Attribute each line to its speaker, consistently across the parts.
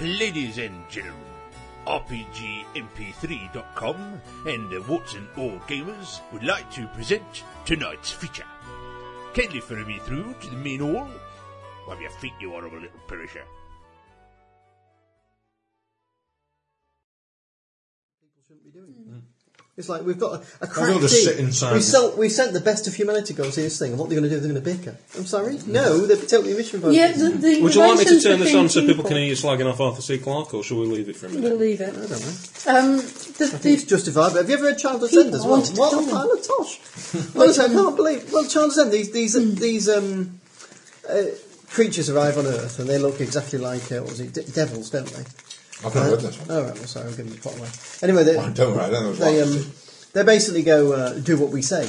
Speaker 1: Ladies and gentlemen, RPGMP3.com and the Watson All Gamers would like to present tonight's feature. Kindly follow me through to the main hall. Wipe your feet, you horrible little perisher.
Speaker 2: shouldn't be doing. It's like we've got a, a
Speaker 3: We'll
Speaker 2: crack
Speaker 3: just
Speaker 2: team.
Speaker 3: sit inside.
Speaker 2: We've, sent, we've sent the best of humanity goals to this thing, and what they're going to do, they're going to bicker. I'm sorry? No, they're totally mission focused.
Speaker 4: Yeah, the, the
Speaker 3: Would you like me to
Speaker 4: relations
Speaker 3: turn this
Speaker 4: between
Speaker 3: on so people
Speaker 4: people
Speaker 3: can hear you slagging off Arthur C. Clarke, or shall we leave it for a minute?
Speaker 4: We'll leave
Speaker 2: I
Speaker 4: it.
Speaker 2: don't know.
Speaker 4: Um, the,
Speaker 2: It's
Speaker 4: the,
Speaker 2: justified, but have you ever heard Childers
Speaker 4: People
Speaker 2: End as well?
Speaker 4: wanted to
Speaker 2: What a
Speaker 4: do
Speaker 2: pile of tosh! Honestly, I can't believe. Well, Childers End, these these these um, uh, creatures arrive on Earth, and they look exactly like uh, what was it, de- devils, don't they?
Speaker 5: I've never read this one.
Speaker 2: All right, well, sorry, I'm giving the plot away. Anyway, they,
Speaker 5: Oh, don't worry, I don't know
Speaker 2: they,
Speaker 5: what-
Speaker 2: um, they basically go uh, do what we say,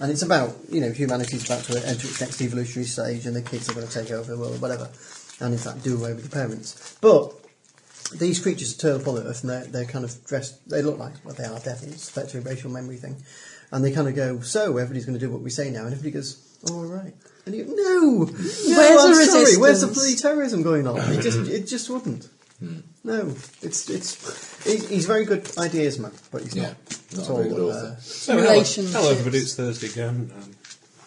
Speaker 2: and it's about you know humanity's about to enter its next evolutionary stage, and the kids are going to take over the world, whatever, and in fact do away with the parents. But these creatures turn up on Earth, and they're, they're kind of dressed. They look like well, they are devils, effectively a racial memory thing, and they kind of go, "So everybody's going to do what we say now," and everybody goes, "Oh, all right." And you go, no, no
Speaker 4: Where's
Speaker 2: I'm
Speaker 4: the
Speaker 2: sorry, Where's the
Speaker 4: resistance?"
Speaker 2: bloody terrorism going on? It just, it just wouldn't.
Speaker 5: Hmm.
Speaker 2: No, it's it's he's, he's very good ideas man, but he's
Speaker 5: Yeah,
Speaker 2: not.
Speaker 5: not
Speaker 2: at
Speaker 5: a
Speaker 2: all,
Speaker 5: very good
Speaker 2: uh,
Speaker 5: author.
Speaker 3: So, hello-
Speaker 4: Relationships.
Speaker 3: Hello, everybody. It's Thursday again. Um,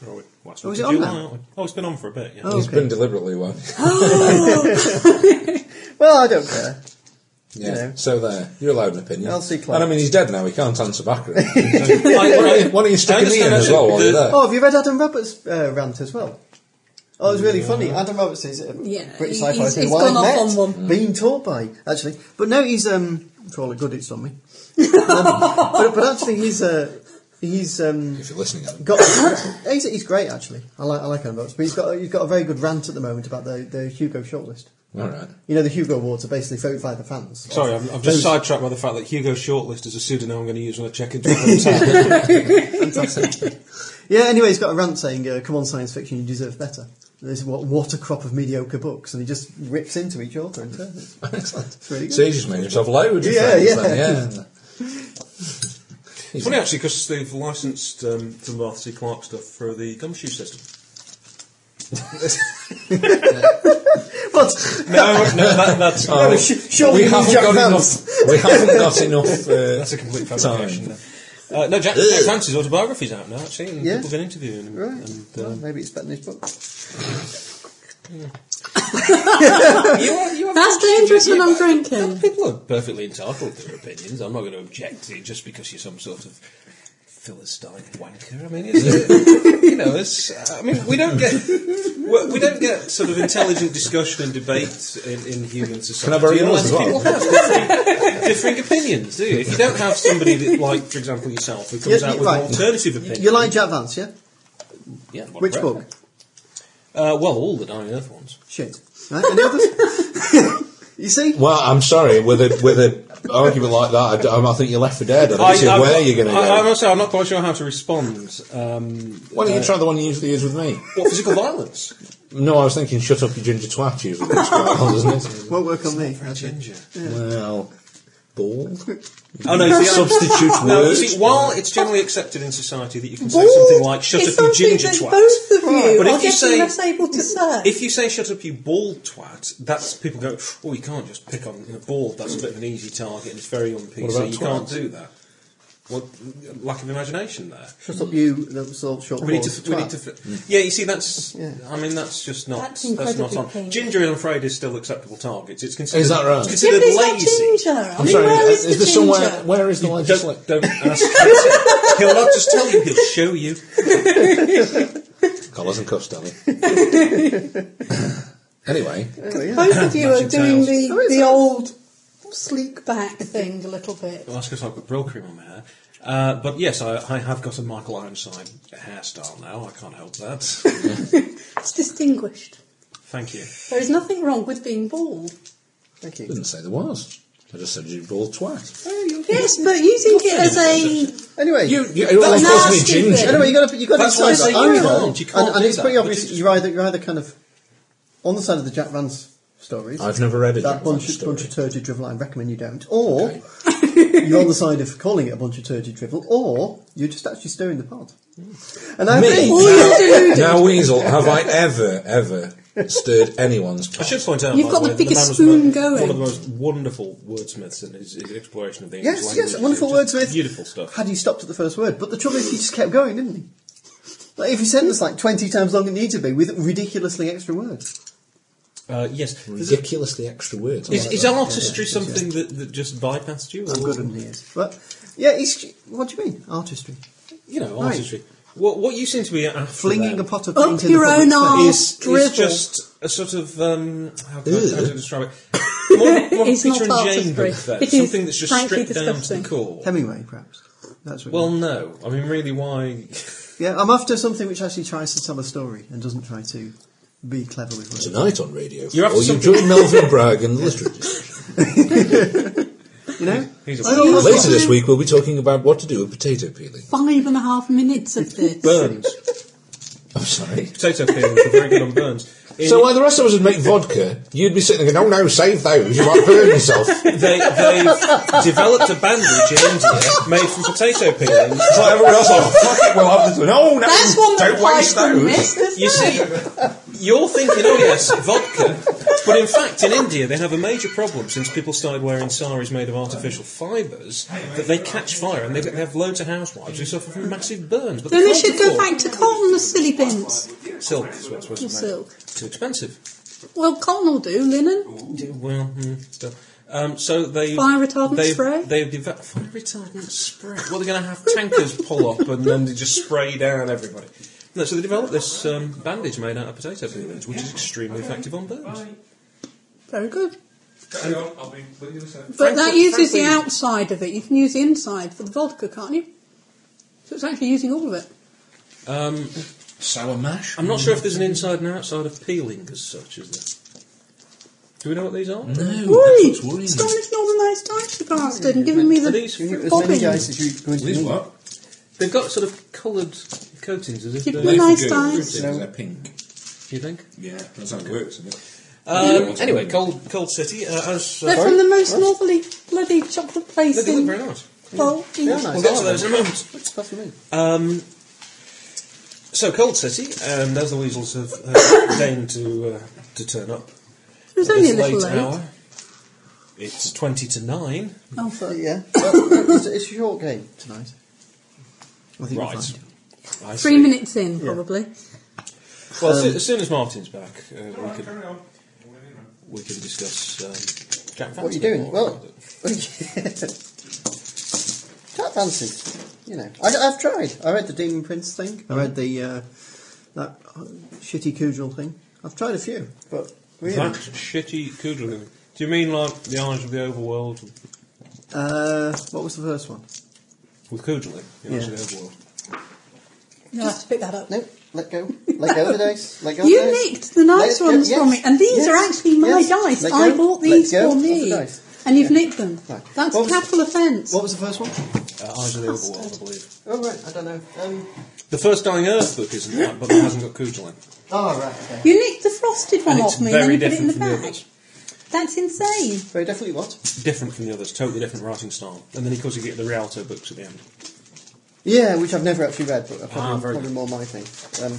Speaker 3: oh, wait, last
Speaker 2: Oh, is
Speaker 3: week
Speaker 2: it
Speaker 3: of
Speaker 2: on
Speaker 3: July,
Speaker 2: now?
Speaker 3: aren't we? Oh, it's been on for a bit. Yeah.
Speaker 2: Oh.
Speaker 5: He's
Speaker 2: Okay.
Speaker 5: been deliberately one.
Speaker 2: Well, I don't care.
Speaker 5: Yeah.
Speaker 2: know.
Speaker 5: So there, you're allowed an opinion.
Speaker 2: I'll see Clark.
Speaker 5: And I mean, he's dead now. He can't answer back. Really.
Speaker 3: I-
Speaker 5: why, don't you,
Speaker 3: I-
Speaker 5: why don't you stick
Speaker 3: I
Speaker 5: a knee in
Speaker 3: understand
Speaker 5: as well while you're there?
Speaker 2: Oh, have you read Adam Roberts' uh, rant as well? Oh, it's really funny. Adam Roberts is a
Speaker 4: Yeah,
Speaker 2: British
Speaker 4: he-
Speaker 2: sci-fi
Speaker 4: he's-
Speaker 2: thing.
Speaker 4: he's
Speaker 2: Why
Speaker 4: gone off
Speaker 2: met,
Speaker 4: on one.
Speaker 2: Being taught by actually, but no, he's um. For all the good it's on me, um, but, but actually he's uh, he's um.
Speaker 5: If you're listening, Adam.
Speaker 2: got he's, he's great actually. I like I like Adam Roberts, but he's got he's got a very good rant at the moment about the the Hugo shortlist.
Speaker 5: All right.
Speaker 2: You know the Hugo Awards are basically voted by the fans.
Speaker 3: Sorry, I'm, I'm just sidetracked by the fact that Hugo Shortlist is a pseudonym I'm going to use when I check into a hotel.
Speaker 2: Yeah, anyway, he's got a rant saying, uh, come on, science fiction, you deserve better. And This what, what a crop of mediocre books. And he just rips into each author and turns.
Speaker 5: Excellent.
Speaker 2: really good.
Speaker 5: So he's just made himself loud.
Speaker 2: Yeah, yeah.
Speaker 5: yeah.
Speaker 3: it's funny actually because they've licensed um, some of Arthur C. Clarke stuff for the gumshoe system.
Speaker 2: But
Speaker 3: No,
Speaker 5: Oh,
Speaker 3: no, that, that's
Speaker 2: no, sh- surely
Speaker 5: we haven't
Speaker 2: Jack
Speaker 5: got
Speaker 2: Vance.
Speaker 5: enough. We haven't got enough. Uh,
Speaker 3: that's a complete
Speaker 5: fabrication.
Speaker 3: fabrication. Uh, no, Jack, Jack Vance's autobiography's out now actually, and
Speaker 2: Yeah.
Speaker 3: people have been interviewing him.
Speaker 2: Right.
Speaker 3: And,
Speaker 5: uh,
Speaker 2: Well,
Speaker 3: um,
Speaker 2: maybe it's better than his book.
Speaker 4: that's dangerous when I'm drinking.
Speaker 3: People are perfectly entitled to their opinions. I'm not going to object to it just because you're some sort of philistine wanker. I mean, it's, uh, you know, it's, I mean, we don't get we we don't get sort of intelligent discussion and debate in, in human society.
Speaker 5: Can I borrow
Speaker 3: unless
Speaker 5: yours as
Speaker 3: People
Speaker 5: well?
Speaker 3: have differing, differing opinions, do you? If you don't have somebody that, like, for example, yourself, who comes
Speaker 2: Yeah,
Speaker 3: out with
Speaker 2: right.
Speaker 3: an alternative opinion,
Speaker 2: You like Jack Vance, yeah?
Speaker 3: yeah, well,
Speaker 2: Which
Speaker 3: right.
Speaker 2: book?
Speaker 3: Uh, well, all the Dying Earth ones.
Speaker 2: Shit. Right, any others? you see?
Speaker 5: well, I'm sorry. With a with a argument like that, I, don't- I think you're left for dead. I don't see
Speaker 3: I'm-
Speaker 5: where you're going to
Speaker 3: I, I
Speaker 5: go.
Speaker 3: must say, I'm not quite sure how to respond. Um,
Speaker 5: why don't you try the one you usually use with me?
Speaker 3: what physical violence?
Speaker 5: No, I was thinking, shut up, you ginger twat. Usually, it's quite odd, isn't it?
Speaker 2: Won't work on me. actually.
Speaker 3: Ginger.
Speaker 5: Well, ball.
Speaker 3: Oh no, see, I-
Speaker 5: Substitute
Speaker 3: No, you
Speaker 5: words.
Speaker 3: see, while it's generally accepted in society that you can say
Speaker 4: Bald
Speaker 3: something like "shut
Speaker 4: is
Speaker 3: up, you
Speaker 4: something
Speaker 3: ginger
Speaker 4: that
Speaker 3: twat,"
Speaker 4: Both of you
Speaker 3: But
Speaker 4: are
Speaker 3: if you
Speaker 4: getting
Speaker 3: say-
Speaker 4: less able to say.
Speaker 3: if you say "shut up, you bald twat," that's people go, "Oh, you can't just pick on you know, bald. That's a bit of an easy target, and it's very un
Speaker 5: What
Speaker 3: PC.
Speaker 5: about
Speaker 3: You
Speaker 5: twat?
Speaker 3: can't do that." Well, lack of imagination there.
Speaker 2: Shut up, you little sort short
Speaker 3: We need
Speaker 2: claws
Speaker 3: to. We
Speaker 2: twat.
Speaker 3: need to yeah, you see, that's.
Speaker 2: Yeah.
Speaker 3: I mean, that's just not.
Speaker 4: That's
Speaker 3: That's,
Speaker 4: incredibly
Speaker 3: not on.
Speaker 4: painful.
Speaker 3: Ginger, I'm afraid, is still acceptable targets. It's considered.
Speaker 5: Is that right?
Speaker 3: It's
Speaker 4: yeah,
Speaker 3: considered
Speaker 4: but it's not
Speaker 3: lazy.
Speaker 4: ginger. I
Speaker 5: I'm
Speaker 4: mean,
Speaker 5: sorry.
Speaker 4: where is,
Speaker 5: is
Speaker 4: the
Speaker 5: there somewhere?
Speaker 4: ginger?
Speaker 5: Where is the legislation?
Speaker 3: Don't, don't ask. he'll not just tell you. He'll show you.
Speaker 5: Collars and cuffs, Danny. anyway,
Speaker 2: Anyway, yeah.
Speaker 4: Both of you are
Speaker 3: Matching
Speaker 4: doing
Speaker 2: Oh,
Speaker 3: tails.
Speaker 4: the,
Speaker 2: is
Speaker 4: the
Speaker 2: it?
Speaker 4: old sleek back thing a little bit.
Speaker 3: Well, that's because I've got brill cream on my hair. Uh, but yes, I, I have got a Michael Ironside hairstyle now. I can't help that.
Speaker 4: It's distinguished.
Speaker 3: Thank you.
Speaker 4: There is nothing wrong with being bald.
Speaker 2: Thank
Speaker 5: I
Speaker 2: you.
Speaker 5: didn't say there was. I just said you bald twat.
Speaker 4: Yes, but using it as a
Speaker 2: Anyway.
Speaker 5: You, you, you always
Speaker 4: That's
Speaker 5: calls me
Speaker 4: nasty,
Speaker 5: ginger.
Speaker 4: then.
Speaker 2: Anyway, you got to you got to
Speaker 3: That's why I
Speaker 2: decide
Speaker 3: say
Speaker 2: that
Speaker 3: you
Speaker 2: either.
Speaker 3: can't, you can't
Speaker 2: and, and
Speaker 3: do
Speaker 2: it's
Speaker 3: that,
Speaker 2: pretty
Speaker 3: but
Speaker 2: obvious.
Speaker 3: you
Speaker 2: You're either you're either kind of on the side of the Jack Vance stories.
Speaker 5: I've never read a
Speaker 2: that
Speaker 5: Jack Vance
Speaker 2: bunch of,
Speaker 5: story.
Speaker 2: bunch of turgid drivel. I recommend you don't. Or you're on the side of calling it a bunch of turgid drivel, or you're just actually stirring the pot. And I
Speaker 5: Me?
Speaker 2: think
Speaker 4: all you do
Speaker 5: Now, Weasel, have I ever, ever stirred anyone's
Speaker 3: I
Speaker 5: pot.
Speaker 3: should point out,
Speaker 4: You've
Speaker 3: by the,
Speaker 4: got the
Speaker 3: way, that
Speaker 4: biggest
Speaker 3: man was
Speaker 4: spoon
Speaker 3: one,
Speaker 4: going.
Speaker 3: One of the most wonderful wordsmiths in his, his exploration of the English
Speaker 2: Yes,
Speaker 3: language.
Speaker 2: yes, wonderful
Speaker 3: Just
Speaker 2: wordsmith.
Speaker 3: Beautiful stuff.
Speaker 2: Had he stopped at the first word, but the trouble is, he just kept going, didn't he? Like if he sentenced like twenty times longer than it needed to be with ridiculously extra words.
Speaker 3: Uh, yes, There's a-
Speaker 5: Ridiculously extra words. I
Speaker 3: Is,
Speaker 5: like
Speaker 3: is
Speaker 5: that.
Speaker 3: artistry something that, that just bypassed you? Or,
Speaker 2: How good and he is. But yeah, he's, what do you mean artistry?
Speaker 3: you know,
Speaker 2: Right.
Speaker 3: artistry. What, what you seem to be after
Speaker 2: Flinging a
Speaker 3: then
Speaker 2: pot of
Speaker 4: Up
Speaker 2: paint in
Speaker 4: your
Speaker 2: the public
Speaker 4: own
Speaker 2: space.
Speaker 4: arse.
Speaker 3: is,
Speaker 4: drivel.
Speaker 3: is just a sort of um, how, can I, how
Speaker 5: Ugh.
Speaker 3: to describe it? More, more
Speaker 4: It's
Speaker 3: Peter
Speaker 4: not
Speaker 3: and Jane
Speaker 4: artistry.
Speaker 3: Booth, then.
Speaker 4: It is
Speaker 3: something that's just
Speaker 4: frankly
Speaker 3: stripped down to
Speaker 4: disgusting.
Speaker 3: the core.
Speaker 2: Hemingway, perhaps. That's what
Speaker 3: Well, no. I mean, really, why?
Speaker 2: yeah, I'm after something which actually tries to tell a story and doesn't try to be clever with words.
Speaker 5: Tonight on Radio 4,
Speaker 3: You're after
Speaker 5: you
Speaker 3: something-
Speaker 5: join Melvin Bragg and the Literature.
Speaker 2: You know,
Speaker 3: He's a
Speaker 2: I don't know
Speaker 4: That's
Speaker 5: Later
Speaker 2: what-
Speaker 5: this week, we'll be talking about what to do with potato peeling.
Speaker 4: five and a half minutes of this.
Speaker 3: Burns.
Speaker 5: I'm sorry.
Speaker 3: Potato peelings are very good on Burns. In-
Speaker 5: So while the rest of us would make vodka, you'd be sitting there going, oh no, save those, you might burn yourself.
Speaker 3: they, they've developed a bandage in India made from potato peelings.
Speaker 5: So everyone else, oh, fuck it, we'll have this one. Oh no,
Speaker 4: That's one that
Speaker 5: don't
Speaker 4: applies
Speaker 5: waste
Speaker 4: to
Speaker 5: those.
Speaker 4: this, isn't
Speaker 3: You see, you're thinking, oh yes, vodka. But in fact, in India, they have a major problem since people started wearing saris made of artificial fibres that they catch fire and they, they have loads of housewives who suffer from massive burns. But
Speaker 4: Then they
Speaker 3: can't
Speaker 4: should go
Speaker 3: afford-
Speaker 4: back to cotton, the silly pins.
Speaker 3: Silk is what's supposed to be made.
Speaker 4: Silk.
Speaker 3: Too expensive.
Speaker 4: Well, cotton will do, linen.
Speaker 3: Well, hmm, still. Um, so they
Speaker 4: Fire retardant
Speaker 3: they've,
Speaker 4: spray?
Speaker 3: They've developed fire retardant spray. Well, they're going to have tankers pull up and then they just spray down everybody. No, so they developed this um, bandage made out of potato peelings, which is extremely effective on burns.
Speaker 4: Very good.
Speaker 6: Carry on, I'll be with you in a second.
Speaker 4: But that uses the outside of it. You can use the inside for the vodka, can't you? So it's actually using all of it.
Speaker 3: Um,
Speaker 5: Sour mash?
Speaker 3: I'm not sure if there's an inside and outside of peeling as such, is there? Do we know what these are?
Speaker 5: No,
Speaker 4: Oi!
Speaker 5: that's what's worrying
Speaker 4: Stop
Speaker 5: me.
Speaker 4: Normanised dice, you bastard, and giving me
Speaker 3: Are
Speaker 4: the
Speaker 3: these,
Speaker 2: Give me as many
Speaker 4: bobbing.
Speaker 2: guys as you going to
Speaker 5: These
Speaker 2: need.
Speaker 5: what?
Speaker 3: they've got sort of coloured coatings, as if
Speaker 4: Give
Speaker 3: they're-
Speaker 4: them a nice dice.
Speaker 5: They're pink.
Speaker 3: you think?
Speaker 5: Yeah, that's how it works, isn't it?
Speaker 3: Um, anyway, Cold Cold City, uh, as uh,
Speaker 4: They're from the most northerly bloody chocolate
Speaker 3: they
Speaker 4: place
Speaker 3: they look
Speaker 4: in
Speaker 3: very nice.
Speaker 4: Well, in-
Speaker 2: Yeah, nice.
Speaker 3: We'll get to those in a moment.
Speaker 2: That's what I mean.
Speaker 3: Um, so Cold City, um, those the weasels have uh, deigned to uh, to turn up.
Speaker 4: It was
Speaker 3: at
Speaker 4: only a
Speaker 3: this
Speaker 4: little
Speaker 3: late
Speaker 4: late.
Speaker 3: hour. It's twenty to nine.
Speaker 4: Oh, fuck.
Speaker 2: Uh, Yeah, well, it's, it's a short game tonight. I think
Speaker 3: Right.
Speaker 2: we'll find.
Speaker 3: I
Speaker 4: Three
Speaker 3: see.
Speaker 4: minutes in, probably.
Speaker 3: Well, as
Speaker 2: Um,
Speaker 3: soon- as soon as Martin's back, uh, we
Speaker 6: Alright,
Speaker 3: can
Speaker 6: carry on.
Speaker 3: we can discuss. Um, Jack
Speaker 2: What are you doing? Well, Tap dances. You know, I, I've tried. I read the Demon Prince thing. I read the uh, that uh, shitty Kujal thing. I've tried a few, but really,
Speaker 3: that shitty coodling. Do you mean like the Eyes of the Overworld
Speaker 2: uh, what was the first one?
Speaker 3: with coodling? The Eyes
Speaker 2: Yeah.
Speaker 3: of the Overworld.
Speaker 4: You'll have to pick that up.
Speaker 2: No, let go. Let go of the dice. Let go. of
Speaker 4: You
Speaker 2: the dice.
Speaker 4: nicked the
Speaker 2: Let
Speaker 4: nice
Speaker 2: go-
Speaker 4: ones
Speaker 2: yes,
Speaker 4: for me, and these
Speaker 2: yes,
Speaker 4: are actually my
Speaker 2: yes.
Speaker 4: dice.
Speaker 2: Let
Speaker 4: I
Speaker 2: go, let
Speaker 4: bought these
Speaker 2: go
Speaker 4: for
Speaker 2: of the
Speaker 4: me,
Speaker 2: dice.
Speaker 4: and you've
Speaker 2: Yeah.
Speaker 4: nicked them.
Speaker 2: Right.
Speaker 4: That's
Speaker 2: What was-
Speaker 4: capital offence.
Speaker 2: What was the first one?
Speaker 3: Uh, Eyes of the Overworld, I believe.
Speaker 2: Oh right, I don't know. Um,
Speaker 3: The first Dying Earth book isn't that, but it hasn't got coodling.
Speaker 2: oh right, okay.
Speaker 4: You nicked the frosted one
Speaker 3: And it's
Speaker 4: off me, and then
Speaker 3: very
Speaker 4: you put it in
Speaker 3: different
Speaker 4: the
Speaker 3: from the
Speaker 4: bag.
Speaker 3: others.
Speaker 4: That's insane.
Speaker 2: Very definitely what?
Speaker 3: different from the others, totally different writing style. And then, of course, you get the Rialto books at the end.
Speaker 2: Yeah, which I've never actually read, but probably,
Speaker 3: Ah, very
Speaker 2: probably more my thing. Um,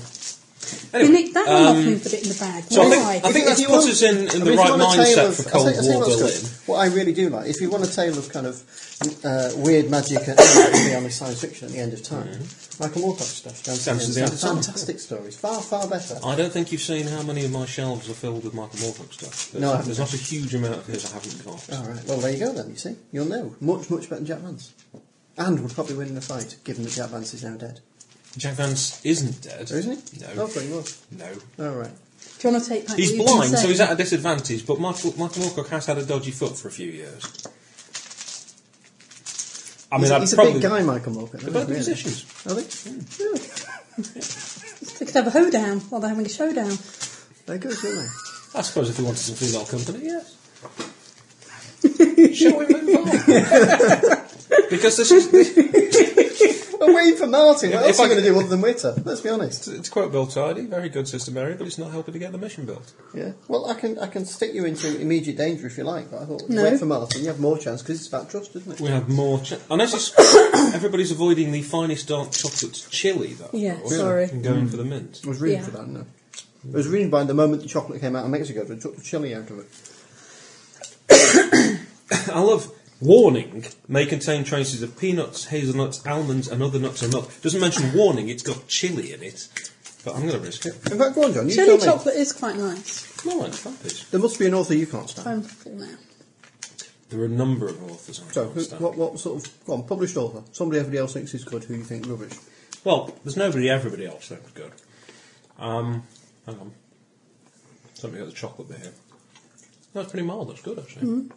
Speaker 3: Anyway,
Speaker 4: you nicked that one off
Speaker 3: um,
Speaker 4: me and put it in the bag.
Speaker 3: so I think-
Speaker 4: Why?
Speaker 3: I think-
Speaker 2: If
Speaker 3: that's
Speaker 2: you
Speaker 3: put
Speaker 2: want-
Speaker 3: us in- in the
Speaker 2: if you
Speaker 3: right
Speaker 2: want a
Speaker 3: mindset
Speaker 2: tale of-
Speaker 3: for
Speaker 2: I'll tell- I'll
Speaker 3: Cold
Speaker 2: tell you
Speaker 3: War
Speaker 2: what's good.
Speaker 3: Berlin.
Speaker 2: What I really do like, if you want a tale of kind of uh, weird magic and beyond science fiction at the end of time, Michael Moorcock stuff.
Speaker 3: Down to Mm-hmm. the end of time.
Speaker 2: fantastic stories, far far better.
Speaker 3: I don't think you've seen how many of my shelves are filled with Michael Moorcock stuff. There's,
Speaker 2: No, I haven't.
Speaker 3: there's not a huge amount of his I haven't got.
Speaker 2: All right, well there you go then. You see, you'll know much much better than Jack Vance, and would probably win in a fight, given that Jack Vance is now dead.
Speaker 3: Jack Vance isn't dead.
Speaker 2: Oh, Isn't he?
Speaker 3: No.
Speaker 2: Oh, pretty much.
Speaker 3: No.
Speaker 2: All right.
Speaker 4: Do you want to take back
Speaker 3: He's
Speaker 4: what you've been
Speaker 3: blind, so
Speaker 4: saying?
Speaker 3: he's at a disadvantage, but Michael, Michael Moorcock has had a dodgy foot for a few years. I mean,
Speaker 2: he's,
Speaker 3: I'd
Speaker 2: he's a
Speaker 3: probably.
Speaker 2: big guy, Michael Moorcock.
Speaker 3: They're both musicians.
Speaker 2: Are they? Really? Oh,
Speaker 4: They could have a hoedown while they're having a showdown.
Speaker 2: They're good, aren't they?
Speaker 3: I suppose if he wanted some female company, yes. Shall we move on? because this is,
Speaker 2: Away from Martin. What
Speaker 3: If
Speaker 2: else
Speaker 3: I
Speaker 2: are you going
Speaker 3: could-
Speaker 2: to do other than Witter? Let's be honest.
Speaker 3: To, to quote Bill Tidy, very good system area, but it's not helping to get the mission built.
Speaker 2: Yeah. Well, I can I can stick you into immediate danger if you like, but I thought
Speaker 4: No.
Speaker 2: wait for Martin. You have more chance because it's about trust, isn't it?
Speaker 3: We have more. Ch- Unless it's, everybody's avoiding the finest dark chocolate chili, though.
Speaker 4: Yeah, sorry.
Speaker 3: And going for the mint.
Speaker 2: I was reading
Speaker 4: Yeah.
Speaker 2: for that. No. It was really by the moment the chocolate came out of Mexico, they took the chili out of it.
Speaker 3: I love warning may contain traces of peanuts, hazelnuts, almonds, and other nuts or milk. Doesn't mention warning. It's got chili in it, but I'm going to risk it.
Speaker 2: In fact, go on, John. You
Speaker 4: Chili
Speaker 2: tell me.
Speaker 4: chocolate is quite nice.
Speaker 3: No, I'm happy.
Speaker 2: There must be an author you can't stand.
Speaker 4: I'm full now.
Speaker 3: There are a number of authors. I
Speaker 2: So, who,
Speaker 3: understand.
Speaker 2: what, what sort of go on, published author? Somebody everybody else thinks is good. Who you think rubbish?
Speaker 3: Well, there's nobody. Everybody else thinks good. Um, hang on. Something got the chocolate bit here. That's pretty mild. That's good actually.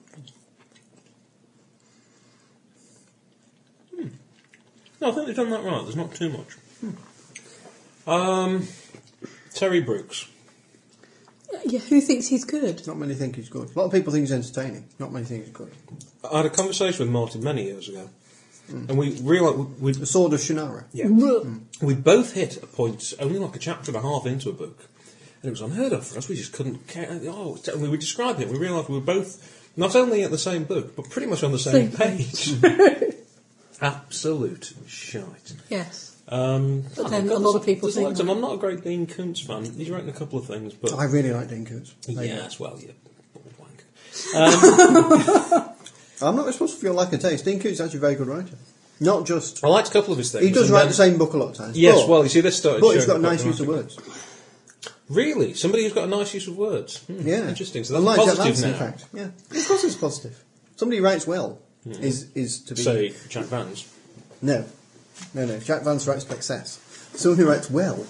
Speaker 3: Hmm. No, I think they've done that right. There's not too much. Um, Terry Brooks.
Speaker 4: Yeah, who thinks he's good?
Speaker 2: Not many think he's good. A lot of people think he's entertaining. Not many think he's good.
Speaker 3: I had a conversation with Martin many years ago, and we realised we, we
Speaker 2: The Sword of Shannara.
Speaker 3: we both hit a point only like a chapter and a half into a book, and it was unheard of for us. We just couldn't. Care. Oh, and we were describing it. We realised we were both not only at the same book, but pretty much on the same
Speaker 4: Same
Speaker 3: page. Absolute shite.
Speaker 4: Yes.
Speaker 3: Um,
Speaker 4: But
Speaker 3: I
Speaker 4: then
Speaker 3: think
Speaker 4: a lot of people
Speaker 3: there's loads
Speaker 4: think
Speaker 3: of- I'm not a great Dean Koontz fan. He's written a couple of things, but
Speaker 2: I really like Dean Koontz. There you
Speaker 3: yes, well, yeah, bald wank.
Speaker 2: go. I'm not responsible for your lack of taste. Dean Koontz is actually a very good writer. Not just.
Speaker 3: I liked a couple of his things.
Speaker 2: He does
Speaker 3: and
Speaker 2: write
Speaker 3: then-
Speaker 2: the same book a lot of times.
Speaker 3: Yes,
Speaker 2: but,
Speaker 3: well, you see, this started.
Speaker 2: But he's got
Speaker 3: showing
Speaker 2: a
Speaker 3: up
Speaker 2: nice
Speaker 3: quite
Speaker 2: use of
Speaker 3: dramatically.
Speaker 2: words.
Speaker 3: Really? Somebody who's got a nice use of words. Hmm,
Speaker 2: Yeah.
Speaker 3: Interesting. So that's
Speaker 2: Unlike Jack
Speaker 3: positive
Speaker 2: Vance,
Speaker 3: now. Hmm.
Speaker 2: in fact. Yeah. Of course it's positive. Somebody who writes well is, is to be.
Speaker 3: Say, Jack Vance.
Speaker 2: No. No, no. Jack Vance writes with excess. Someone who writes well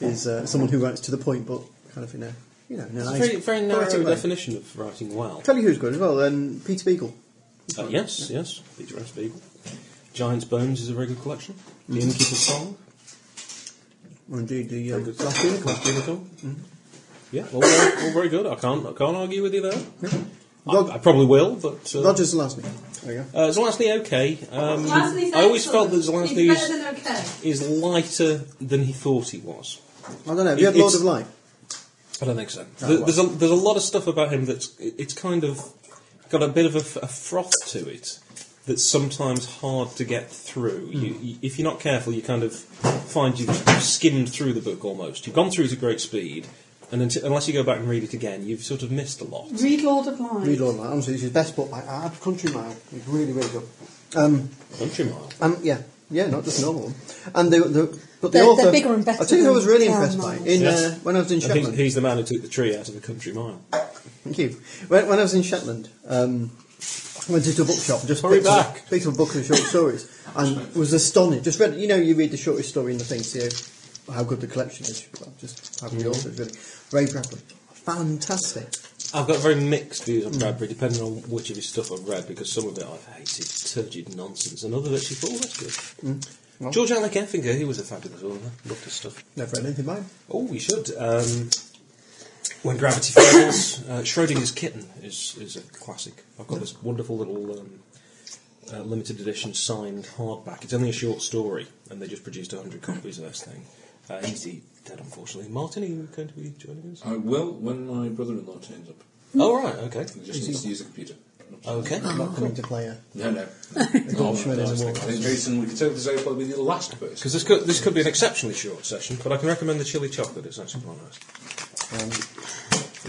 Speaker 2: is uh, someone who writes to the point, but kind of, you know, you know, in a
Speaker 3: It's a
Speaker 2: nice,
Speaker 3: very, very narrow
Speaker 2: poetic way.
Speaker 3: definition of writing well.
Speaker 2: Tell you who's good as well, then Peter Beagle.
Speaker 3: Uh, yes, yes. Peter S. Beagle. Giant's Bones is a very good collection. The Innkeeper's Song.
Speaker 2: Or indeed the uh,
Speaker 3: Very good.
Speaker 2: Last Unicorn.
Speaker 3: Last Unicorn. Yeah, all very, all very good. I can't, I can't argue with you there.
Speaker 2: Rog-
Speaker 3: I, I probably will, but uh,
Speaker 2: Rogers and Lasney. There you go.
Speaker 3: uh, Zelazny okay. Um,
Speaker 7: Zelazny's
Speaker 3: I always felt
Speaker 7: excellent.
Speaker 3: that Zelazny
Speaker 7: He's better
Speaker 3: is,
Speaker 7: than okay.
Speaker 3: is lighter than he thought he was.
Speaker 2: I don't know. Have you
Speaker 3: It-
Speaker 2: had Lord
Speaker 3: it's-
Speaker 2: of Light?
Speaker 3: I don't think so.
Speaker 2: Oh,
Speaker 3: There-
Speaker 2: well.
Speaker 3: there's, a, there's a lot of stuff about him that's it's kind of got a bit of a, f- a froth to it that's sometimes hard to get through. You, you, if you're not careful, you kind of find you've skimmed through the book almost. You've gone through it at great speed, and unti- unless you go back and read it again, you've sort of missed a lot.
Speaker 4: Read Lord of Light.
Speaker 2: Read Lord of Light. Honestly, it's his best book by half country mile. It's really, really good. Um,
Speaker 3: Country Mile.
Speaker 2: and yeah, yeah, not just a normal one. And the, the but the
Speaker 4: They're-
Speaker 2: author,
Speaker 4: they're bigger and better
Speaker 2: I tell you, who I
Speaker 4: than
Speaker 2: was really
Speaker 4: Town
Speaker 2: impressed by
Speaker 4: Miles.
Speaker 2: in uh,
Speaker 3: Yes.
Speaker 2: when I was in
Speaker 3: And he's,
Speaker 2: Shetland.
Speaker 3: he's the man who took the tree out of a country mile.
Speaker 2: Thank you. When, when I was in Shetland, um, I went into a bookshop and just
Speaker 3: Hurry
Speaker 2: picked, up-
Speaker 3: back.
Speaker 2: picked up a book of short stories and was astonished. Just read, you know, you read the shortest story in the thing, see how, how good the collection is. Well, just how good
Speaker 3: Mm-hmm.
Speaker 2: the author is, really. Ray Bradbury, fantastic.
Speaker 3: I've got very mixed views on Bradbury, depending on which of his stuff I've read, because some of it I've hated, turgid nonsense, and other of it she thought, oh, that's good.
Speaker 2: Well.
Speaker 3: George Alec Effinger, he was a fabulous author. Loved his stuff.
Speaker 2: Never read anything by him.
Speaker 3: Oh, we should. Um, when Gravity Fails, uh, Schrodinger's Kitten is, is a classic. I've got this wonderful little um, uh, limited edition signed hardback. It's only a short story, and they just produced 100 copies of this thing. Uh, he's he- dead, unfortunately. Martin, are you going to be joining us?
Speaker 5: I will when my brother-in-law turns up.
Speaker 3: Oh, right, okay.
Speaker 5: He just needs to use the computer.
Speaker 3: Okay.
Speaker 2: Not coming to play a
Speaker 5: No, no. no, no,
Speaker 2: Sure,
Speaker 5: no,
Speaker 2: there's a
Speaker 5: I
Speaker 2: wall.
Speaker 5: think- I think Jason, we could tell this out probably the last person.
Speaker 3: Because this could, this could be an exceptionally short session, but I can recommend the chili chocolate. It's actually quite nice. Um,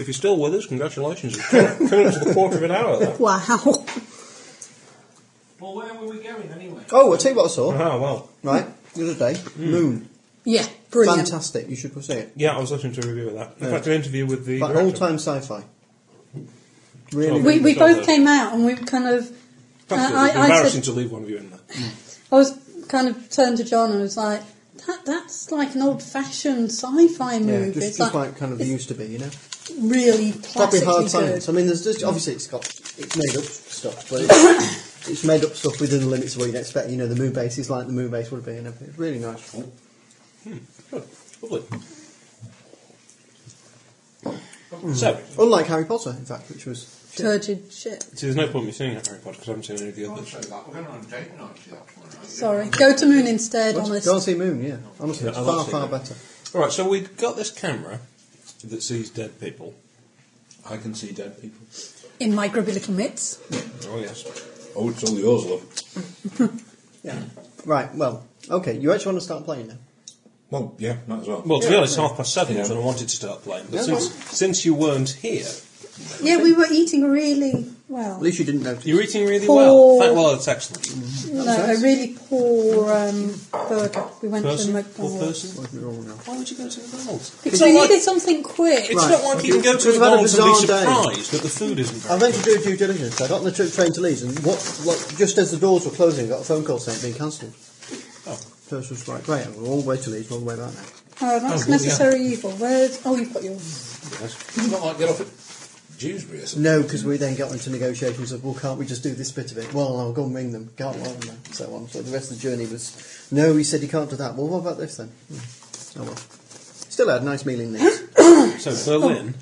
Speaker 3: if you're still with us, congratulations. You've come come up to the quarter of an hour. There.
Speaker 4: Wow.
Speaker 5: Well, where were we going anyway?
Speaker 2: Oh, I'll tell you what I saw.
Speaker 3: Ah, well.
Speaker 2: Right, the other day,
Speaker 3: Mm.
Speaker 2: Moon.
Speaker 4: Yeah, brilliant.
Speaker 2: Fantastic, you should go see it.
Speaker 3: Yeah, I was listening to a review of that. In
Speaker 2: Yeah.
Speaker 3: fact, an interview with the.
Speaker 2: Like
Speaker 3: director.
Speaker 2: all time sci fi. Really,
Speaker 3: Oh.
Speaker 4: We, we
Speaker 3: Good job,
Speaker 4: both
Speaker 3: though.
Speaker 4: came out and we kind of.
Speaker 3: Perhaps it
Speaker 4: I- I- I
Speaker 3: was embarrassing to
Speaker 4: said-
Speaker 3: leave one of you in there.
Speaker 4: I was kind of turned to John and was like, that, that's like an old fashioned sci fi movie.
Speaker 2: yeah, just,
Speaker 4: it's
Speaker 2: just
Speaker 4: like,
Speaker 2: like, kind of used to be, you know?
Speaker 4: really
Speaker 2: Probably
Speaker 4: classically
Speaker 2: hard
Speaker 4: good.
Speaker 2: science. I mean, there's just, obviously it's got, it's made up stuff, but it's, it's made up stuff within the limits of what you'd expect. You know, the moon base is like the moon base would be, and everything. It's really nice.
Speaker 3: Good. Lovely. So,
Speaker 2: Unlike Harry Potter, in fact, which was.
Speaker 4: Turgid shit.
Speaker 3: see, there's no point in me seeing Harry Potter because I haven't seen any of the
Speaker 5: Don't say
Speaker 3: others.
Speaker 5: that. We're going on a date night tomorrow night.
Speaker 4: Sorry. Go to Moon instead on this.
Speaker 2: Go and see Moon, yeah. Honestly,
Speaker 3: Yeah,
Speaker 2: it's
Speaker 3: I
Speaker 2: far,
Speaker 3: love seeing
Speaker 2: far
Speaker 3: Moon.
Speaker 2: better.
Speaker 3: Alright, so we've got this camera that sees dead people.
Speaker 5: I can see dead people.
Speaker 4: In my grubby little mitts.
Speaker 3: Oh, yes.
Speaker 5: Oh, it's all yours, love.
Speaker 2: Yeah. Right, well, okay, you actually want to start playing now?
Speaker 5: Well, yeah, might as well.
Speaker 3: Well, to be honest, half past seven is when I wanted to start playing. But since, since you weren't here,
Speaker 4: Yeah, we were eating really well.
Speaker 2: At least you didn't notice.
Speaker 3: you're eating really well.
Speaker 4: Poor-
Speaker 3: Thank- well, it's excellent.
Speaker 4: No, a really poor um, burger. We went
Speaker 3: Person,
Speaker 4: to
Speaker 3: poor
Speaker 4: McDonald's.
Speaker 3: person.
Speaker 2: Wasn't it all now?
Speaker 3: Why would you go to McDonald's?
Speaker 4: Because
Speaker 3: not
Speaker 4: we
Speaker 3: like-
Speaker 4: needed something quick.
Speaker 3: It's
Speaker 2: Right.
Speaker 3: not like you can go to
Speaker 2: We've had a
Speaker 3: McDonald's and be
Speaker 2: bizarre day.
Speaker 3: surprised that the food isn't
Speaker 2: I
Speaker 3: very
Speaker 2: went to do due diligence. I got on the tr- train to Leeds, and what, what, just as the doors were closing, I got a phone call saying it'd been cancelled.
Speaker 3: Oh.
Speaker 2: First was like, great, we're all the way to Leeds, all the way back now.
Speaker 4: Oh, that's
Speaker 3: well, yeah.
Speaker 4: necessary evil. Where's oh, you've got yours.
Speaker 5: It's not like get off at Dewsbury or something.
Speaker 2: No, because we then got into negotiations of, well, can't we just do this bit of it? Well, I'll go and ring them. Can't well, and so on. So the rest of the journey was, no, he said you can't do that. Well, what about this then? Hmm. Oh well. Still had a nice meal in Leeds.
Speaker 3: good. So Berlin.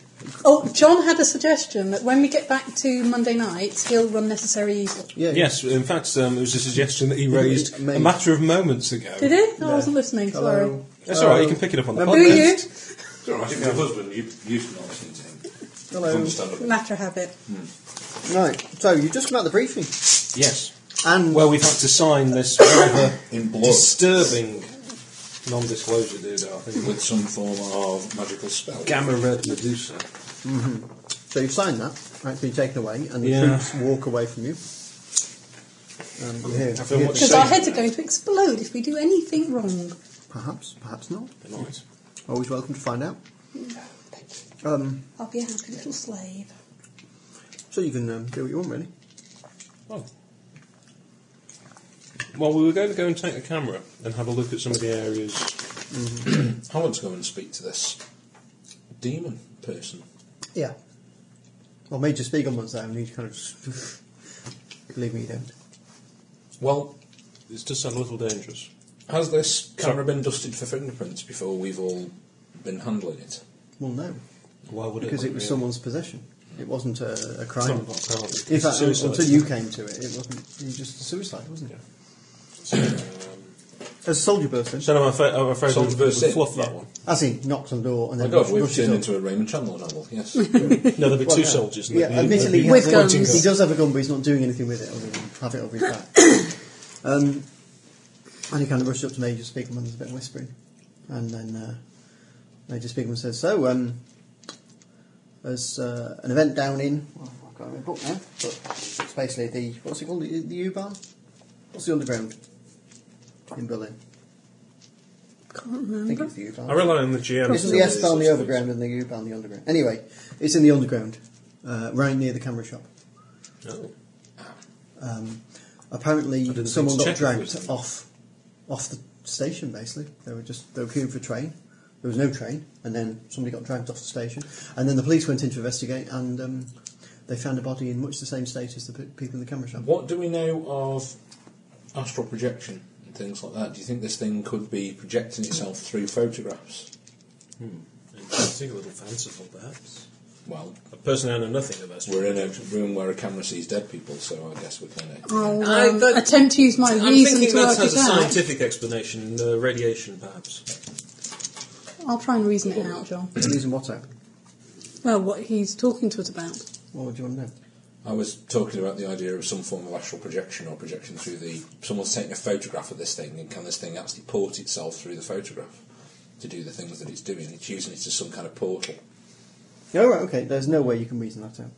Speaker 4: Oh, John had a suggestion that when we get back to Monday night, he'll run necessary evil.
Speaker 2: Yeah.
Speaker 3: Yes, in fact, um, it was a suggestion that he raised
Speaker 2: Made.
Speaker 3: a matter of moments ago.
Speaker 4: Did he? I wasn't listening. Sorry.
Speaker 2: Hello.
Speaker 3: That's all right. You can pick it up on the
Speaker 2: Who
Speaker 4: Who are you?
Speaker 3: podcast.
Speaker 5: It's all right, if your husband, you used to not listening to him.
Speaker 2: Hello.
Speaker 5: Understandable.
Speaker 4: Matter of habit.
Speaker 2: Right. So you just about the briefing.
Speaker 3: Yes.
Speaker 2: And
Speaker 3: Well, we've had to sign this rather
Speaker 5: In blood.
Speaker 3: disturbing non-disclosure, dude. I think
Speaker 5: With some form of magical spell.
Speaker 3: gamma red Medusa.
Speaker 2: so you've signed that. That's been taken away, and the
Speaker 3: Yeah.
Speaker 2: troops walk away from you. Um, you hear-
Speaker 3: I feel
Speaker 2: hear-
Speaker 3: much-
Speaker 4: Because our
Speaker 3: Shame.
Speaker 4: heads are going to explode if we do anything wrong.
Speaker 2: perhaps, perhaps not.
Speaker 3: Right.
Speaker 2: Always welcome to find out.
Speaker 4: Thank you.
Speaker 2: Um,
Speaker 4: I'll be a happy little slave.
Speaker 2: so you can um, do what you want, really.
Speaker 3: Well. Well, we were going to go and take the camera and have a look at some of the areas.
Speaker 5: I want to go and speak to this demon person.
Speaker 2: Yeah. Well, Major Spiegelman's there, and he kind of. Believe me, you don't.
Speaker 5: Well,
Speaker 3: It's just a little dangerous.
Speaker 5: has this camera been dusted for fingerprints before we've all been handling it?
Speaker 2: Well, no,
Speaker 3: Why would
Speaker 2: because it was someone's possession. It wasn't a, a crime.
Speaker 3: It's not a crime.
Speaker 2: In
Speaker 3: It's a
Speaker 2: fact,
Speaker 3: suicide.
Speaker 2: until you came to it, it wasn't. It was just a suicide, wasn't it? As a soldier burst in,
Speaker 3: So I'm, afraid I'm afraid
Speaker 5: Sold
Speaker 3: we'll, we'll
Speaker 5: versus in.
Speaker 3: fluff that one.
Speaker 2: as he knocks on the door and
Speaker 5: My
Speaker 2: then
Speaker 5: God, we've
Speaker 2: rushes
Speaker 5: turned
Speaker 2: up.
Speaker 5: into a Raymond Chandler novel, yes.
Speaker 3: No, there'll be
Speaker 2: Well,
Speaker 3: two
Speaker 2: yeah.
Speaker 3: soldiers. and
Speaker 2: Yeah,
Speaker 3: they'll be-
Speaker 2: admittedly, he,
Speaker 4: With
Speaker 2: has a-
Speaker 4: guns.
Speaker 2: he does have a gun, but he's not doing anything with it other than have it over his back. um, and he kind of rushes up to Major Spiegelman, there's a bit of whispering. And then uh, Major Spiegelman says, So, um, there's uh, an event down in. Well, I've got my book now, but it's basically the. What's it called? The, the U Bahn? What's the underground? In Berlin.
Speaker 4: Can't
Speaker 2: I think
Speaker 4: remember.
Speaker 2: it's the U Bahn.
Speaker 3: I rely on the GM.
Speaker 2: Isn't the S down the overground and the U down the underground? Anyway, it's in the underground, uh, right near the camera shop.
Speaker 3: Oh.
Speaker 2: Um, apparently,
Speaker 3: didn't
Speaker 2: someone
Speaker 3: think to
Speaker 2: got
Speaker 3: check if it was
Speaker 2: dragged
Speaker 3: in.
Speaker 2: off off the station. Basically, they were just they were queuing for a train. There was no train, and then somebody got dragged off the station, and then the police went in to investigate, and um, they found a body in much the same state as the pe- people in the camera shop.
Speaker 5: What do we know of astral projection and things like that? Do you think this thing could be projecting itself through photographs?
Speaker 3: Interesting, a little fanciful, perhaps.
Speaker 5: Well,
Speaker 3: Personally, I know nothing of us.
Speaker 5: we're in a room where a camera sees dead people, so I guess we're kind of.
Speaker 4: I'll
Speaker 3: I
Speaker 4: um,
Speaker 3: don't-
Speaker 4: attempt to use my
Speaker 3: I'm
Speaker 4: reason
Speaker 3: thinking
Speaker 4: to work
Speaker 3: that
Speaker 4: it
Speaker 3: has a
Speaker 4: out.
Speaker 3: scientific explanation, uh, radiation perhaps.
Speaker 4: I'll try and reason it out, John.
Speaker 2: Using what app?
Speaker 4: Well, what he's talking to us about.
Speaker 2: What would you want to know?
Speaker 5: I was talking about the idea of some form of astral projection or projection through the. Someone's taking a photograph of this thing, and can this thing actually port itself through the photograph to do the things that it's doing? It's using it as some kind of portal.
Speaker 2: Oh, right, okay. There's no way you can reason that out.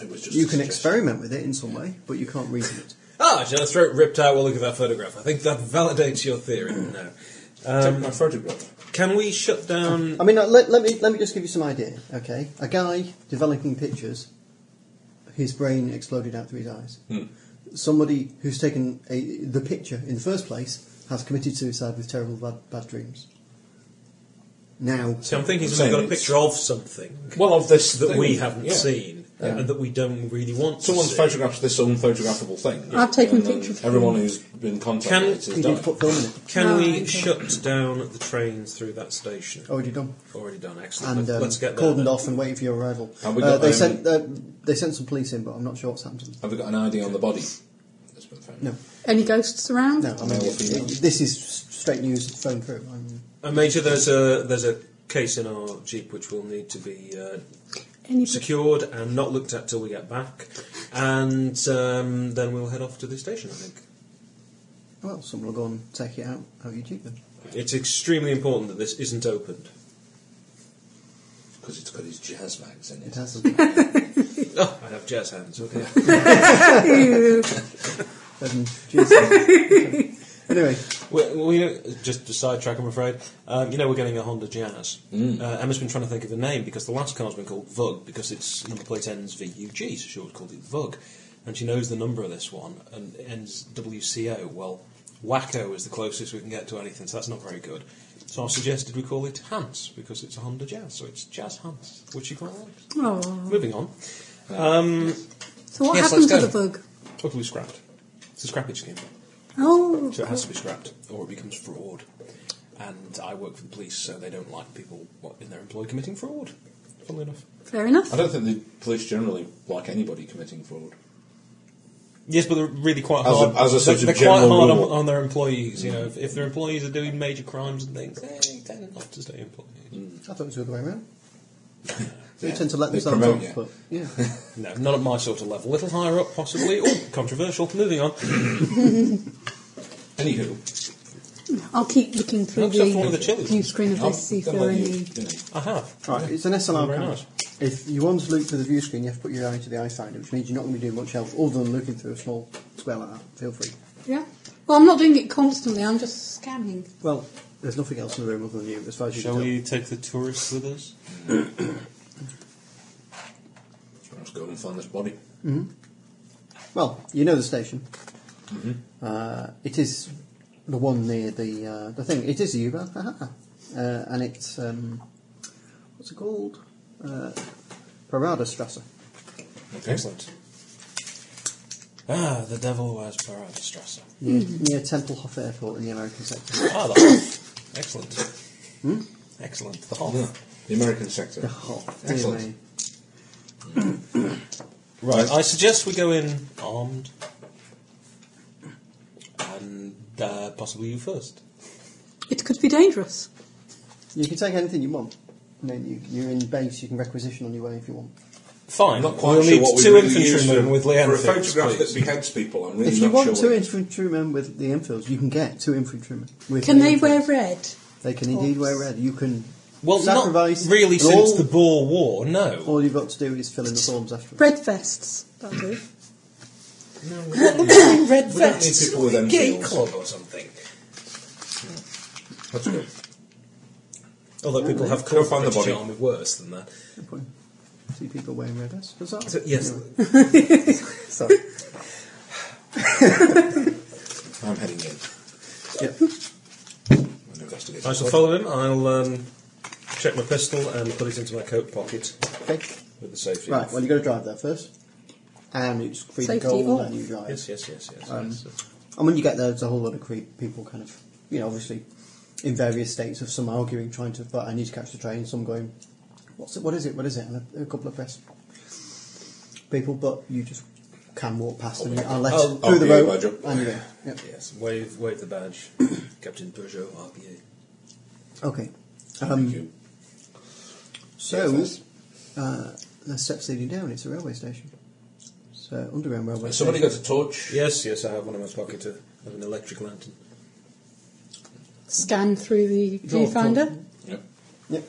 Speaker 5: It was just.
Speaker 2: You
Speaker 5: a
Speaker 2: can
Speaker 5: suggestion.
Speaker 2: experiment with it in some way, but you can't reason it.
Speaker 3: Ah, she had her throat ripped out while looking at that photograph. I think that validates your theory. no.
Speaker 5: Take my photograph.
Speaker 3: Can we shut down...
Speaker 2: I mean, uh, let, let me let me just give you some idea. Okay, a guy developing pictures, his brain exploded out through his eyes. Somebody who's taken a, the picture in the first place has committed suicide with terrible bad, bad dreams. Now,
Speaker 3: See, I'm thinking he's
Speaker 5: Saying
Speaker 3: got a
Speaker 5: it's-
Speaker 3: picture of something
Speaker 5: Well, of this
Speaker 3: that
Speaker 5: thing,
Speaker 3: we haven't
Speaker 5: yeah.
Speaker 3: seen and that we don't really want
Speaker 5: Someone's
Speaker 3: to see.
Speaker 5: photographed this unphotographable thing.
Speaker 4: I've taken
Speaker 5: and then
Speaker 4: pictures of
Speaker 5: Everyone
Speaker 4: it.
Speaker 5: who's been contacted has
Speaker 2: he
Speaker 5: died.
Speaker 2: did put film in it.
Speaker 3: Can
Speaker 4: Oh,
Speaker 3: we
Speaker 4: okay.
Speaker 3: shut down the trains through that station?
Speaker 2: Already done.
Speaker 3: Already done, excellent.
Speaker 2: And
Speaker 3: Let-
Speaker 2: um,
Speaker 3: let's get there.
Speaker 2: cordoned
Speaker 3: then.
Speaker 2: off and waiting for your arrival.
Speaker 5: Have we
Speaker 2: Uh,
Speaker 5: got,
Speaker 2: they
Speaker 5: um,
Speaker 2: sent uh, they sent some police in, but I'm not sure what's happened to them.
Speaker 5: Have we got an ID on the body? That's been found.
Speaker 2: No,
Speaker 4: Any ghosts around?
Speaker 2: no. I mean,
Speaker 5: Male or
Speaker 2: it-
Speaker 5: female?
Speaker 2: it- this is straight news phone through. I'm,
Speaker 3: Uh, Major, there's a, there's a case in our Jeep which will need to be uh,
Speaker 4: Any
Speaker 3: secured and not looked at till we get back. And um, then we'll head off to the station, I think.
Speaker 2: well, someone will go and take it out. Have you cheat them?
Speaker 3: It's extremely important that this isn't opened.
Speaker 5: because it's got his jazz mags in
Speaker 2: It
Speaker 5: it.
Speaker 2: has some
Speaker 3: Oh, I have jazz hands. Okay.
Speaker 2: juice. Anyway,
Speaker 3: We, we just to sidetrack, I'm afraid. Um, you know, we're getting a Honda Jazz. Uh, Emma's been trying to think of a name because the last car's been called Vug because its number plate ends VUG, so she always called it Vug. And she knows the number of this one and it ends WCO. Well, Wacko is the closest we can get to anything, so that's not very good. So I suggested we call it Hans because it's a Honda Jazz, so it's Jazz Hans, which she quite likes.
Speaker 4: Oh.
Speaker 3: Moving on.
Speaker 4: So what
Speaker 8: Yes,
Speaker 4: happened to
Speaker 8: let's
Speaker 4: the
Speaker 8: go.
Speaker 4: bug?
Speaker 3: Totally scrapped. It's a scrappage scheme.
Speaker 4: Oh,
Speaker 3: So it has to be scrapped, or it becomes fraud. And I work for the police, so they don't like people what, in their employ committing fraud. Funnily enough.
Speaker 4: fair enough.
Speaker 5: I don't think the police generally like anybody committing fraud.
Speaker 3: Yes, but they're really quite
Speaker 9: As a-
Speaker 3: hard.
Speaker 9: as a sort of
Speaker 3: they're quite
Speaker 9: general
Speaker 3: hard on,
Speaker 9: rule.
Speaker 3: on their employees. You know, if, if their employees are doing major crimes and things, eh, they tend not to stay employed.
Speaker 2: I thought it was the other way around. They
Speaker 5: Yeah,
Speaker 2: tend to let
Speaker 5: they
Speaker 2: themselves
Speaker 5: promote
Speaker 2: off,
Speaker 5: you.
Speaker 2: but yeah.
Speaker 3: No, not at my sort of level. A little higher up, possibly. Oh, controversial. Moving on.
Speaker 5: Anywho,
Speaker 4: I'll keep looking through
Speaker 3: Except for one of the
Speaker 4: the
Speaker 3: chilies.
Speaker 4: new screen of
Speaker 5: I'm
Speaker 4: this, see if
Speaker 5: gonna
Speaker 4: there are
Speaker 5: let you-
Speaker 4: any.
Speaker 5: you know,
Speaker 3: I have.
Speaker 2: Right, it's an SLR
Speaker 3: Very
Speaker 2: camera.
Speaker 3: nice.
Speaker 2: If you want to look through the view screen, you have to put your eye to the eye finder, which means you're not going to be doing much else other than looking through a small square like that. Feel free.
Speaker 4: Yeah. Well, I'm not doing it constantly. I'm just scanning.
Speaker 2: Well, there's nothing else in the room other than you, as far as you
Speaker 3: Shall
Speaker 2: can
Speaker 3: we take the tourists with us?
Speaker 5: Let's go and find this body.
Speaker 2: tell. Well, you know the station.
Speaker 3: Mm-hmm.
Speaker 2: Uh, it is the one near the uh, the thing. It is a U-boat, uh, and it's um, what's it called? Uh, Paradestrasse.
Speaker 5: Okay.
Speaker 3: Excellent. Ah, the devil wears Prada Strasser.
Speaker 2: Near, near Tempelhof Airport in the American sector.
Speaker 3: Ah, the Hoff. Excellent. Hmm? Excellent. The Hoff.
Speaker 5: Yeah. The American sector.
Speaker 2: Oh,
Speaker 5: Excellent.
Speaker 2: anyway.
Speaker 3: Right, I suggest we go in armed. And uh, possibly you first.
Speaker 4: It could be dangerous.
Speaker 2: You can take anything you want. No, you, you're in base. You can requisition on your way if you want.
Speaker 3: Fine.
Speaker 5: I'm not quite
Speaker 3: we'll
Speaker 5: sure
Speaker 3: need
Speaker 5: what we
Speaker 3: two
Speaker 5: really use
Speaker 3: infantrymen
Speaker 5: for,
Speaker 3: with Leanne
Speaker 5: for a
Speaker 3: fixed,
Speaker 5: photograph
Speaker 3: please.
Speaker 5: that beheads people. I'm really
Speaker 2: If you
Speaker 5: not
Speaker 2: want
Speaker 5: sure
Speaker 2: two
Speaker 5: what-
Speaker 2: infantrymen with the infills, you can get two infantrymen. With
Speaker 4: Can
Speaker 2: the
Speaker 4: they
Speaker 2: infills.
Speaker 4: wear red?
Speaker 2: They can indeed wear red. You can
Speaker 3: Well,
Speaker 2: sacrifice.
Speaker 3: not really
Speaker 2: and
Speaker 3: since
Speaker 2: all,
Speaker 3: the Boer War, no.
Speaker 2: all you've got to do is fill in the forms after.
Speaker 4: Red vests. That'll do.
Speaker 3: Red
Speaker 5: We don't need people with
Speaker 3: gay
Speaker 5: MPLs.
Speaker 3: club or something.
Speaker 5: Let's go.
Speaker 3: Although people have
Speaker 5: Go
Speaker 3: called
Speaker 5: find
Speaker 3: the
Speaker 5: the
Speaker 3: British
Speaker 5: body.
Speaker 3: Army worse than that.
Speaker 2: See people wearing red vests. Bizarre.
Speaker 3: So, yes,
Speaker 2: Sorry.
Speaker 5: I'm heading in.
Speaker 2: Yep.
Speaker 5: I'm investigating.
Speaker 3: I shall follow him. I'll um, check my pistol and put it into my coat pocket
Speaker 2: Okay.
Speaker 3: with the safety.
Speaker 2: Right. Well, you got to drive there first, and it's free to
Speaker 4: Safety
Speaker 2: gold,
Speaker 4: off.
Speaker 2: and you drive.
Speaker 3: Yes, yes, yes, yes.
Speaker 2: Um,
Speaker 3: yes.
Speaker 2: And when you get there, there's a whole lot of creep, people kind of, you know, obviously in various states of some arguing, trying to, but I need to catch the train, some going, what's it, what is it, what is it, and a, a couple of press people, but you just can walk past them, unless
Speaker 3: Oh,
Speaker 2: through the
Speaker 5: RPA
Speaker 2: road,
Speaker 5: badge.
Speaker 2: and you go. Yep.
Speaker 3: Yes, wave, wave the badge, Captain Peugeot RPA.
Speaker 2: Okay.
Speaker 5: Thank
Speaker 2: Um,
Speaker 5: you.
Speaker 2: so,
Speaker 5: Yes.
Speaker 2: uh, the steps leading down, it's a railway station. So, underground railway
Speaker 5: Has somebody got
Speaker 2: station.
Speaker 5: a torch?
Speaker 3: Yes, yes, I have one in my pocket. uh, I have an electric lantern.
Speaker 4: Scan through the
Speaker 2: Draw- draw-
Speaker 4: viewfinder.
Speaker 5: Yep.
Speaker 2: Yep.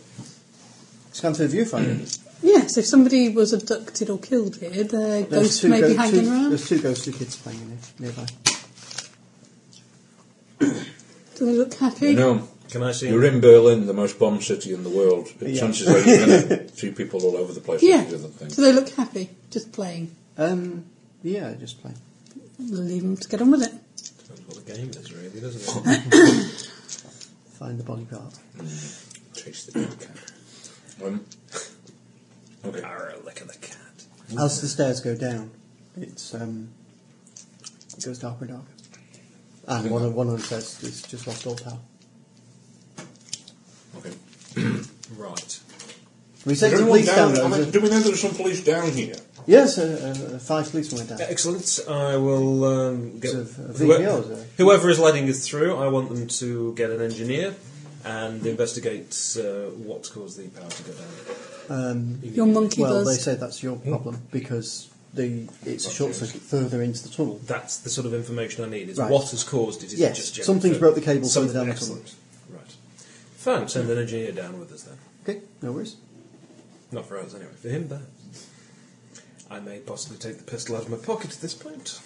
Speaker 2: Scan through the viewfinder.
Speaker 4: Yes, if somebody was abducted or killed here, the ghost may be
Speaker 2: go-
Speaker 4: hanging
Speaker 2: two-
Speaker 4: around.
Speaker 2: There's two ghostly kids playing in it nearby.
Speaker 4: Do they look happy?
Speaker 5: You know,
Speaker 3: Can I see?
Speaker 5: you're in Berlin, the most bombed city in the world.
Speaker 2: Yeah.
Speaker 5: Chances are you're going to see people all over the place
Speaker 4: yeah.
Speaker 5: doing other things.
Speaker 4: Do they look happy? Just playing.
Speaker 2: Um, yeah, just playing.
Speaker 4: We'll leave them to get on with it.
Speaker 3: Depends what the game is, really, doesn't it?
Speaker 2: Find the body part.
Speaker 5: Chase the dead cat. Um, okay.
Speaker 3: Arrow, lick of the cat.
Speaker 2: As the stairs go down, it's um, it goes darker and darker. And one of, one of them says it's just lost all power.
Speaker 5: Okay.
Speaker 3: Right.
Speaker 2: We sent
Speaker 5: Is
Speaker 2: some
Speaker 5: anyone
Speaker 2: police down.
Speaker 5: down-
Speaker 2: there,
Speaker 5: I mean,
Speaker 2: was it?
Speaker 5: do we know there's some police down here?
Speaker 2: yes, uh, uh, five policemen went down.
Speaker 3: Excellent. I will um, get
Speaker 2: It's a- a
Speaker 3: whoe-
Speaker 2: VPO, is it?
Speaker 3: whoever is letting us through. I want them to get an engineer and investigate uh, what caused the power to go down.
Speaker 2: Um,
Speaker 4: Your monkey
Speaker 2: well, they
Speaker 4: does.
Speaker 2: said that's your problem because the it's a short circuit further into the tunnel.
Speaker 3: That's the sort of information I need. Is
Speaker 2: Right.
Speaker 3: what has caused it? Is it
Speaker 2: Yes,
Speaker 3: just
Speaker 2: something's
Speaker 3: generator-
Speaker 2: broke the cable further
Speaker 3: Something
Speaker 2: down the
Speaker 3: excellent. Fine, send an engineer down with us then.
Speaker 2: Okay, no worries.
Speaker 3: Not for us, anyway. For him, perhaps. I may possibly take the pistol out of my pocket at this point.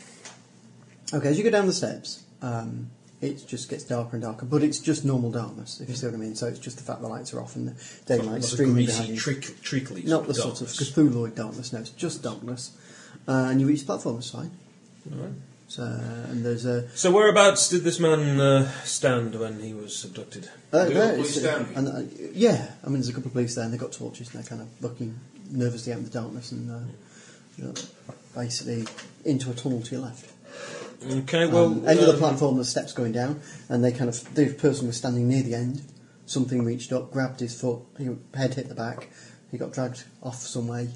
Speaker 2: Okay, as you go down the steps, um, it just gets darker and darker, but it's just normal darkness, if you see what I mean. So it's just the fact the lights are off and the
Speaker 8: Like
Speaker 2: daylight streaming behind
Speaker 8: greasy,
Speaker 2: you.
Speaker 8: treac- treacly
Speaker 2: Not the
Speaker 8: sort
Speaker 2: sort of
Speaker 8: darkness.
Speaker 2: Cthulhuid darkness, no, it's just darkness. Uh, and you reach the platform, it's fine. So, and there's a.
Speaker 3: So, whereabouts did this man uh, stand when he was abducted?
Speaker 2: Uh,
Speaker 5: Good
Speaker 2: no,
Speaker 5: old
Speaker 2: it's-
Speaker 5: police down
Speaker 2: and, uh, yeah, I mean, there's a couple of police there, and they've got torches, and they're kind of looking nervously out in the darkness, and uh, you know, basically into a tunnel to your left.
Speaker 3: Okay, well.
Speaker 2: Um, end of the
Speaker 3: um,
Speaker 2: platform, the steps going down, and they kind of the person was standing near the end. Something reached up, grabbed his foot, his head hit the back. He got dragged off some way.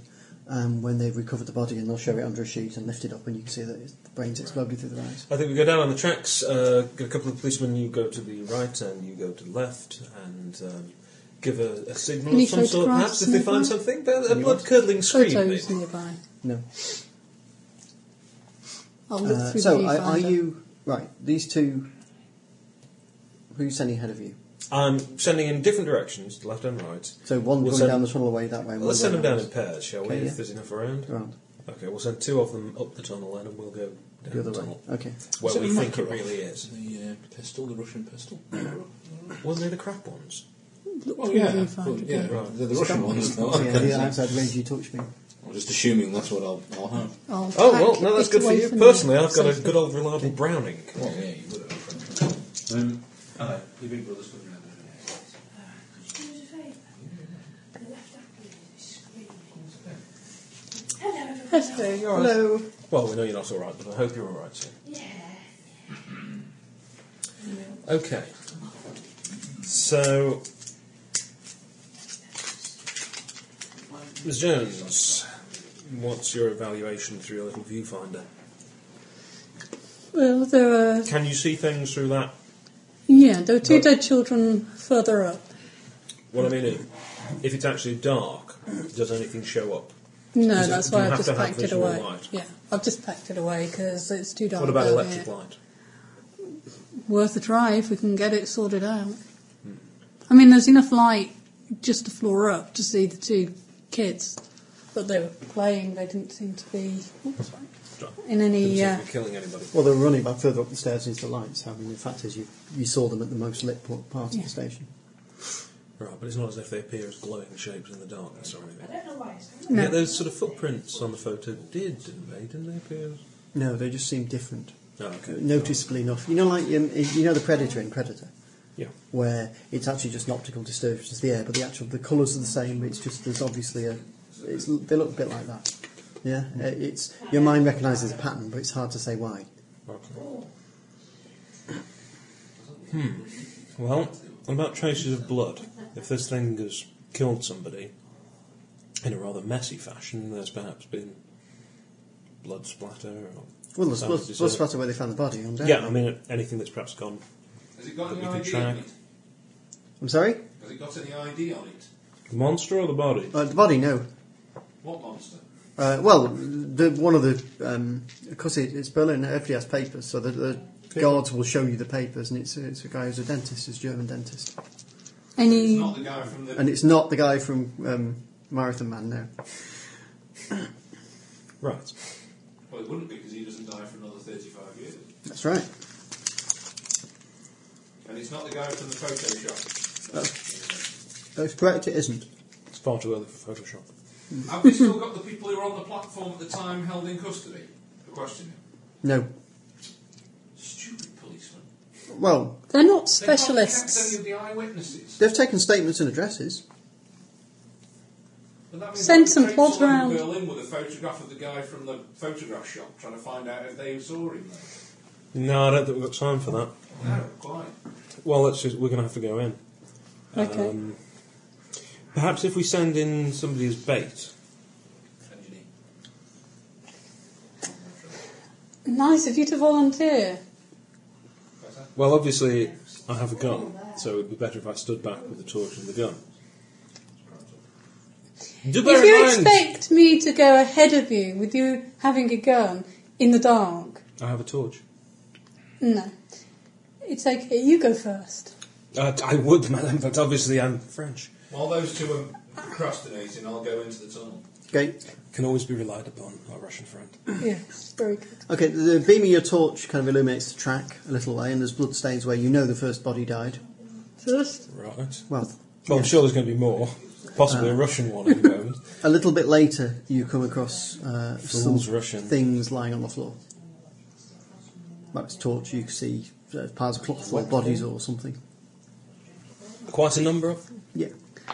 Speaker 2: Um, when they've recovered the body, and they'll show it under a sheet and lift it up, and you can see that his, the brains exploded through the eyes.
Speaker 3: I think we go down on the tracks, uh, get a couple of policemen, you go to the right and you go to the left, and um, give a, a signal
Speaker 4: Any
Speaker 3: of some sort,
Speaker 4: photographs
Speaker 3: perhaps, if they
Speaker 4: nearby?
Speaker 3: find something. But a blood curdling scream.
Speaker 4: Photos
Speaker 3: maybe.
Speaker 4: nearby.
Speaker 2: No.
Speaker 4: I'll look
Speaker 2: Uh,
Speaker 4: through the
Speaker 2: so are,
Speaker 4: viewfinder.
Speaker 2: are you right? These two. Who's standing ahead of you?
Speaker 3: I'm sending in different directions, left and right.
Speaker 2: So one
Speaker 3: We'll
Speaker 2: going
Speaker 3: send-
Speaker 2: down the tunnel way that way. and one
Speaker 3: Let's send them
Speaker 2: going
Speaker 3: down in pairs, shall we,
Speaker 2: Okay, yeah.
Speaker 3: if there's enough around?
Speaker 2: Around
Speaker 3: Okay, we'll send two of them up the tunnel and we'll go down
Speaker 2: the
Speaker 3: the,
Speaker 2: other way.
Speaker 3: tunnel.
Speaker 2: Okay.
Speaker 3: Where
Speaker 5: So
Speaker 3: we
Speaker 5: we might
Speaker 3: think it
Speaker 5: go
Speaker 3: really is.
Speaker 5: The uh, pistol, the Russian pistol.
Speaker 3: Wasn't it the crap ones?
Speaker 4: Look
Speaker 3: Oh,
Speaker 5: Well,
Speaker 4: through the
Speaker 5: yeah, well,
Speaker 4: viewfinder.
Speaker 5: yeah,
Speaker 3: Right.
Speaker 5: the, the Russian ones. No,
Speaker 2: yeah, the outside range you touch me.
Speaker 5: I'm just assuming that's what I'll, I'll have.
Speaker 4: I'll
Speaker 3: Oh,
Speaker 4: pack
Speaker 3: well, no, that's
Speaker 4: it
Speaker 3: good for
Speaker 4: away
Speaker 3: you.
Speaker 4: from
Speaker 3: Personally,
Speaker 4: there.
Speaker 3: I've got a
Speaker 4: Safe.
Speaker 3: good old reliable Browning.
Speaker 5: Well, yeah, you would have. Uh,
Speaker 9: Um,
Speaker 10: Hello. Your big brother's coming out there.
Speaker 4: Hello, you're all right.
Speaker 2: Hello.
Speaker 3: Well, we know you're not alright, but I hope you're alright soon.
Speaker 11: Yeah.
Speaker 3: Okay. So. Ms. Jones, what's your evaluation through your little viewfinder?
Speaker 4: Well, there are
Speaker 3: Can you see things through that?
Speaker 4: yeah, there were two
Speaker 3: But-
Speaker 4: dead children further up.
Speaker 3: What I mean is, if it's actually dark, does anything show up?
Speaker 4: No,
Speaker 3: Is it-
Speaker 4: that's
Speaker 3: do you
Speaker 4: why I've
Speaker 3: have to
Speaker 4: just
Speaker 3: have
Speaker 4: packed it
Speaker 3: visual
Speaker 4: away.
Speaker 3: light?
Speaker 4: Yeah, I've just packed it away because it's too dark.
Speaker 3: What about
Speaker 4: down
Speaker 3: electric
Speaker 4: here.
Speaker 3: light?
Speaker 4: Worth a try if we can get it sorted out. I mean, there's enough light just to floor up to see the two kids, but they were playing. They didn't seem to be oops, sorry, in
Speaker 3: Doesn't
Speaker 4: any.
Speaker 3: seem
Speaker 4: Uh,
Speaker 3: to be killing anybody.
Speaker 2: Well, they were running back further up the stairs into the lights. I mean, the fact is, you, you saw them at the most lit po- part of
Speaker 4: Yeah.
Speaker 2: the station.
Speaker 3: Right, but it's not as if they appear as glowing shapes in the darkness or anything.
Speaker 11: I don't know why it's coming.
Speaker 4: no.
Speaker 3: Yeah, those sort of footprints on the photo did, didn't they? Didn't they appear as...
Speaker 2: No, they just seemed different,
Speaker 3: Oh, okay.
Speaker 2: noticeably enough. You know, like um, you know the Predator in Predator,
Speaker 3: Yeah.
Speaker 2: where it's actually just an optical disturbance of the air, but the actual the colours are the same. It's just there's obviously a, it's, they look a bit like that. Yeah, Uh, it's your mind recognises a pattern, but it's hard to say why.
Speaker 3: Okay. Hmm. Well, what about traces of blood? If this thing has killed somebody in a rather messy fashion, there's perhaps been blood splatter or...
Speaker 2: Well, there's
Speaker 3: Sounds
Speaker 2: blood,
Speaker 3: deserved.
Speaker 2: blood splatter where they found the body. Undoubtedly.
Speaker 3: Yeah, I mean, anything that's perhaps gone.
Speaker 5: Has it got
Speaker 3: But
Speaker 5: any
Speaker 3: we can
Speaker 5: ID
Speaker 3: try.
Speaker 5: on it?
Speaker 2: I'm sorry.
Speaker 5: Has it got any ID on it?
Speaker 3: The monster or the body?
Speaker 2: Uh, the body, no.
Speaker 5: What monster?
Speaker 2: Uh, well, the, one of the um, because it, it's Berlin, everybody has papers, so the, the guards will show you the papers, and it's it's a guy who's a dentist, his German dentist,
Speaker 5: It's
Speaker 4: Any
Speaker 5: not the guy from the.
Speaker 2: and it's not the guy from um, Marathon Man. No,
Speaker 3: Right.
Speaker 5: well, it wouldn't be because he doesn't die for another 35 years.
Speaker 2: that's right.
Speaker 5: And it's not the guy from the photo shop.
Speaker 2: That's correct. It isn't.
Speaker 3: It's far too early for Photoshop.
Speaker 5: Have we still got the people who were on the platform at the time held in custody? The question.
Speaker 2: No.
Speaker 5: Stupid policeman.
Speaker 2: Well,
Speaker 4: they're not
Speaker 5: They can't protect
Speaker 4: specialists.
Speaker 5: any of the eyewitnesses.
Speaker 2: they've taken statements and addresses.
Speaker 5: But that means
Speaker 4: Send
Speaker 5: I could
Speaker 4: some
Speaker 5: take
Speaker 4: plot
Speaker 5: someone
Speaker 4: around.
Speaker 5: to Berlin with a photograph of the guy from the photograph shop trying to find out if they saw him there.
Speaker 3: No, I don't think we've got time for that.
Speaker 5: No, quite.
Speaker 3: Well, let's just, we're going to have to go in.
Speaker 4: Okay.
Speaker 3: Um, perhaps if we send in somebody as bait.
Speaker 5: Engineer.
Speaker 4: nice of you to volunteer.
Speaker 3: Well, obviously, I have a gun, so it would be better if I stood back with the torch and the gun. Do bear
Speaker 4: if you
Speaker 3: in mind,
Speaker 4: expect me to go ahead of you with you having a gun in the dark,
Speaker 3: I have a torch.
Speaker 4: no. It's okay, you go first.
Speaker 3: Uh, I would, madam, but obviously I'm French.
Speaker 11: While those two are procrastinating, I'll go into the tunnel.
Speaker 2: Okay.
Speaker 3: Can always be relied upon, our Russian friend.
Speaker 4: Yes, very good.
Speaker 2: Okay, the beam of your torch kind of illuminates the track a little way, and there's blood stains where you know the first body died.
Speaker 4: So that's
Speaker 3: Right.
Speaker 2: Well,
Speaker 3: Well, I'm sure there's going to be more.
Speaker 4: Uh.
Speaker 3: Possibly a Russian one at the moment.
Speaker 2: a little bit later, you come across uh, some
Speaker 3: Fool's Russian.
Speaker 2: things lying on the floor. Well, it's torch, you can see uh, piles of cloth or bodies or something.
Speaker 3: Quite a number of.
Speaker 2: Yeah.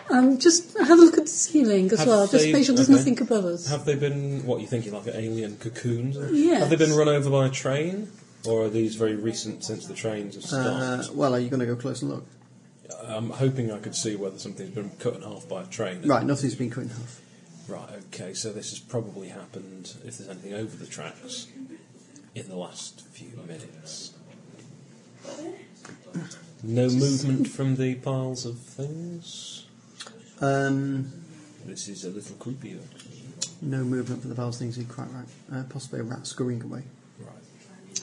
Speaker 4: um, just have a look at the ceiling as
Speaker 3: Have
Speaker 4: well, just to
Speaker 3: they-
Speaker 4: make sure there's nothing
Speaker 3: okay.
Speaker 4: above us.
Speaker 3: Have they been, what you thinking, like alien cocoons?
Speaker 4: Yes.
Speaker 3: Have they been run over by a train? Or are these very recent since the trains have
Speaker 2: Uh,
Speaker 3: stopped?
Speaker 2: well, are you going to go close and look?
Speaker 3: I'm hoping I could see whether something's been cut in half by a train.
Speaker 2: Right, nothing's been cut in half.
Speaker 3: Right, okay, so this has probably happened, if there's anything over the tracks, in the last few minutes. No movement from the piles of things?
Speaker 2: Um,
Speaker 3: This is a little creepier.
Speaker 2: no movement for the valves things, you're quite right. Uh, possibly a rat scurrying away.
Speaker 3: Right.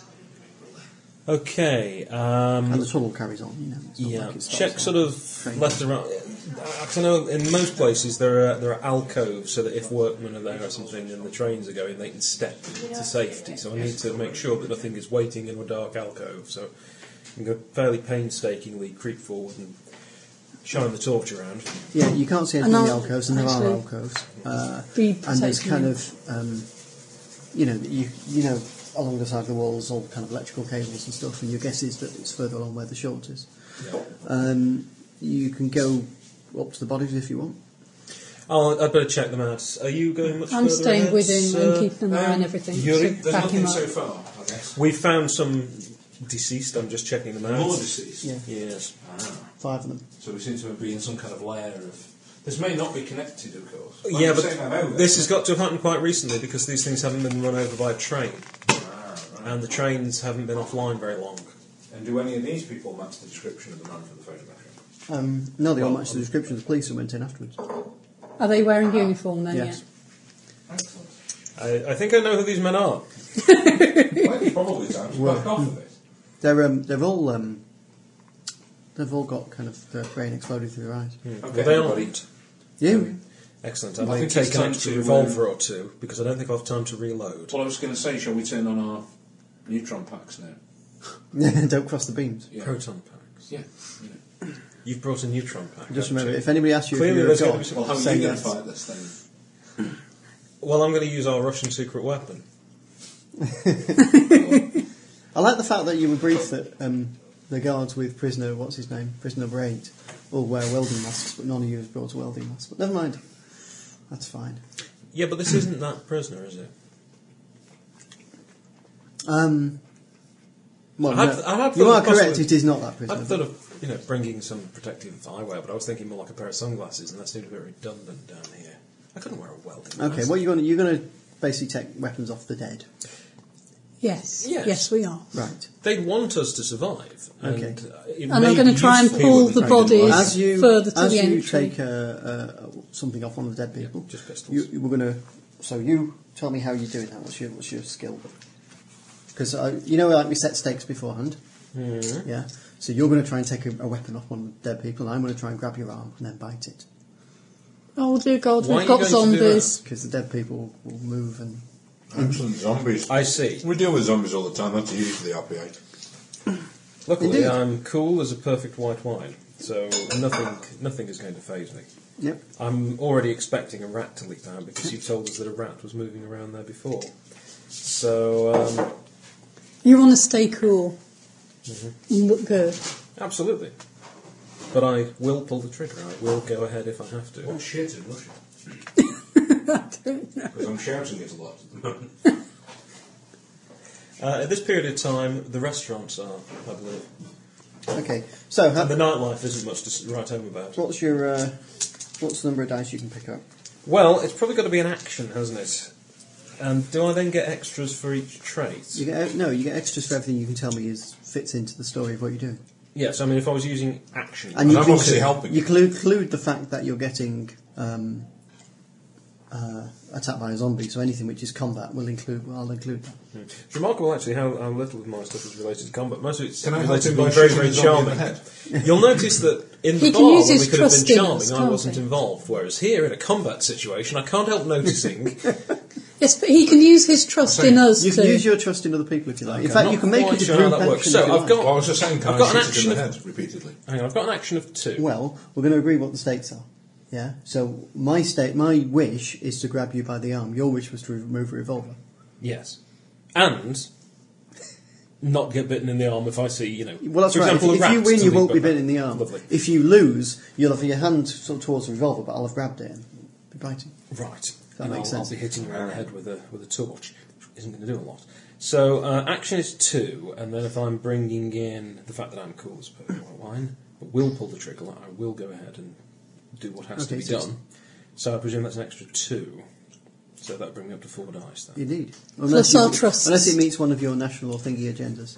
Speaker 3: Okay, um.
Speaker 2: And the tunnel carries on, you know. It's not
Speaker 3: Yeah,
Speaker 2: like it stops
Speaker 3: check
Speaker 2: now.
Speaker 3: sort of
Speaker 2: Train.
Speaker 3: left and right. Because I know in most places there are there are alcoves so that if workmen are there or something and the trains are going, they can step to safety. So I need to make sure that nothing is waiting in a dark alcove. So I'm going to fairly painstakingly creep forward and shine the torch around.
Speaker 2: Yeah, you can't see anything in
Speaker 4: And
Speaker 2: the
Speaker 4: I'll-
Speaker 2: alcoves, and there are
Speaker 4: actually-
Speaker 2: alcoves. Uh,
Speaker 4: Be
Speaker 2: and there's
Speaker 4: protecting
Speaker 2: kind
Speaker 4: you.
Speaker 2: of, um, you know, you, you know, along the side of the walls, all kind of electrical cables and stuff, and your guess is that it's further along where the short is. Um, you can go up to the bodies if you want.
Speaker 3: I'll, I'd better check them out. Are you going much
Speaker 4: I'm
Speaker 3: further
Speaker 4: staying
Speaker 3: ahead,
Speaker 4: with him and
Speaker 3: sir?
Speaker 4: keeping an eye on everything.
Speaker 3: uh, Yuri,
Speaker 4: so back him up.
Speaker 11: far, I guess.
Speaker 3: We found some deceased. I'm just checking them out.
Speaker 11: More deceased.
Speaker 2: Yeah,
Speaker 3: Yes.
Speaker 2: five of them.
Speaker 11: So we seem to be in some kind of layer of. This may not be connected, of course. Like
Speaker 3: yeah,
Speaker 11: you say now,
Speaker 3: but this has got to have happened quite recently because these things haven't been run over by a train,
Speaker 11: Ah,
Speaker 3: and the trains haven't been offline very long.
Speaker 11: And do any of these people match the description of the man from the photograph?
Speaker 2: Um, no, they all match the description of the police who went in afterwards.
Speaker 4: Are they wearing
Speaker 3: Ah.
Speaker 4: uniform then?
Speaker 2: Yes.
Speaker 3: I, I think I know who these men are.
Speaker 11: well, it's probably time to back off of it.
Speaker 2: They're um, they're all um, they've all got kind of their brain exploded through their eyes.
Speaker 3: Well, they are
Speaker 11: everybody.
Speaker 2: You
Speaker 3: excellent. I
Speaker 11: I
Speaker 3: may
Speaker 11: think
Speaker 3: take
Speaker 11: it's
Speaker 3: an
Speaker 11: time
Speaker 3: extra
Speaker 11: to,
Speaker 3: revolver or two because I don't think I'll have time to reload.
Speaker 11: Well, I was going to say, shall we turn on our neutron packs now?
Speaker 2: don't cross the beams.
Speaker 11: Yeah.
Speaker 3: Proton packs.
Speaker 11: Yeah.
Speaker 3: You've brought a neutron pack.
Speaker 2: Just
Speaker 3: haven't
Speaker 2: remember,
Speaker 3: you?
Speaker 2: if anybody asks you
Speaker 3: Clearly
Speaker 2: if
Speaker 3: there's
Speaker 2: you're a
Speaker 3: gonna
Speaker 2: god,
Speaker 3: be some-
Speaker 11: Well, how are
Speaker 2: say
Speaker 11: you going to
Speaker 2: yes.
Speaker 11: fight this thing?
Speaker 3: Well, I'm going to use our Russian secret weapon.
Speaker 2: I like the fact that you were brief that um, the guards with prisoner, what's his name, prisoner number eight, all wear welding masks, but none of you has brought a welding mask. But never mind, that's fine.
Speaker 3: Yeah, but this isn't that prisoner, is it?
Speaker 2: Um, well,
Speaker 3: I had-
Speaker 2: no,
Speaker 3: I had
Speaker 2: you
Speaker 3: thought
Speaker 2: are
Speaker 3: the possible-
Speaker 2: correct. It is not that
Speaker 3: I
Speaker 2: prisoner.
Speaker 3: thought of you know bringing some protective eyewear, but I was thinking more like a pair of sunglasses, and that seemed a bit redundant down here. I couldn't wear a welding.
Speaker 2: but- okay,
Speaker 3: mask.
Speaker 2: well you're going to you're going to basically take weapons off the dead,
Speaker 4: Yes.
Speaker 3: Yes.
Speaker 4: yes. we are.
Speaker 2: right?
Speaker 3: They'd want us to survive.
Speaker 2: Okay.
Speaker 3: And, uh, it
Speaker 4: And
Speaker 3: may
Speaker 4: I'm going
Speaker 3: be
Speaker 4: to try and
Speaker 3: useful
Speaker 4: pull
Speaker 3: with
Speaker 4: the
Speaker 3: training
Speaker 4: bodies
Speaker 3: life.
Speaker 2: As you
Speaker 4: further to
Speaker 2: as
Speaker 4: the
Speaker 2: you
Speaker 4: entry.
Speaker 2: take uh, uh, something off one of the dead people,
Speaker 3: just pistols.
Speaker 2: you, you were going to. So you tell me how you do that. What's your what's your skill? Because uh, you know, like we set stakes beforehand.
Speaker 3: Mm-hmm.
Speaker 2: Yeah. So you're going to try and take a, a weapon off one of the dead people, and I'm going to try and grab your arm and then bite it.
Speaker 4: Oh dear God,
Speaker 3: Why
Speaker 4: we've
Speaker 3: are you
Speaker 4: got
Speaker 3: going to do
Speaker 4: zombies.
Speaker 2: Because the dead people will move and.
Speaker 9: Excellent zombies.
Speaker 3: I see.
Speaker 9: We deal with zombies all the time. That's usually the RPA.
Speaker 3: Luckily,
Speaker 2: Indeed.
Speaker 3: I'm cool as a perfect white wine, so nothing nothing is going to phase me.
Speaker 2: Yep.
Speaker 3: I'm already expecting a rat to leap down because you told us that a rat was moving around there before. So, um,
Speaker 4: You want to stay cool.
Speaker 2: Mm-hmm.
Speaker 4: You look good.
Speaker 3: absolutely. But I will pull the trigger. I will go ahead if I have to.
Speaker 11: What shit in Russian?
Speaker 4: I don't know.
Speaker 11: Because I'm shouting it a lot.
Speaker 3: Uh, at this period of time, the restaurants are, I believe.
Speaker 2: Okay. So
Speaker 3: And the
Speaker 2: how,
Speaker 3: nightlife isn't much to s- write home about.
Speaker 2: what's your uh, what's the number of dice you can pick up?
Speaker 3: Well, it's probably got to be an action, hasn't it? And do I then get extras for each
Speaker 2: You
Speaker 3: trait?
Speaker 2: get no, you get extras for everything you can tell me is fits into the story of what you're doing.
Speaker 3: Yes, I mean, if I was using action.
Speaker 2: And you
Speaker 9: I'm
Speaker 2: can
Speaker 9: obviously helping.
Speaker 2: You include, include the fact that you're getting um, uh, attacked by a zombie. So anything which is combat will include. Well, I'll include that.
Speaker 3: It's remarkable, actually, how, how little of my stuff is related to combat. Most of it's
Speaker 8: Can I help
Speaker 3: related to
Speaker 8: him
Speaker 3: being
Speaker 8: by
Speaker 3: very,
Speaker 8: shooting
Speaker 3: very
Speaker 8: the zombie in the
Speaker 3: charming. You'll notice that in the
Speaker 4: He can
Speaker 3: bar,
Speaker 4: use
Speaker 3: when
Speaker 4: his
Speaker 3: we could have
Speaker 4: trust
Speaker 3: been
Speaker 4: in
Speaker 3: charming,
Speaker 4: us,
Speaker 3: I
Speaker 4: can't
Speaker 3: wasn't
Speaker 4: he?
Speaker 3: involved. Whereas here, in a combat situation, I can't help noticing.
Speaker 4: Yes, but he can use his trust in us
Speaker 2: You
Speaker 4: to.
Speaker 2: can use your trust in other people if you like. In
Speaker 3: Okay,
Speaker 2: fact,
Speaker 3: not
Speaker 2: you can make
Speaker 3: quite
Speaker 2: it a
Speaker 3: sure
Speaker 2: group
Speaker 3: how that works.
Speaker 2: action
Speaker 3: So
Speaker 2: if you
Speaker 3: I've
Speaker 2: like.
Speaker 3: got-
Speaker 5: Well, I was just saying, can
Speaker 3: I've
Speaker 5: I
Speaker 3: got an
Speaker 5: shoot it in the
Speaker 3: action of-
Speaker 5: head repeatedly?
Speaker 3: hang on, I've got an action of two.
Speaker 2: Well, we're going to agree what the stakes are. Yeah. So my state, my wish is to grab you by the arm. Your wish was to remove a revolver.
Speaker 3: Yes. And not get bitten in the arm if I see, you know.
Speaker 2: Well, that's
Speaker 3: for
Speaker 2: right.
Speaker 3: Example,
Speaker 2: if
Speaker 3: a rat
Speaker 2: you win, you
Speaker 3: something,
Speaker 2: won't be
Speaker 3: but-
Speaker 2: bitten in the arm.
Speaker 3: Lovely.
Speaker 2: If you lose, you'll have your hand sort of towards the revolver, but I'll have grabbed it and be biting.
Speaker 3: Right.
Speaker 2: that
Speaker 3: And
Speaker 2: makes
Speaker 3: I'll,
Speaker 2: sense.
Speaker 3: I'll be hitting around the head with a with a torch, which isn't going to do a lot. So uh, action is two, and then if I'm bringing in the fact that I'm cool as a white wine, but will pull the trigger, I will go ahead and do what has
Speaker 2: Okay,
Speaker 3: to be
Speaker 2: so it's-
Speaker 3: done. So I presume that's an extra two. So that would bring me up to four dice then.
Speaker 2: Indeed.
Speaker 4: Plus our trusts.
Speaker 2: unless it meets one of your national or thingy agendas.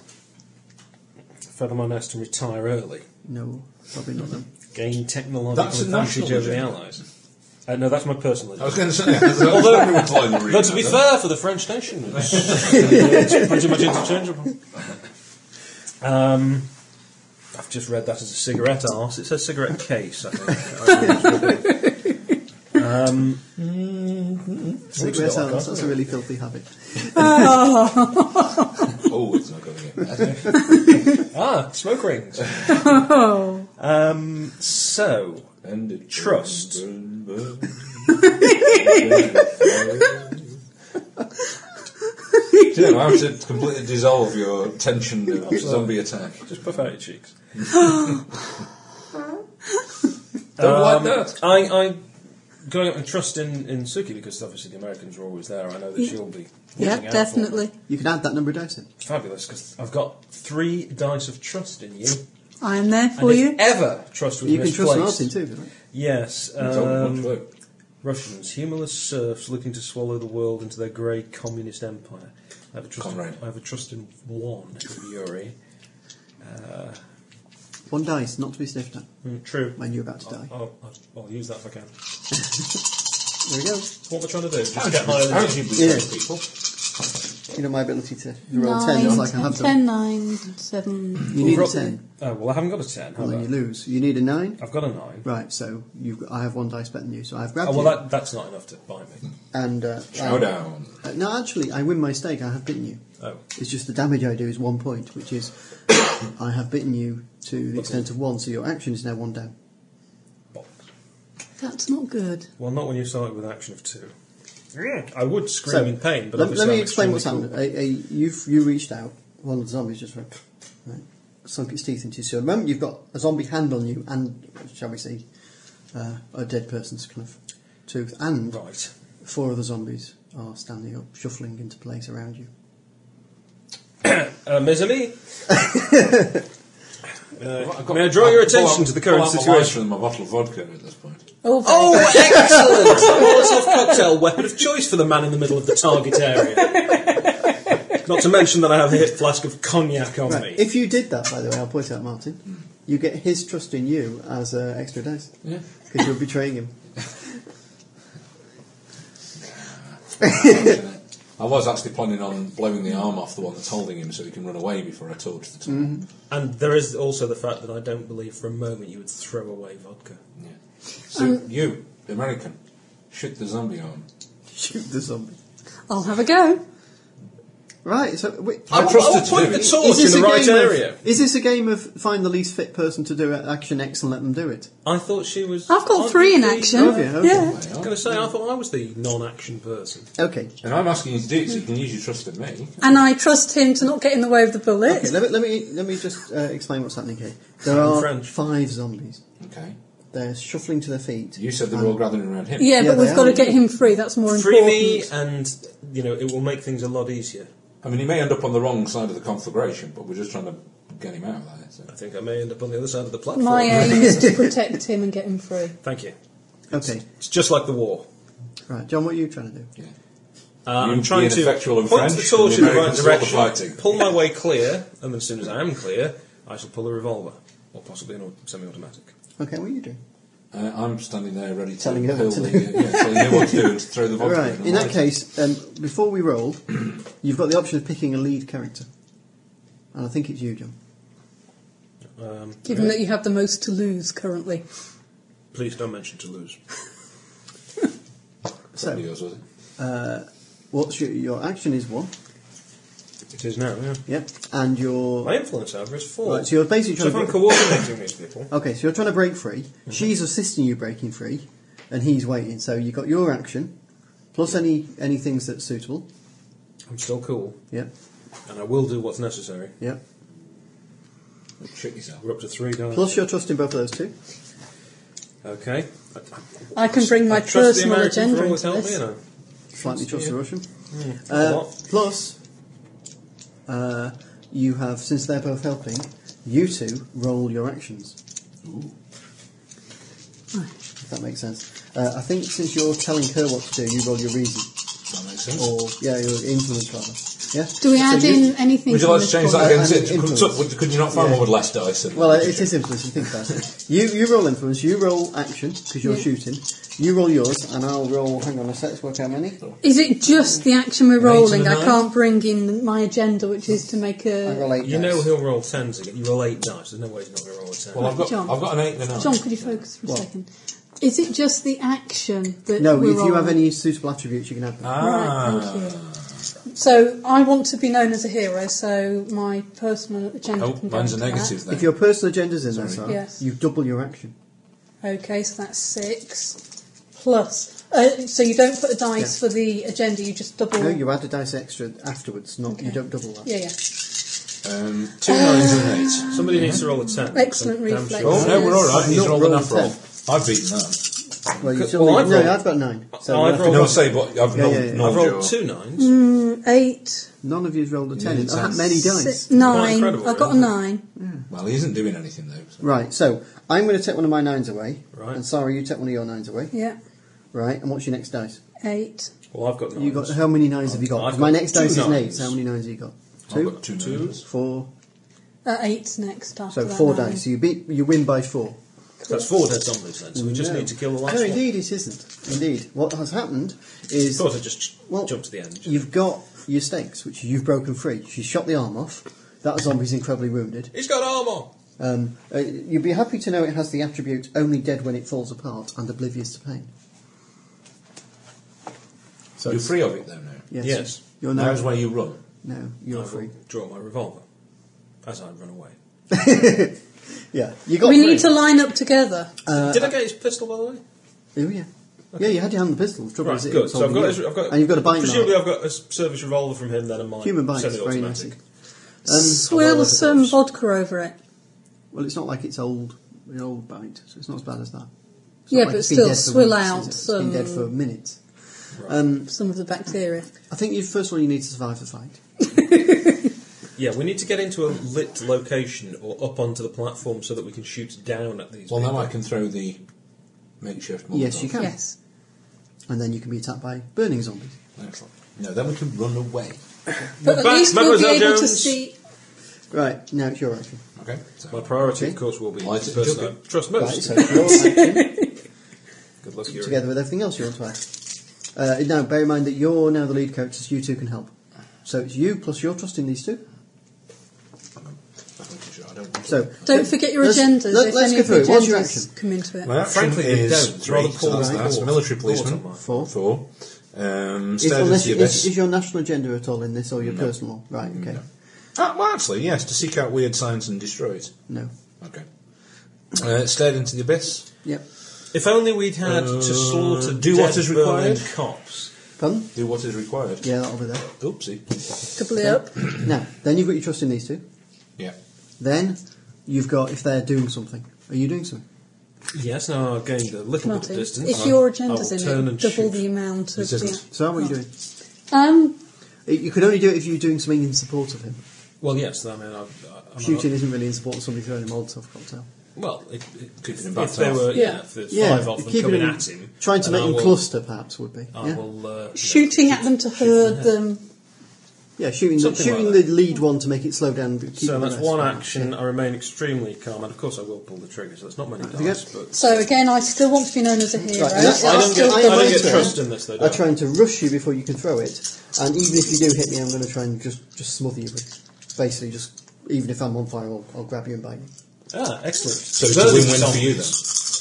Speaker 3: Feather my nest and retire early.
Speaker 2: No, probably not them.
Speaker 3: Gain technological
Speaker 5: That's a
Speaker 3: advantage
Speaker 5: national
Speaker 3: over the
Speaker 5: agenda.
Speaker 3: allies. Uh, no, that's my
Speaker 2: Oh,
Speaker 3: personal.
Speaker 5: I was
Speaker 3: Agenda.
Speaker 5: going to say, although everyone's lying in the room.
Speaker 3: Though to be fair, for the French nation, it's, it's pretty much interchangeable. Um, I've just read that as a cigarette arse. It says cigarette case. I think.
Speaker 2: Cigarette house, that's a really filthy habit.
Speaker 5: Oh, it's not going to get better.
Speaker 3: ah, smoke rings.
Speaker 4: Oh,
Speaker 3: Um, so
Speaker 5: And it
Speaker 3: Trust.
Speaker 5: burn, burn, burn. Do you know, how to completely dissolve your tension of zombie attack.
Speaker 3: just puff out your cheeks.
Speaker 5: Don't like
Speaker 3: Um,
Speaker 5: that.
Speaker 3: I, I going up and trust in, in Suki because obviously the Americans are always there. I know that she'll be. watching
Speaker 4: yeah,
Speaker 3: out for me.
Speaker 4: definitely.
Speaker 2: You can add that number of dice in.
Speaker 3: Fabulous, because I've got three dice of trust in you.
Speaker 4: I am there for
Speaker 3: and
Speaker 4: you.
Speaker 3: If ever trust was
Speaker 2: You can trust
Speaker 3: misplaced-
Speaker 2: Martin too, right?
Speaker 3: Yes.
Speaker 5: It's all much
Speaker 3: Um,
Speaker 5: work.
Speaker 3: Russians, humorless serfs looking to swallow the world into their grey communist empire. I have a trust. In,
Speaker 5: Conrad.
Speaker 3: I have a trust in one Yuri.
Speaker 2: One dice, not to be sniffed at
Speaker 3: Mm, true.
Speaker 2: when you're about to die.
Speaker 3: I'll, I'll, I'll use that if I can.
Speaker 2: There we go.
Speaker 3: What am I trying to do? Just
Speaker 5: How do
Speaker 3: get higher
Speaker 5: you-
Speaker 3: than
Speaker 5: how
Speaker 3: you.
Speaker 5: do you
Speaker 2: Yeah.
Speaker 5: betray people?
Speaker 2: You know my ability to roll
Speaker 4: Nine,
Speaker 2: 10 is
Speaker 4: ten,
Speaker 2: like I have done.
Speaker 4: ten, nine, seven.
Speaker 2: You need
Speaker 3: Ro-
Speaker 2: a 10.
Speaker 3: Oh, well, I haven't got a 10. Have
Speaker 2: Well, then
Speaker 3: I?
Speaker 2: you lose. You need a 9.
Speaker 3: I've got a 9.
Speaker 2: Right, so you've got, I have one dice better than you, so I've grabbed
Speaker 3: Oh, well,
Speaker 2: you.
Speaker 3: that, that's not enough to bite me.
Speaker 2: and uh,
Speaker 5: Chow
Speaker 2: I-
Speaker 5: down.
Speaker 2: Uh, no, actually, I win my stake. I have bitten you.
Speaker 3: Oh.
Speaker 2: It's just the damage I do is one point, which is I have bitten you to the extent of one, so your action is now one down.
Speaker 3: Bollocks.
Speaker 4: That's not good.
Speaker 3: Well, not when you start with an action of 2. I would scream in pain, but
Speaker 2: let,
Speaker 3: obviously
Speaker 2: let me
Speaker 3: I'm
Speaker 2: explain what's
Speaker 3: extremely
Speaker 2: happened. A, a, you've you reached out. One of the zombies just went, right, sunk its teeth into you. So at the moment you've got a zombie hand on you, and shall we say, uh, a dead person's kind of tooth, and
Speaker 3: cool. Right.
Speaker 2: four other zombies are standing up, shuffling into place around you.
Speaker 3: Uh, mes amis,
Speaker 5: Well, I've
Speaker 3: Uh, may I draw your attention to the current
Speaker 5: pull out my
Speaker 3: situation?
Speaker 5: lighter and my bottle of vodka at this point.
Speaker 4: Oh, very
Speaker 3: Oh,
Speaker 4: good.
Speaker 3: excellent! Molotov cocktail weapon of choice for the man in the middle of the target area. Not to mention that I have a hip flask of cognac on
Speaker 2: Right.
Speaker 3: me.
Speaker 2: If you did that, by the way, I'll point out, Martin, you get his trust in you as uh, extra dice.
Speaker 5: Yeah.
Speaker 2: Because you're betraying him.
Speaker 5: I was actually planning on blowing the arm off the one that's holding him so he can run away before I torch the top.
Speaker 3: And there is also the fact that I don't believe for a moment you would throw away vodka.
Speaker 5: Yeah. So you, American, shoot the zombie arm.
Speaker 2: Shoot the zombie.
Speaker 4: I'll have a go.
Speaker 2: Right, so. Wait,
Speaker 5: I
Speaker 3: will-
Speaker 5: trust
Speaker 3: will
Speaker 5: her to
Speaker 3: point
Speaker 5: do
Speaker 3: the
Speaker 5: it.
Speaker 3: torch in the right
Speaker 2: game
Speaker 3: area.
Speaker 2: Of, is this a game of find the least fit person to do a- action X and let them do it?
Speaker 3: I thought she was.
Speaker 4: I've got
Speaker 3: I'm
Speaker 4: three in
Speaker 3: the-
Speaker 4: action.
Speaker 2: Have you? Okay.
Speaker 4: Yeah.
Speaker 3: I was going to say, I thought I was the non-action person.
Speaker 2: Okay.
Speaker 5: And I'm asking you to do it so you can use your trust in me.
Speaker 4: And I trust him to not get in the way of the bullet.
Speaker 2: Okay, let me, let me, let me just uh, explain what's happening here. There
Speaker 3: I'm
Speaker 2: are
Speaker 3: French.
Speaker 2: five zombies.
Speaker 5: Okay.
Speaker 2: They're shuffling to their feet.
Speaker 5: You said they were all gathering around him.
Speaker 4: yeah,
Speaker 2: Yeah,
Speaker 4: but
Speaker 2: they
Speaker 4: we've got to
Speaker 2: are.
Speaker 4: get him free. That's more
Speaker 3: Free me,
Speaker 4: important.
Speaker 3: and you know it will make things a lot easier.
Speaker 5: I mean, he may end up on the wrong side of the conflagration, but we're just trying to get him out of there. So.
Speaker 3: I think I may end up on the other side of the platform.
Speaker 4: My uh, aim is to protect him and get him free.
Speaker 3: Thank you.
Speaker 2: Okay.
Speaker 3: It's just like the war.
Speaker 2: Right, John, what are you trying to do?
Speaker 5: Yeah.
Speaker 3: Uh,
Speaker 5: You
Speaker 3: I'm trying
Speaker 5: being
Speaker 3: to
Speaker 5: effectual and
Speaker 3: point the
Speaker 5: French,
Speaker 3: torch
Speaker 5: and
Speaker 3: in the
Speaker 5: the
Speaker 3: right
Speaker 5: Americans stop the
Speaker 3: direction,
Speaker 5: fighting.
Speaker 3: pull my way clear, and then as soon as I am clear, I shall pull a revolver, or possibly an au- semi-automatic.
Speaker 2: Okay, what are you doing?
Speaker 5: Uh, I'm standing there ready to
Speaker 2: Telling her
Speaker 5: hurl
Speaker 2: what to
Speaker 5: the,
Speaker 2: do.
Speaker 5: uh, yeah, telling her what to do and to throw the vodka.
Speaker 2: Right.
Speaker 5: in,
Speaker 2: In that
Speaker 5: Right.
Speaker 2: case, um, before we roll, you've got the option of picking a lead character, and I think it's you, John.
Speaker 3: Um,
Speaker 4: Given that you have the most to lose currently.
Speaker 3: please don't mention Toulouse.
Speaker 5: That was
Speaker 2: So,
Speaker 5: yours, was it?
Speaker 2: what's your, your action is one?
Speaker 3: It is now, yeah.
Speaker 2: Yep. And your
Speaker 3: My influence, however, is four.
Speaker 2: Right, so you're basically
Speaker 3: So if
Speaker 2: trying
Speaker 3: I'm
Speaker 2: to-
Speaker 3: coordinating these people,
Speaker 2: Okay, so you're trying to break free. She's assisting you breaking free, and he's waiting. So you've got your action, plus any any things that's suitable.
Speaker 3: I'm still cool,
Speaker 2: Yep,
Speaker 3: and I will do what's necessary.
Speaker 2: yep.
Speaker 5: Trick yourself.
Speaker 3: We're up to three dice.
Speaker 2: Plus you're trusting both of those two.
Speaker 3: Okay. I,
Speaker 4: I can bring my
Speaker 3: I trust the
Speaker 4: personal
Speaker 3: Americans
Speaker 4: agenda
Speaker 3: for
Speaker 4: into
Speaker 3: always help me,
Speaker 4: this.
Speaker 3: you know.
Speaker 2: Slightly trust the Russian.
Speaker 3: a
Speaker 2: Uh,
Speaker 3: lot.
Speaker 2: plus, uh, you have since they're both helping, you two roll your actions. If that makes sense. Uh, I think since you're telling her what to do, you roll your reason
Speaker 5: That makes sense.
Speaker 2: or yeah, your influence rather. Yeah.
Speaker 4: Do we
Speaker 2: So
Speaker 4: add
Speaker 2: you-
Speaker 4: in anything?
Speaker 5: Would you
Speaker 4: from
Speaker 5: like to
Speaker 4: this
Speaker 5: change
Speaker 4: point?
Speaker 5: that again?
Speaker 2: and
Speaker 5: Could-
Speaker 2: influence.
Speaker 5: so- would- Could you not find
Speaker 2: Yeah.
Speaker 5: one with less dice? than-
Speaker 2: Well, it is influence. You think about it. You you roll influence. You roll action because you're
Speaker 4: Yeah.
Speaker 2: shooting. You roll yours, and I'll roll. Hang on a sec. Let's work out how many.
Speaker 4: Is it just the action we're
Speaker 3: and a
Speaker 4: rolling? I
Speaker 3: nine.
Speaker 4: can't bring in my agenda, which is to make
Speaker 2: I
Speaker 4: a.
Speaker 2: roll eight.
Speaker 3: You
Speaker 2: dice.
Speaker 3: know he'll roll tens again. You roll eight dice. There's no way he's not going to roll a ten.
Speaker 5: Well, I've got,
Speaker 4: John.
Speaker 5: I've got an eight and a nine.
Speaker 4: John, could you focus for a
Speaker 2: What?
Speaker 4: second? Is it just the action that
Speaker 2: No,
Speaker 4: we're
Speaker 2: if you have
Speaker 4: rolling?
Speaker 2: any suitable attributes, you can have them.
Speaker 3: Ah.
Speaker 5: Ah.
Speaker 4: Right, thank you. So I want to be known as a hero, so my personal agenda.
Speaker 5: Oh,
Speaker 4: can go
Speaker 5: mine's a
Speaker 4: into
Speaker 5: negative then.
Speaker 2: If your personal agenda's in there,
Speaker 5: Sorry.
Speaker 2: Sarah,
Speaker 4: Yes.
Speaker 2: you double your action.
Speaker 4: that. Okay, so that's six plus. Uh, so you don't put a dice for the agenda; you just double.
Speaker 2: No, you add a dice extra afterwards. Not you
Speaker 4: Okay.
Speaker 2: don't double that.
Speaker 4: yeah, yeah.
Speaker 5: Um, two nines and an eight.
Speaker 3: Somebody needs to roll a ten.
Speaker 4: Excellent
Speaker 3: I'm damn
Speaker 4: reflex.
Speaker 3: sure.
Speaker 5: Oh, no, we're all right. He's
Speaker 2: Not
Speaker 5: rolled
Speaker 2: rolled
Speaker 5: enough
Speaker 2: a
Speaker 5: roll.
Speaker 2: ten.
Speaker 5: I've beaten that.
Speaker 2: Well, you
Speaker 3: Could-
Speaker 2: still
Speaker 3: well,
Speaker 2: need,
Speaker 3: I've
Speaker 2: no,
Speaker 3: rolled-
Speaker 2: I've got nine. So
Speaker 3: Oh,
Speaker 2: we'll
Speaker 3: I've
Speaker 2: have to-
Speaker 3: rolled-
Speaker 5: No, I say, but I've
Speaker 2: Yeah,
Speaker 5: rolled,
Speaker 2: yeah, yeah.
Speaker 3: I've
Speaker 5: rolled
Speaker 3: rolled
Speaker 5: your-
Speaker 3: two nines.
Speaker 4: Eight,
Speaker 2: none of you's rolled a ten.
Speaker 5: Yeah,
Speaker 2: It's not
Speaker 5: ten.
Speaker 2: that many
Speaker 4: six,
Speaker 2: dice.
Speaker 3: Quite
Speaker 4: nine.
Speaker 3: incredible,
Speaker 4: I've got a
Speaker 3: isn't it?
Speaker 4: nine.
Speaker 5: Well, he isn't doing anything though. So.
Speaker 2: Right. So I'm going to take one of my nines away.
Speaker 3: Right.
Speaker 2: And Sarah, you take one of your nines away.
Speaker 4: Yeah,
Speaker 2: Right. And what's your next dice?
Speaker 4: eight.
Speaker 3: Well, I've got nines.
Speaker 2: You got how many nines have you got?
Speaker 3: I've
Speaker 2: 'Cause my
Speaker 3: got
Speaker 2: next
Speaker 3: two
Speaker 2: dice is an eight.
Speaker 3: nines.
Speaker 2: So how many nines have you got?
Speaker 5: I've
Speaker 2: Two,
Speaker 5: got two,
Speaker 3: Two.
Speaker 5: nines.
Speaker 2: four.
Speaker 4: Uh, eight's next after
Speaker 2: So
Speaker 4: that
Speaker 2: four
Speaker 4: nine.
Speaker 2: dice. So you beat. You win by four.
Speaker 3: That's four dead zombies then, so we just
Speaker 2: No.
Speaker 3: need to kill the last
Speaker 2: No,
Speaker 3: one.
Speaker 2: indeed, it isn't. Indeed, what has happened is
Speaker 3: Of course, I just
Speaker 2: Well,
Speaker 3: jump to the end.
Speaker 2: You've got your stakes, which you've broken free. She shot the arm off. That zombie's incredibly wounded.
Speaker 3: He's got armour!
Speaker 2: Um, uh, you'd be happy to know it has the attribute only dead when it falls apart and oblivious to pain. So
Speaker 5: You're
Speaker 2: it's-
Speaker 5: free of it though now.
Speaker 2: Yes.
Speaker 3: Yes.
Speaker 2: You're
Speaker 5: Now
Speaker 2: now.
Speaker 5: is where you run.
Speaker 2: No, you're
Speaker 3: I
Speaker 2: free.
Speaker 3: will draw my revolver as I run away.
Speaker 2: Yeah. You got
Speaker 4: we
Speaker 2: free.
Speaker 4: need to line up together.
Speaker 2: Uh,
Speaker 3: Did I get his pistol, by the way?
Speaker 2: Oh, yeah. Yeah, you had your hand on the pistol. The trouble
Speaker 3: Right,
Speaker 2: is it
Speaker 3: good.
Speaker 2: was
Speaker 3: So I've
Speaker 2: holding
Speaker 3: got,
Speaker 2: you.
Speaker 3: his, I've got.
Speaker 2: and you've got a bite
Speaker 3: Presumably,
Speaker 2: mark.
Speaker 3: I've got a s- service revolver from him, then, and mine.
Speaker 2: Human bite, it's very
Speaker 3: semi-automatic.
Speaker 2: nasty. Um,
Speaker 4: Swill
Speaker 3: Well,
Speaker 4: some
Speaker 3: that's-
Speaker 4: vodka over it.
Speaker 2: well, it's not like it's old, an old bite, so it's not as bad as that. It's not
Speaker 4: Yeah,
Speaker 2: like
Speaker 4: but
Speaker 2: it's been
Speaker 4: still,
Speaker 2: dead for
Speaker 4: swill
Speaker 2: weeks, is
Speaker 4: out
Speaker 2: it? It's been dead
Speaker 4: some-
Speaker 2: for minutes. Um,
Speaker 4: Some of the bacteria.
Speaker 2: I think you first of all you need to survive the fight.
Speaker 3: Yeah, we need to get into a lit location or up onto the platform so that we can shoot down at these.
Speaker 5: Well, now
Speaker 3: people.
Speaker 5: I can throw the makeshift. Molotov.
Speaker 2: Yes, you can.
Speaker 4: Yes.
Speaker 2: And then you can be attacked by burning zombies.
Speaker 5: Excellent. No, then we can run away.
Speaker 4: But at
Speaker 3: back,
Speaker 4: least we'll be
Speaker 3: Mademoiselle
Speaker 4: able to
Speaker 3: Jones.
Speaker 4: see.
Speaker 2: Right, now it's your action.
Speaker 5: Okay. So
Speaker 3: My priority,
Speaker 2: Okay.
Speaker 3: of course, will be
Speaker 5: Light
Speaker 3: the
Speaker 5: it,
Speaker 3: person
Speaker 5: jug
Speaker 3: I trust
Speaker 2: Right,
Speaker 3: most.
Speaker 2: so it's your action
Speaker 3: Good luck, you
Speaker 2: together with everything else you want to add. Uh, now, bear in mind that you're now the lead character, so you two can help. So it's you plus you're trusting these two.
Speaker 5: I'm not sure. I don't want
Speaker 2: So
Speaker 4: Don't forget your
Speaker 2: let's-
Speaker 4: agendas.
Speaker 2: let-
Speaker 4: if
Speaker 2: let's
Speaker 4: any
Speaker 2: go
Speaker 4: of the
Speaker 2: through it. What's your
Speaker 4: agendas
Speaker 2: action?
Speaker 4: come into it.
Speaker 5: My action
Speaker 3: Frankly, they
Speaker 5: is
Speaker 3: don't.
Speaker 5: three,
Speaker 3: Rather
Speaker 5: so
Speaker 3: poor
Speaker 5: that's
Speaker 3: than
Speaker 5: nice.
Speaker 3: poor.
Speaker 5: Military
Speaker 3: Poor
Speaker 5: policeman.
Speaker 3: than mine.
Speaker 2: Four.
Speaker 5: Four. Um,
Speaker 2: is,
Speaker 5: stared into
Speaker 2: unless,
Speaker 5: the
Speaker 2: is,
Speaker 5: abyss.
Speaker 2: is your national agenda at all in this, or your personal? Right, okay.
Speaker 5: Ah, well, actually, yes. To seek out weird signs and destroy it.
Speaker 2: No.
Speaker 5: Okay. Uh, stared into the abyss.
Speaker 2: Yep.
Speaker 3: If only we'd had
Speaker 5: Uh,
Speaker 3: to slaughter
Speaker 5: do
Speaker 3: dead
Speaker 5: what is required.
Speaker 3: Berlin cops.
Speaker 2: Pardon?
Speaker 5: Do what is required.
Speaker 2: Yeah, that'll be there.
Speaker 5: Oopsie.
Speaker 4: Double it up.
Speaker 2: now, then you've got your trust in these two.
Speaker 5: Yeah.
Speaker 2: Then you've got if they're doing something. Are you doing something?
Speaker 3: Yes, now I've gained a little bit of
Speaker 4: Martin,
Speaker 3: distance.
Speaker 4: if
Speaker 3: I-
Speaker 4: your
Speaker 3: I will
Speaker 4: agenda's in
Speaker 3: turn
Speaker 4: it,
Speaker 3: and
Speaker 4: double
Speaker 3: shoot.
Speaker 4: the amount of
Speaker 5: It
Speaker 4: the.
Speaker 5: isn't.
Speaker 2: So, what are you doing?
Speaker 4: Um,
Speaker 2: You could only do it if you're doing something in support of him.
Speaker 3: Well, yes, I mean, I've, I- I'm
Speaker 2: Shooting isn't really in support of somebody throwing a Molotov cocktail.
Speaker 3: Well, it, it,
Speaker 5: Keeping him
Speaker 3: if
Speaker 5: backed
Speaker 3: there
Speaker 5: off.
Speaker 3: were yeah,
Speaker 4: Yeah.
Speaker 3: if there's
Speaker 2: Yeah,
Speaker 3: five of them
Speaker 2: keeping
Speaker 3: coming
Speaker 2: him-
Speaker 3: at him,
Speaker 2: Trying to
Speaker 3: then
Speaker 2: make
Speaker 3: I
Speaker 2: him
Speaker 3: will-
Speaker 2: cluster, perhaps, would be.
Speaker 3: I
Speaker 2: yeah?
Speaker 3: will, uh, you know,
Speaker 4: shooting at them to
Speaker 3: shoot
Speaker 4: hurt
Speaker 3: their head.
Speaker 4: them
Speaker 2: Yeah, shooting, the,
Speaker 3: Something like
Speaker 2: shooting
Speaker 3: that.
Speaker 2: the lead one to make it slow down. and Keep
Speaker 3: So
Speaker 2: the
Speaker 3: that's
Speaker 2: rest.
Speaker 3: one action.
Speaker 2: Yeah.
Speaker 3: I remain extremely calm, and of course I will pull the trigger. So that's not many
Speaker 2: Right,
Speaker 3: dice,
Speaker 2: very
Speaker 3: but
Speaker 4: So again, I still want to be known as a hero.
Speaker 2: Right, and that's-
Speaker 4: So
Speaker 3: I
Speaker 4: I've
Speaker 3: don't
Speaker 4: still
Speaker 3: get, I
Speaker 4: got my
Speaker 3: don't get
Speaker 4: turn.
Speaker 3: trust in this. Though, do I?
Speaker 2: I'm trying to rush you before you can throw it, and even if you do hit me, I'm going to try and just, just smother you with. Basically, just even if I'm on fire, I'll, I'll grab you and bite you.
Speaker 3: Ah, excellent.
Speaker 9: So it's a win-win for you then.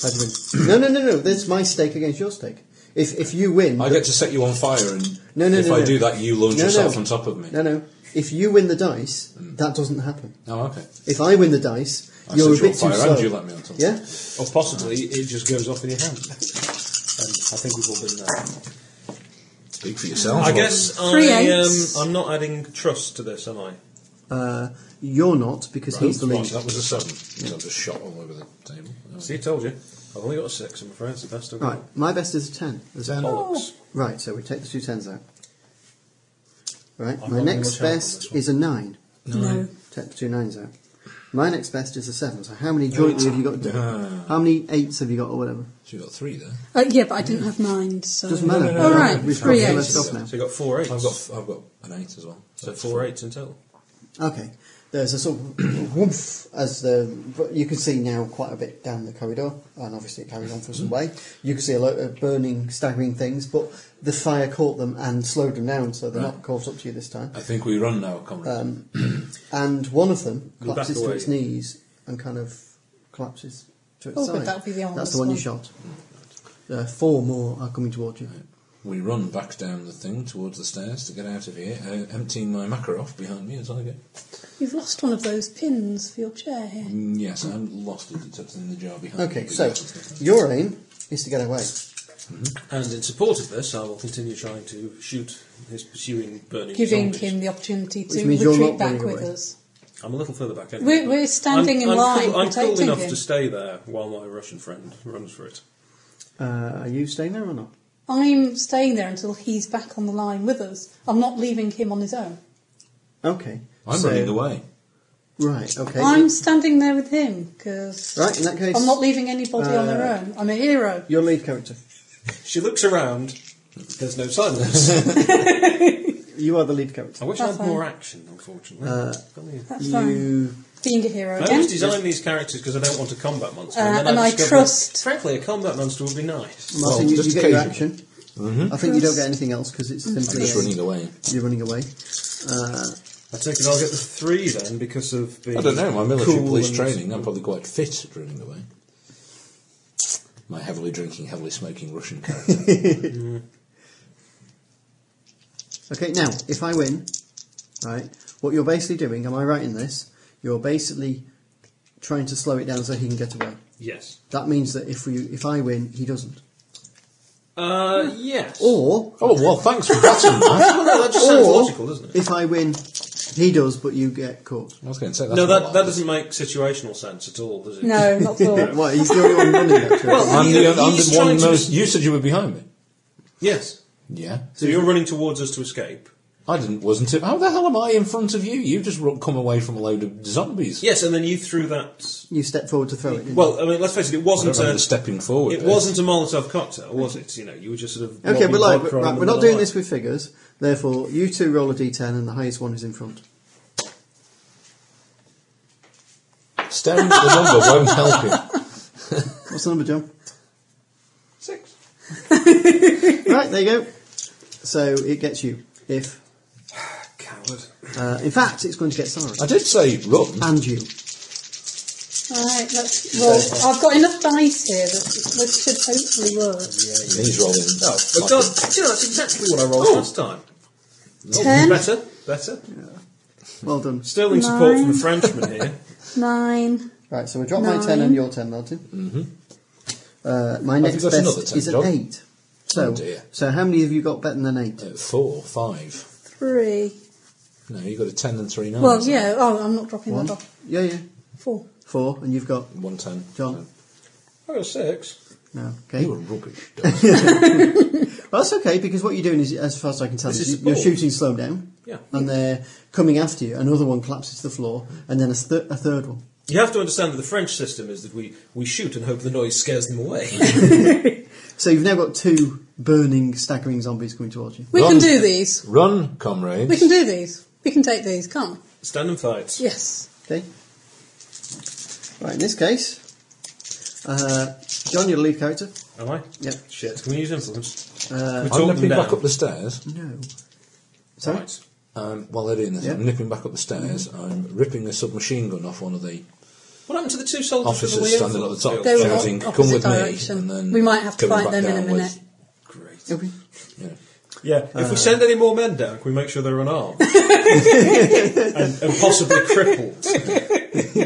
Speaker 2: How do you win? no, no, no, no. That's my stake against your stake. If if you win,
Speaker 5: I get to set you on fire, and
Speaker 2: No, no,
Speaker 5: if
Speaker 2: no,
Speaker 5: I
Speaker 2: no.
Speaker 5: do that, you launch
Speaker 2: No, no.
Speaker 5: yourself on top of me.
Speaker 2: no, no. If you win the dice, that doesn't happen.
Speaker 5: Oh, okay.
Speaker 2: If I win the dice,
Speaker 5: I
Speaker 2: you're a
Speaker 5: set you on
Speaker 2: bit too
Speaker 5: fire,
Speaker 2: slow.
Speaker 5: and you let me on top.
Speaker 2: yeah.
Speaker 3: Or possibly it just goes off in your hand. And I think we've all been there.
Speaker 5: Speak for yourself.
Speaker 3: I guess
Speaker 4: Three
Speaker 3: I, um,
Speaker 4: eights.
Speaker 3: I'm not adding trust to this, am I?
Speaker 2: Uh, you're not because he's the lead.
Speaker 5: That was a seven. So I've just shot all over the table.
Speaker 3: See, told you. I've only got a six, I'm afraid. So that's still
Speaker 2: Right, my best is a ten. There's
Speaker 5: Oh,
Speaker 2: a
Speaker 3: bollocks.
Speaker 2: Right, so we take the two tens out. Right,
Speaker 3: I've
Speaker 2: my
Speaker 3: got really
Speaker 2: next
Speaker 3: much help on this
Speaker 2: best
Speaker 3: one.
Speaker 2: is a nine.
Speaker 4: No.
Speaker 2: Take the two nines out. My next best is a seven. So how many jointly have you got to do? How many eights have you got or whatever?
Speaker 5: Ah. So you've got three there.
Speaker 4: Uh, yeah, but I didn't have nine, so.
Speaker 2: Doesn't matter.
Speaker 4: All right,
Speaker 2: We've got
Speaker 4: three
Speaker 2: the
Speaker 4: eights.
Speaker 2: rest off now.
Speaker 3: So you got four eights.
Speaker 5: I've got I've got an eight as well.
Speaker 3: so four eights in total.
Speaker 2: Okay. There's a sort of whoomph as the but you can see now quite a bit down the corridor, and obviously it carries on for
Speaker 3: Mm-hmm.
Speaker 2: some way. You can see a lot of burning, staggering things, but the fire caught them and slowed them down, so they're not caught up to you this time.
Speaker 5: I think we run now, comrade.
Speaker 2: Um, and one of them
Speaker 3: Go back
Speaker 2: collapses to
Speaker 3: away.
Speaker 2: its knees and kind of collapses to its
Speaker 4: Oh,
Speaker 2: side.
Speaker 4: but that'll be the
Speaker 2: That's
Speaker 4: armless
Speaker 2: the one, you
Speaker 4: one.
Speaker 2: shot. Uh, four more are coming towards you.
Speaker 5: we run back down the thing towards the stairs to get out of here, uh, emptying my Makarov behind me as I go.
Speaker 4: You've lost one of those pins for your chair here.
Speaker 5: Mm, yes, I'm lost as it tucked in the jar behind me.
Speaker 2: Okay,
Speaker 5: but
Speaker 2: so
Speaker 5: yes, it's not-
Speaker 2: your aim is to get away.
Speaker 3: And in support of this, I will continue trying to shoot his pursuing burning
Speaker 4: Giving
Speaker 3: zombies.
Speaker 4: him the opportunity to
Speaker 2: Which means you're
Speaker 4: retreat
Speaker 2: not
Speaker 4: back
Speaker 2: running
Speaker 4: with
Speaker 2: away.
Speaker 4: us.
Speaker 3: I'm a little further back. Anyway,
Speaker 4: We're-
Speaker 3: but
Speaker 4: we're standing
Speaker 3: I'm,
Speaker 4: in
Speaker 3: I'm
Speaker 4: line
Speaker 3: Cool, I'm cool
Speaker 4: protecting
Speaker 3: enough
Speaker 4: him.
Speaker 3: to stay there while my Russian friend runs for it.
Speaker 2: Uh, are you staying there or not?
Speaker 4: I'm staying there until he's back on the line with us. I'm not leaving him on his own.
Speaker 2: Okay.
Speaker 5: I'm
Speaker 2: so-
Speaker 5: running away.
Speaker 2: Right, okay.
Speaker 4: I'm standing there with him because
Speaker 2: Right, in that case-
Speaker 4: I'm not leaving anybody on their
Speaker 2: Uh,
Speaker 4: own. I'm a hero.
Speaker 2: Your lead character.
Speaker 3: She looks around. There's no silence.
Speaker 2: You are the lead character.
Speaker 3: I wish I
Speaker 4: That's
Speaker 3: had more
Speaker 4: fine.
Speaker 3: action, unfortunately.
Speaker 5: Uh,
Speaker 3: Got me-
Speaker 4: That's fine.
Speaker 2: You.
Speaker 4: Being a hero
Speaker 3: I
Speaker 4: again.
Speaker 3: always design these characters because I don't want a combat monster.
Speaker 4: Uh,
Speaker 3: then
Speaker 4: and I
Speaker 3: discover-
Speaker 4: trust-
Speaker 3: Frankly, a combat monster would be nice.
Speaker 2: Martin, you,
Speaker 5: just
Speaker 2: you get your
Speaker 5: occasionally.
Speaker 2: action. I think you don't get anything else because
Speaker 4: Mm-hmm.
Speaker 2: it's
Speaker 5: Mm-hmm. I'm
Speaker 2: simply
Speaker 5: just
Speaker 2: a-
Speaker 5: running away.
Speaker 2: you're running away.
Speaker 3: I take it I'll get the three then because of being.
Speaker 5: I don't know, my military
Speaker 3: cool
Speaker 5: police
Speaker 3: and-
Speaker 5: training, I'm probably quite fit at running away. My heavily drinking, heavily smoking Russian character.
Speaker 2: Okay, now, if I win, right, what you're basically doing, am I right in this? You're basically trying to slow it down so he can get away.
Speaker 3: Yes.
Speaker 2: That means that if we, if I win, he doesn't.
Speaker 3: Uh, yes. Oh,
Speaker 2: Or,
Speaker 5: oh, well, thanks for batting that.
Speaker 3: no, that just sounds
Speaker 2: or
Speaker 3: logical, doesn't it?
Speaker 2: if I win, he does, but you get caught.
Speaker 5: I was going to say that's
Speaker 3: No,
Speaker 5: not
Speaker 3: that,
Speaker 5: allowed.
Speaker 3: that doesn't make situational sense at all, does it?
Speaker 4: No, not at all.
Speaker 2: Why? He's the only one running actually.
Speaker 5: I'm
Speaker 3: He-
Speaker 5: the, I'm
Speaker 3: he's
Speaker 5: the one
Speaker 3: trying to-
Speaker 5: most. You said you were behind me.
Speaker 3: Yes.
Speaker 5: Yeah.
Speaker 3: So you're running towards us to escape.
Speaker 5: I didn't, wasn't it? How the hell am I in front of you? You just ru- come away from a load of zombies.
Speaker 3: Yes, and then you threw that.
Speaker 2: you step forward to throw it. didn't
Speaker 3: Well, I mean, let's face it, it
Speaker 5: I don't
Speaker 3: wasn't
Speaker 5: remember
Speaker 3: a.
Speaker 5: stepping forward.
Speaker 3: It
Speaker 5: there.
Speaker 3: wasn't a Molotov cocktail, was it? You know, you were just sort of.
Speaker 2: you? Okay,
Speaker 3: lobbing
Speaker 2: but like,
Speaker 3: vodka on
Speaker 2: right,
Speaker 3: them
Speaker 2: we're not
Speaker 3: and
Speaker 2: doing
Speaker 3: the
Speaker 2: this
Speaker 3: like.
Speaker 2: with figures. Therefore, you two roll a d10, and the highest one is in front.
Speaker 5: Staring at the number won't help you.
Speaker 2: What's the number, John?
Speaker 3: Six.
Speaker 2: right, there you go. So it gets you. If,
Speaker 3: Coward.
Speaker 2: uh, in fact, it's going to get Cyrus
Speaker 5: I did say run.
Speaker 2: and you.
Speaker 4: Alright, let's roll. I've got enough dice here that this should hopefully work.
Speaker 5: He's rolling.
Speaker 3: Oh, but that's, you know, that's exactly what I rolled last time. Oh,
Speaker 4: Ten,
Speaker 3: Better, better.
Speaker 2: Well done.
Speaker 3: Sterling support from a Frenchman here.
Speaker 4: nine.
Speaker 2: Right, so we drop my
Speaker 4: Nine.
Speaker 2: 10 and your 10, Martin. Mm-hmm.
Speaker 3: Mm-hmm.
Speaker 2: Uh, my next
Speaker 5: that's another
Speaker 2: best
Speaker 5: 10,
Speaker 2: is an
Speaker 5: John.
Speaker 2: 8. So,
Speaker 5: Oh, dear.
Speaker 2: so how many have you got better than 8?
Speaker 5: Uh, four, five.
Speaker 4: Three.
Speaker 5: No, you got a ten and three nines.
Speaker 4: Well, yeah. Oh, I'm not dropping
Speaker 2: One?
Speaker 4: that off.
Speaker 2: Yeah, yeah.
Speaker 4: Four.
Speaker 2: 4, and you've got
Speaker 5: One ten.
Speaker 2: John.
Speaker 3: I got a six.
Speaker 2: No, okay.
Speaker 5: You were
Speaker 2: Well,
Speaker 5: rubbish.
Speaker 2: that's okay, because what you're doing is, as far as I can tell,
Speaker 3: This
Speaker 2: is
Speaker 3: is
Speaker 2: you-
Speaker 3: the
Speaker 2: you're
Speaker 3: ball.
Speaker 2: shooting slow down,
Speaker 3: Yeah.
Speaker 2: and they're coming after you. Another one collapses to the floor, and then a, th- a third one.
Speaker 3: You have to understand that the French system is that we, we shoot and hope the noise scares them away.
Speaker 2: So you've now got two burning, staggering zombies coming towards you.
Speaker 4: We
Speaker 9: Run.
Speaker 4: can do these.
Speaker 9: Run, comrades.
Speaker 4: We can do these. We can take these. Come on.
Speaker 3: Stand and fight.
Speaker 4: Yes.
Speaker 2: Okay. Right, in this case, uh, John, you're the lead character.
Speaker 3: Am I?
Speaker 2: Yep.
Speaker 3: Shit. Can we use influence?
Speaker 2: Uh,
Speaker 3: we
Speaker 5: I'm
Speaker 3: talk them
Speaker 5: nipping
Speaker 3: down.
Speaker 5: back up the stairs.
Speaker 2: no. Sorry?
Speaker 3: Right.
Speaker 5: Um, while they're doing this,
Speaker 2: Yeah.
Speaker 5: I'm nipping back up the stairs. I'm ripping a submachine gun off one of the
Speaker 3: What happened to the two soldiers?
Speaker 5: officers
Speaker 3: with the
Speaker 5: standing at the top,
Speaker 3: influence?
Speaker 4: They were
Speaker 5: shouting,
Speaker 4: op-
Speaker 5: "Come with
Speaker 4: opposite
Speaker 5: me!"
Speaker 4: direction.
Speaker 5: And then
Speaker 4: We might have to
Speaker 5: coming
Speaker 4: fight
Speaker 5: back
Speaker 4: them in a
Speaker 5: down with-
Speaker 4: minute.
Speaker 5: Great.
Speaker 2: Okay.
Speaker 5: Yeah.
Speaker 3: Yeah. If we send any more men down, can we make sure they're unarmed and, and possibly crippled?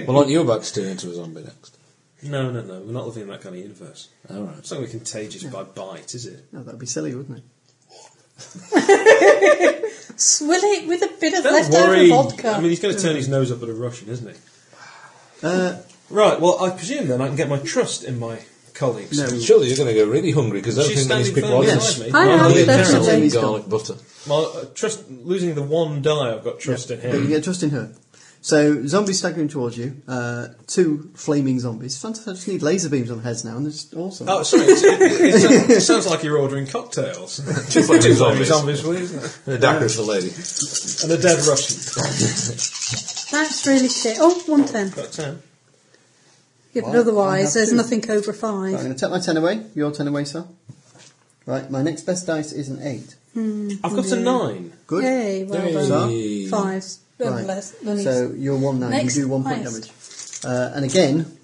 Speaker 5: Well, aren't you about to turn into a zombie next?
Speaker 3: No, no, no. We're not living in that kind of universe.
Speaker 5: All right.
Speaker 3: It's not going to be contagious by bite, is it?
Speaker 2: No, oh, that'd be silly, wouldn't it?
Speaker 4: Swill it with a bit of
Speaker 3: Don't
Speaker 4: leftover
Speaker 3: worry.
Speaker 4: vodka.
Speaker 3: I mean, he's going to turn his nose up at a Russian, isn't he?
Speaker 2: Uh,
Speaker 3: Right. Well, I presume then I can get my trust in my colleagues.
Speaker 2: No.
Speaker 9: Surely you're going to go really hungry because I don't
Speaker 3: She's
Speaker 9: think these
Speaker 3: standing
Speaker 9: people
Speaker 3: firm
Speaker 9: are
Speaker 3: beside
Speaker 9: just
Speaker 3: me.
Speaker 4: I
Speaker 3: Well,
Speaker 4: have
Speaker 3: yeah,
Speaker 4: left
Speaker 2: apparently.
Speaker 3: apparently.
Speaker 2: Jamie's
Speaker 9: garlic butter.
Speaker 3: My uh, trust losing the one die, I've got trust in
Speaker 2: you
Speaker 3: him.
Speaker 2: get trust in her. So, zombies staggering towards you. Uh, two flaming zombies. Fantastic. I just need laser beams on heads now, and it's awesome.
Speaker 3: Oh, sorry. It's, it, it, sounds, it sounds like you're ordering cocktails.
Speaker 9: Just like zombies.
Speaker 3: Zombies, please. and
Speaker 9: And a dagger for the lady.
Speaker 3: a dead Russian.
Speaker 4: That's really shit. Oh, 110.
Speaker 3: Got ten.
Speaker 4: Yeah, but
Speaker 2: Well, I
Speaker 4: otherwise,
Speaker 2: have
Speaker 4: there's
Speaker 2: two.
Speaker 4: nothing over 5.
Speaker 2: Right, I'm going to take my 10 away, your 10 away, sir. Right, my next best dice is an 8.
Speaker 3: I've got a nine.
Speaker 2: Good.
Speaker 4: Yay, well done. Fives. No
Speaker 2: Right.
Speaker 4: less, no need.
Speaker 2: So you're one nine.
Speaker 4: Next
Speaker 2: you do one point damage.
Speaker 4: highest.
Speaker 2: Uh, and again,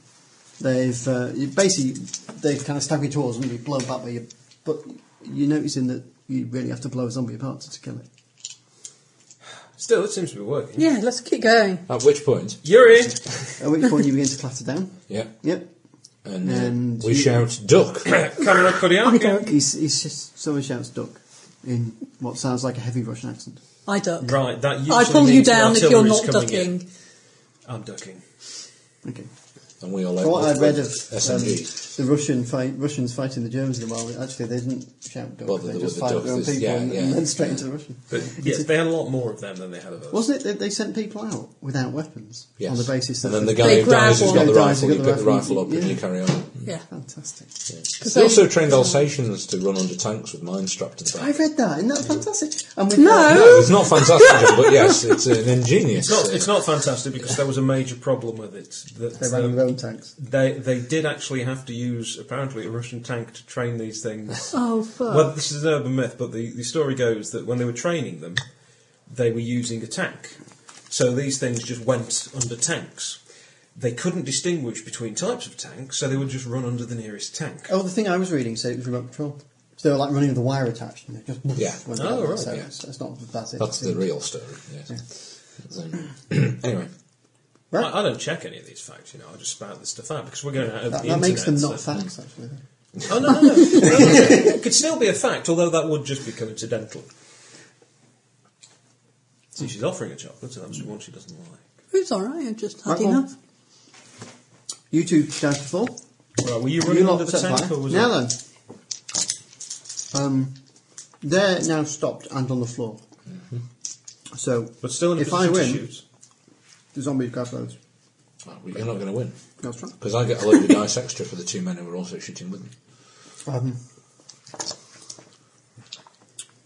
Speaker 2: they've uh, you basically they kind of stab you towards and you blow back by you. But you're noticing that you really have to blow a zombie apart to kill it.
Speaker 3: Still, it seems to be working.
Speaker 4: yeah, let's keep going.
Speaker 5: At which point,
Speaker 3: You're in.
Speaker 2: At which point you begin to clatter down.
Speaker 5: yeah,
Speaker 2: Yep.
Speaker 5: and, uh,
Speaker 2: And
Speaker 5: we
Speaker 2: you-
Speaker 5: shout duck.
Speaker 3: Kamera Koryanka.
Speaker 2: He's, he's just someone shouts duck in what sounds like a heavy Russian accent.
Speaker 4: I duck.
Speaker 3: Right, that usually
Speaker 4: I pull you
Speaker 3: means the
Speaker 4: down if you're
Speaker 3: artillery's
Speaker 4: not
Speaker 3: coming in.
Speaker 4: ducking.
Speaker 3: I'm ducking.
Speaker 2: Okay.
Speaker 5: and we all
Speaker 2: From what
Speaker 5: out
Speaker 2: I've read of um,
Speaker 5: SMG.
Speaker 2: the Russian fight, Russians fighting the Germans in the wild, actually they didn't shout duck.
Speaker 5: Bother
Speaker 2: they
Speaker 5: with
Speaker 2: just
Speaker 5: the
Speaker 2: fired
Speaker 5: duck,
Speaker 2: their own
Speaker 5: there's-
Speaker 2: people
Speaker 5: yeah,
Speaker 2: and,
Speaker 5: yeah,
Speaker 2: and then straight
Speaker 5: yeah.
Speaker 2: into the Russian.
Speaker 3: But yes, they had a lot more of them than they had of us.
Speaker 2: Wasn't it that they sent people out without weapons
Speaker 5: Yes.
Speaker 2: on the basis that
Speaker 5: and then the
Speaker 4: They
Speaker 5: guy who
Speaker 4: grab
Speaker 5: dies has
Speaker 4: one.
Speaker 5: got
Speaker 2: Who
Speaker 5: the
Speaker 2: dies,
Speaker 5: rifle.
Speaker 2: he's got
Speaker 5: You pick the
Speaker 2: the
Speaker 5: rifle up
Speaker 2: rifle,
Speaker 5: and you
Speaker 2: yeah.
Speaker 5: carry on.
Speaker 3: Hmm.
Speaker 4: Yeah.
Speaker 2: fantastic?
Speaker 5: They also trained Alsatians to run under tanks with mines strapped to the
Speaker 2: I
Speaker 5: back.
Speaker 2: read that. Isn't that fantastic? And with
Speaker 4: No.
Speaker 5: No, it's not fantastic, but yes, it's an ingenious. uh,
Speaker 3: It's not, it's not fantastic because there was a major problem with it. That,
Speaker 2: they ran
Speaker 3: um,
Speaker 2: with their own tanks.
Speaker 3: they they did actually have to use apparently a Russian tank to train these things.
Speaker 4: Oh, fuck.
Speaker 3: Well, this is an urban myth, but the, the story goes that when they were training them, they were using a tank. So these things just went under tanks. They couldn't distinguish between types of tanks, so they would just run under the nearest tank.
Speaker 2: Oh, the thing I was reading said it was remote control. So they were like running with the wire attached. And they just
Speaker 5: Yeah.
Speaker 2: went
Speaker 3: Oh,
Speaker 2: down.
Speaker 3: right,
Speaker 2: So
Speaker 3: yeah.
Speaker 2: it's, it's not that. it-
Speaker 5: That's the
Speaker 2: it-
Speaker 5: real story. Yes. So, anyway,
Speaker 2: Right.
Speaker 3: I, I don't check any of these facts, you know. I just spout this stuff out because we're going out of
Speaker 2: That,
Speaker 3: the
Speaker 2: that
Speaker 3: internet.
Speaker 2: makes them not
Speaker 3: so-
Speaker 2: facts, actually.
Speaker 3: Oh no, no, no. it could still be a fact, although that would just be coincidental. See, she's offering a chocolate, so that must be one she doesn't like.
Speaker 4: It's alright, I've just had
Speaker 2: Right, well,
Speaker 4: enough.
Speaker 2: You two down to four.
Speaker 3: Right, were you
Speaker 2: You
Speaker 3: running
Speaker 2: lot
Speaker 3: under the
Speaker 2: set
Speaker 3: tank,
Speaker 2: fire.
Speaker 3: or was
Speaker 2: Now
Speaker 3: it?
Speaker 2: then. Um, they're now stopped and on the floor. So
Speaker 3: But still, in a
Speaker 2: if I
Speaker 3: position to
Speaker 2: win,
Speaker 3: shoot.
Speaker 2: the zombies grab those.
Speaker 5: well, you're not going to win
Speaker 2: That's right.
Speaker 5: because I get a load of dice extra for the two men who were also shooting with me.
Speaker 2: Um,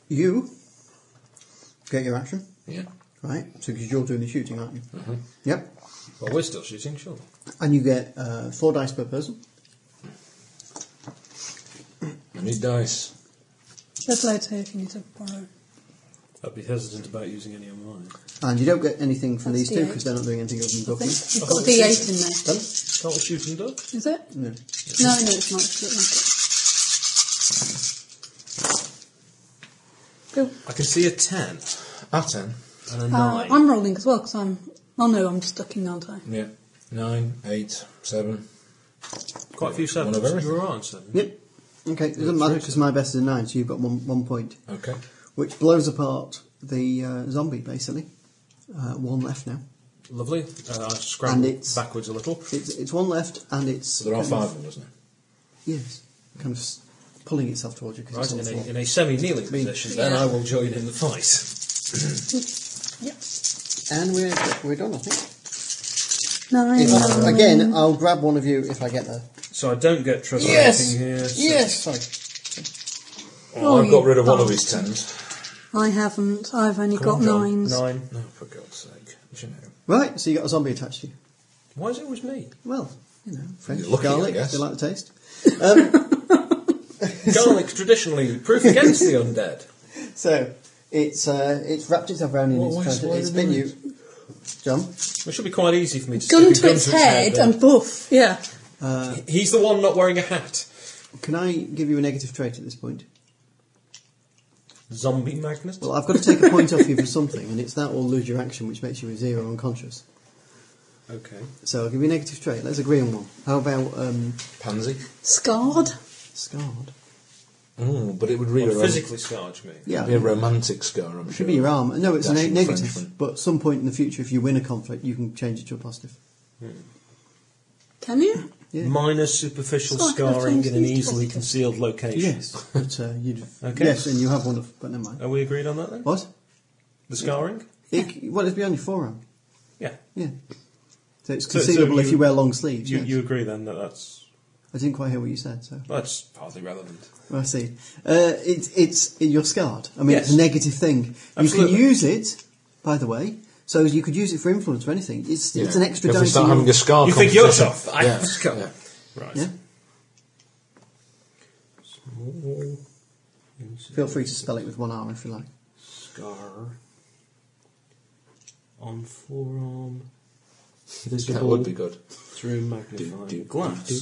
Speaker 2: you get your action,
Speaker 5: Yeah.
Speaker 2: right? So because you're doing the shooting, aren't you?
Speaker 3: Mm-hmm.
Speaker 2: Yep.
Speaker 3: Well, we're still shooting, sure.
Speaker 2: And you get uh, four dice per person.
Speaker 5: I need dice.
Speaker 4: There's loads here if you need to borrow.
Speaker 3: I'd be hesitant about using any of mine.
Speaker 2: And you don't get anything from
Speaker 4: That's
Speaker 2: these two
Speaker 4: D8.
Speaker 2: because they're not doing anything other than
Speaker 4: I
Speaker 2: ducking.
Speaker 4: think you've got a D8 in there.
Speaker 3: Can't we shoot and duck?
Speaker 4: Is it?
Speaker 2: No.
Speaker 4: No, no, it's not. It's not. Go.
Speaker 3: I can see a ten
Speaker 5: Ah, ten.
Speaker 3: and a
Speaker 4: Uh,
Speaker 3: nine.
Speaker 4: I'm rolling as well because I'm. Oh no, I'm just ducking, aren't I?
Speaker 5: Yeah. Nine, eight, seven.
Speaker 3: Quite a few sevens.
Speaker 5: One of everything.
Speaker 3: You were on seven.
Speaker 2: Yep. Okay, it doesn't matter because my best is a nine, so you've got one, one point,
Speaker 5: Okay.
Speaker 2: which blows apart the uh, zombie, basically. Uh, one left now.
Speaker 3: Lovely. Uh, I
Speaker 2: And
Speaker 3: scrambled
Speaker 2: it's-
Speaker 3: backwards a little.
Speaker 2: It's, it's one left, and it's.
Speaker 5: So there are
Speaker 2: kind
Speaker 5: five
Speaker 2: Of,
Speaker 5: of them, isn't there?
Speaker 2: yes. Kind of s- pulling itself towards you because
Speaker 3: Right,
Speaker 2: it's on the
Speaker 3: in
Speaker 2: floor.
Speaker 3: a, in a semi-kneeling position, then I
Speaker 4: Yeah.
Speaker 3: will join in the fight.
Speaker 2: And we're, we're done, I think.
Speaker 4: Nine.
Speaker 2: If I- again, I'll grab one of you if I get there.
Speaker 3: So I don't get trust
Speaker 2: Yes.
Speaker 3: rating here. so-
Speaker 2: Yes. Sorry.
Speaker 4: Oh,
Speaker 5: I've got
Speaker 4: you
Speaker 5: rid of one of
Speaker 4: bastard.
Speaker 5: his tens.
Speaker 4: I haven't. I've only
Speaker 3: Come
Speaker 4: got
Speaker 3: on, John.
Speaker 4: nines.
Speaker 3: Nine.
Speaker 5: No, for God's sake. You know.
Speaker 2: Right. So you got a zombie attached to you.
Speaker 3: Why is it always me?
Speaker 2: Well, you know, French
Speaker 5: You're lucky, I
Speaker 2: garlic.
Speaker 5: guess.
Speaker 2: They like the taste.
Speaker 3: Garlic traditionally proof against the undead.
Speaker 2: So it's uh, it's wrapped itself around you. and
Speaker 3: What
Speaker 2: it's
Speaker 3: was-
Speaker 2: trying
Speaker 3: why
Speaker 2: to, it's
Speaker 3: the
Speaker 2: been
Speaker 3: noise?
Speaker 2: you, John.
Speaker 3: It should be quite easy for me to stick a
Speaker 4: Gun to its head
Speaker 3: then.
Speaker 4: and buff. Yeah.
Speaker 3: He's the one not wearing a hat.
Speaker 2: Can I give you a negative trait at this point?
Speaker 3: Zombie magnet.
Speaker 2: Well, I've got to take a point off you for something, and it's that or lose your action, which makes you a zero unconscious.
Speaker 3: Okay.
Speaker 2: So I'll give you a negative trait. Let's agree on one. How about um,
Speaker 5: Pansy.
Speaker 4: Scarred.
Speaker 2: scarred?
Speaker 5: Oh, but it would
Speaker 3: Well,
Speaker 5: really
Speaker 3: physically scarred me.
Speaker 2: Yeah,
Speaker 5: be a romantic scar, I'm sure.
Speaker 2: Should be your arm. No, it's a
Speaker 5: That's
Speaker 2: ne-
Speaker 5: in
Speaker 2: negative.
Speaker 5: French,
Speaker 2: But at some point in the future, if you win a conflict, you can change it to a positive.
Speaker 4: Can you?
Speaker 2: Yeah.
Speaker 3: Minor superficial
Speaker 4: So I can
Speaker 3: scarring
Speaker 4: change
Speaker 3: in an
Speaker 4: these to
Speaker 3: easily
Speaker 4: positive.
Speaker 3: concealed location.
Speaker 2: Yes, but uh, you.
Speaker 3: Okay.
Speaker 2: Yes, and you have one of. But never mind.
Speaker 3: Are we agreed on that then?
Speaker 2: What?
Speaker 3: The scarring?
Speaker 2: It, c- Well, it's beyond your forearm.
Speaker 3: Yeah.
Speaker 2: Yeah. So it's
Speaker 3: So- so
Speaker 2: conceivable if
Speaker 3: you-
Speaker 2: you wear long sleeves.
Speaker 3: You,
Speaker 2: yes.
Speaker 3: you agree then that that's
Speaker 2: I didn't quite hear what you said. So
Speaker 3: that's
Speaker 5: Hardly relevant.
Speaker 2: I see. Uh, it's it's you're scarred. I mean, it's a
Speaker 3: Yes.
Speaker 2: negative thing. You
Speaker 3: Absolutely.
Speaker 2: can use it, by the way. So you could use it for influence or anything. It's it's an extra
Speaker 9: If we
Speaker 2: dice. in
Speaker 9: start
Speaker 2: your-
Speaker 9: having a scar
Speaker 3: You think you're
Speaker 9: competition-
Speaker 3: tough. I
Speaker 9: Yeah.
Speaker 3: scar-
Speaker 9: Yeah.
Speaker 3: Right.
Speaker 2: Yeah. Feel free to spell it with one R if you like.
Speaker 3: Scar on forearm
Speaker 5: That
Speaker 3: visible
Speaker 5: would be good.
Speaker 3: through magnifying
Speaker 5: Do, do,
Speaker 3: glass.
Speaker 5: do,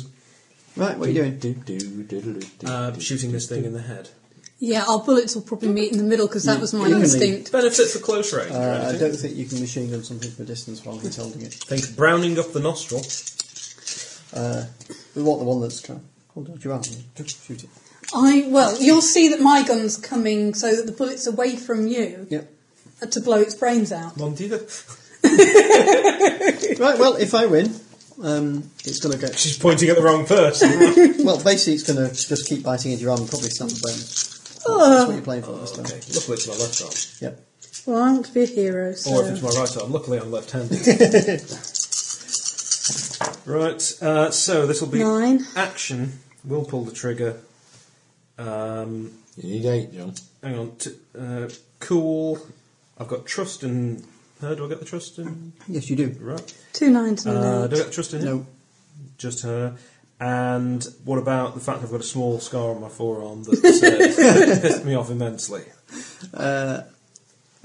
Speaker 2: Right, what are you doing?
Speaker 5: Do, do, do, do, do, do,
Speaker 3: Uh,
Speaker 5: do,
Speaker 3: shooting
Speaker 5: do,
Speaker 3: this thing
Speaker 5: do.
Speaker 3: in the head.
Speaker 4: Yeah, our bullets will probably meet in the middle because that was my
Speaker 2: you can
Speaker 4: instinct.
Speaker 3: Benefit for close range. or
Speaker 2: Uh, I
Speaker 3: anything.
Speaker 2: don't think you can machine gun something from a distance while he's holding it.
Speaker 3: Think browning up the nostril.
Speaker 2: We want the one that's kind of hold out your arm and shoot it.
Speaker 4: I well, you'll see that my gun's coming so that the bullet's away from you
Speaker 2: Yep.
Speaker 4: to blow its brains out.
Speaker 3: Mon Dieu.
Speaker 2: Right, well, if I win, um, it's going to go.
Speaker 3: She's pointing at the wrong person.
Speaker 2: Well, basically, it's going to just keep biting at your arm and probably snap the bone.
Speaker 9: Ah.
Speaker 2: That's what you're playing for this
Speaker 9: Oh,
Speaker 2: time.
Speaker 3: okay. Luckily it's my left arm.
Speaker 2: Yep.
Speaker 4: Well, I want to be a hero.
Speaker 3: Or if
Speaker 4: So.
Speaker 3: it's my right arm. Luckily I'm left handed. right, uh, so this will be
Speaker 4: Nine.
Speaker 3: action. We'll pull the trigger. Um,
Speaker 5: You need eight, John.
Speaker 3: Hang on. T- uh, cool. I've got trust in her. Do I get the trust in?
Speaker 2: Yes, you do.
Speaker 3: Right.
Speaker 4: Two nines and an
Speaker 3: Uh,
Speaker 4: eight.
Speaker 3: do I get the trust in him?
Speaker 2: No.
Speaker 3: Just her. And what about the fact I've got a small scar on my forearm that uh, pissed me off immensely?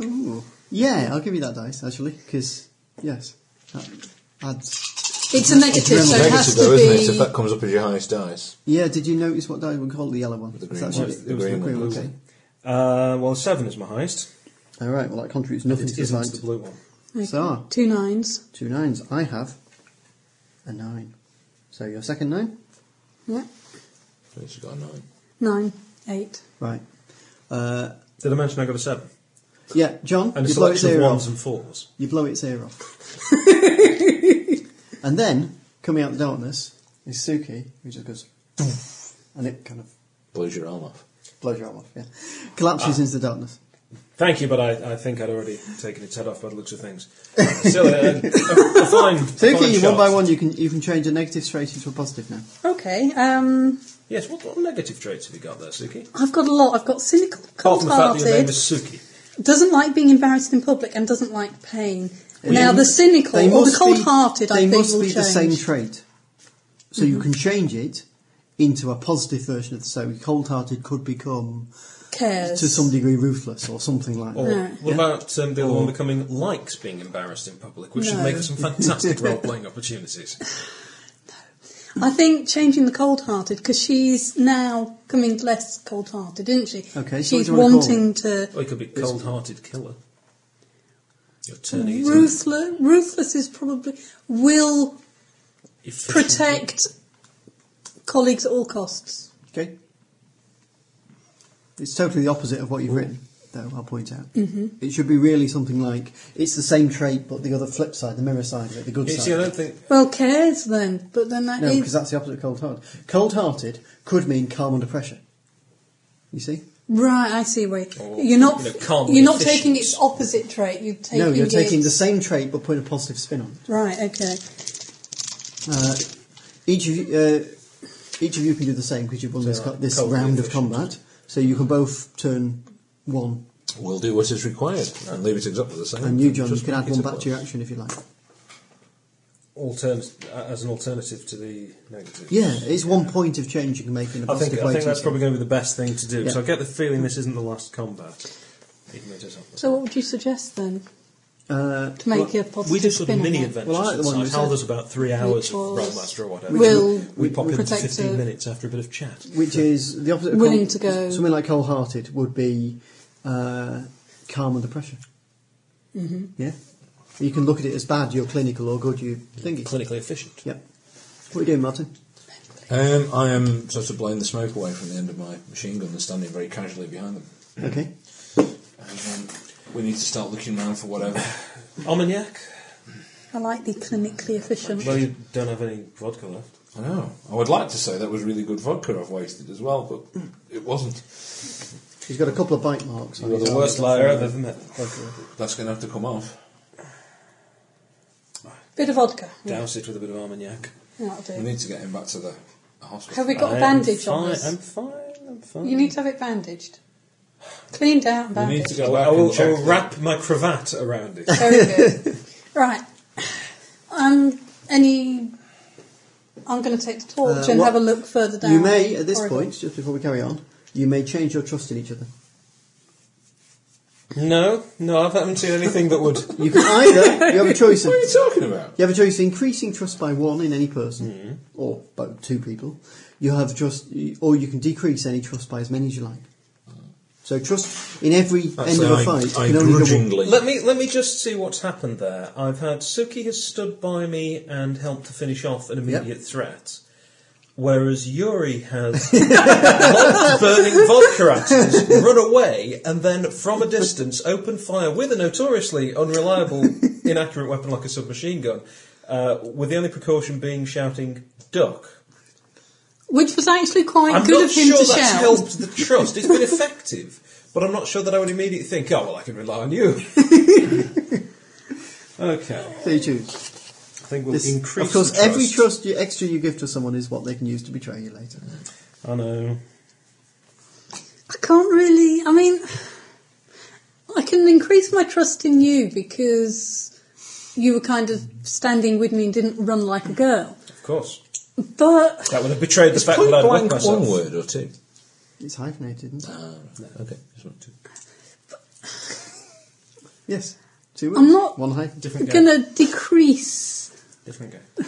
Speaker 2: Ooh. Yeah, I'll give you that dice, actually, because, yes, that adds.
Speaker 4: It's a negative, so it has
Speaker 5: Negative, though, isn't it? If
Speaker 4: to
Speaker 5: that comes up as your highest dice.
Speaker 2: Yeah, did you notice what die we called the yellow one?
Speaker 5: The
Speaker 2: Is
Speaker 5: green
Speaker 2: that
Speaker 5: one.
Speaker 2: should
Speaker 5: It was the green one,
Speaker 2: okay.
Speaker 3: Uh, well, seven is my highest.
Speaker 2: Alright, well, that contributes nothing
Speaker 3: It
Speaker 2: to the
Speaker 3: isn't
Speaker 2: night.
Speaker 3: the blue one.
Speaker 4: be
Speaker 2: So,
Speaker 4: two nines.
Speaker 2: two nines. I have a nine. So, your second nine?
Speaker 4: Yeah,
Speaker 5: At least you got a nine.
Speaker 4: nine, eight.
Speaker 2: Right. Uh,
Speaker 3: Did I mention I got a seven?
Speaker 2: yeah, John,
Speaker 3: And a
Speaker 2: you blow its
Speaker 3: selection of
Speaker 2: ear
Speaker 3: ones
Speaker 2: off.
Speaker 3: and fours.
Speaker 2: You blow its ear off. and then, coming out of the darkness, is Suki, who just goes, "Doof," and it kind of
Speaker 5: Blows your arm off.
Speaker 2: blows your arm off, yeah.
Speaker 3: Ah.
Speaker 2: Collapses into the darkness.
Speaker 3: Thank you, but I, I think I'd already taken its head off by the looks of things. Still, uh, a, a fine. a fine
Speaker 2: Suki, one
Speaker 3: shot.
Speaker 2: by one, you can you can change a negative straight into a positive now.
Speaker 4: Okay, um,
Speaker 3: Yes, what, what negative traits have you got there, Suki?
Speaker 4: I've got a lot. I've got cynical,
Speaker 3: Apart from the fact that your name
Speaker 4: cold-hearted,
Speaker 3: is Suki.
Speaker 4: doesn't like being embarrassed in public, and doesn't like pain.
Speaker 2: Well,
Speaker 4: now
Speaker 2: you-
Speaker 4: the cynical
Speaker 2: They
Speaker 4: or the
Speaker 2: must be-
Speaker 4: cold-hearted, I
Speaker 2: They
Speaker 4: think,
Speaker 2: must
Speaker 4: will
Speaker 2: be
Speaker 4: change. Mm-hmm.
Speaker 2: the same trait, so you can change it into a positive version of the so cold-hearted could become
Speaker 4: Cares
Speaker 2: to some degree ruthless or something like
Speaker 3: Or
Speaker 2: that.
Speaker 3: what about um, the other one becoming likes being embarrassed in public, which should
Speaker 4: No.
Speaker 3: make for some fantastic role playing opportunities.
Speaker 4: I think changing the cold-hearted because she's now coming less cold-hearted, isn't she?
Speaker 2: Okay, so what
Speaker 4: she's
Speaker 2: do you wanna call
Speaker 4: wanting to
Speaker 3: Or you could be cold hearted killer. You're turning it into
Speaker 4: ruthless. Ruthless is probably will
Speaker 3: efficient-
Speaker 4: protect colleagues at all costs.
Speaker 2: Okay. It's totally the opposite of what you've written, though. I'll point out. Mm-hmm. It should be really something like it's the same trait, but the other flip side, the mirror side of it, the good
Speaker 3: You
Speaker 2: side.
Speaker 3: see, I don't think.
Speaker 4: Well, cares then, but then that
Speaker 2: No,
Speaker 4: is-
Speaker 2: because that's the opposite of cold hearted. Cold hearted could mean calm under pressure. You see?
Speaker 4: Right, I see. Where
Speaker 3: Or,
Speaker 4: you're not
Speaker 3: you know, calm and
Speaker 4: you're not
Speaker 3: efficient.
Speaker 4: taking its opposite trait. You're taking
Speaker 2: no, you're taking
Speaker 4: it-
Speaker 2: the same trait but putting a positive spin on it.
Speaker 4: right. Okay,
Speaker 2: Uh, each of you, uh, each of you can do the same because you've won this, co- this round of combat. So you can both turn one,
Speaker 5: We'll do what is required and leave it exactly the same.
Speaker 2: and you, John, you
Speaker 5: Just
Speaker 2: can add
Speaker 5: make it
Speaker 2: one
Speaker 5: a
Speaker 2: back to your
Speaker 5: plus.
Speaker 2: action if you like.
Speaker 3: Altern- as an alternative to the negative.
Speaker 2: Yeah, it's one point of change you can make in a
Speaker 3: I
Speaker 2: positive
Speaker 3: think,
Speaker 2: way.
Speaker 3: I think
Speaker 2: to
Speaker 3: that's
Speaker 2: it.
Speaker 3: probably going to be the best thing to do.
Speaker 2: Yeah.
Speaker 3: So I get the feeling this isn't the last combat. Even though it is after.
Speaker 4: so what would you suggest then
Speaker 2: Uh,
Speaker 4: to make a positive
Speaker 3: we do sort of
Speaker 4: spin on
Speaker 3: mini
Speaker 4: that?
Speaker 3: adventures
Speaker 2: Well, I like the one
Speaker 3: inside.
Speaker 2: you
Speaker 3: Hal
Speaker 2: said.
Speaker 3: does about three hours of
Speaker 4: was-
Speaker 3: Rollmaster or whatever.
Speaker 4: Will-
Speaker 3: we pop in for
Speaker 4: Protector-
Speaker 3: 15 minutes after a bit of chat.
Speaker 2: which is the opposite. Of
Speaker 4: Willing to go-
Speaker 2: Something like cold-hearted would be uh, calm under pressure. Mm-hmm. Yeah, you can look at it as bad. You're clinical or good. You think it's
Speaker 3: Clinically efficient.
Speaker 2: Yep. What are you doing, Martin?
Speaker 5: Um, I am sort of blowing the smoke away from the end of my machine gun and standing very casually behind them.
Speaker 2: Okay.
Speaker 5: Um, we need to start looking around for whatever.
Speaker 3: Armagnac?
Speaker 4: I like the clinically efficient.
Speaker 3: Well, you don't have any vodka left.
Speaker 5: I know. I would like to say that was really good vodka I've wasted as well, but it wasn't.
Speaker 2: He's got a couple of bite marks on
Speaker 3: You're
Speaker 2: his
Speaker 3: the
Speaker 2: arm.
Speaker 3: worst liar I've ever met.
Speaker 5: That's going to have to come off.
Speaker 4: Bit of vodka. Yeah,
Speaker 3: Douse it with a bit of Armagnac.
Speaker 4: that'll do.
Speaker 5: We need to get him back to the
Speaker 4: Have
Speaker 5: hospital.
Speaker 4: we got a
Speaker 3: I'm
Speaker 4: bandage
Speaker 3: fine,
Speaker 4: on us?
Speaker 3: I'm fine, I'm fine.
Speaker 4: You need to have it bandaged, cleaned out and
Speaker 5: We need
Speaker 4: bandaged.
Speaker 5: to go
Speaker 3: Well,
Speaker 5: back
Speaker 3: I will,
Speaker 5: and check.
Speaker 3: I will
Speaker 5: the-
Speaker 3: wrap my cravat around it.
Speaker 4: Very good. right. Um, any? I'm going to take the torch
Speaker 2: Uh,
Speaker 4: and
Speaker 2: what-
Speaker 4: have a look further down.
Speaker 2: You may, at this
Speaker 4: corridor.
Speaker 2: point, just before we carry on, you may change your trust in each other.
Speaker 3: No, no, I haven't seen anything that would.
Speaker 2: You can either you have a choice. Of,
Speaker 5: What are you talking about?
Speaker 2: you have a choice: of increasing trust by one in any person,
Speaker 5: Mm-hmm.
Speaker 2: or about two people. You have trust, or you can decrease any trust by as many as you like. So trust in every end of a fight
Speaker 5: I, I
Speaker 2: can only go one.
Speaker 5: grudgingly.
Speaker 3: Let me let me just see what's happened there. I've had Suki has stood by me and helped to finish off an immediate threat, whereas Yuri has lobbed burning vodka at us, run away, and then from a distance open fire with a notoriously unreliable, inaccurate weapon like a submachine gun, uh, with the only precaution being shouting "duck."
Speaker 4: Which was actually quite
Speaker 3: I'm
Speaker 4: good
Speaker 3: not
Speaker 4: of him
Speaker 3: sure
Speaker 4: to
Speaker 3: that's
Speaker 4: shout.
Speaker 3: helped the trust. It's been effective, but I'm not sure that I would immediately think, "Oh well, I can rely on you." okay.
Speaker 2: So you choose.
Speaker 3: I think we'll
Speaker 2: This-
Speaker 3: increase.
Speaker 2: of course,
Speaker 3: the trust.
Speaker 2: every trust you, extra you give to someone is what they can use to betray you later.
Speaker 3: I know.
Speaker 4: I can't really. I mean, I can increase my trust in you because you were kind of standing with me and didn't run like a girl.
Speaker 3: Of course,
Speaker 4: But
Speaker 3: that would have betrayed the fact
Speaker 5: Point
Speaker 3: that I'd
Speaker 5: blank,
Speaker 3: worked myself.
Speaker 5: one word or two.
Speaker 2: It's hyphenated. Isn't it?
Speaker 5: Okay, just one, two.
Speaker 2: Yes, two.
Speaker 4: I'm
Speaker 2: words.
Speaker 4: not
Speaker 2: one hyphen.
Speaker 4: I'm
Speaker 3: Different game.
Speaker 4: going to decrease.
Speaker 3: Different game.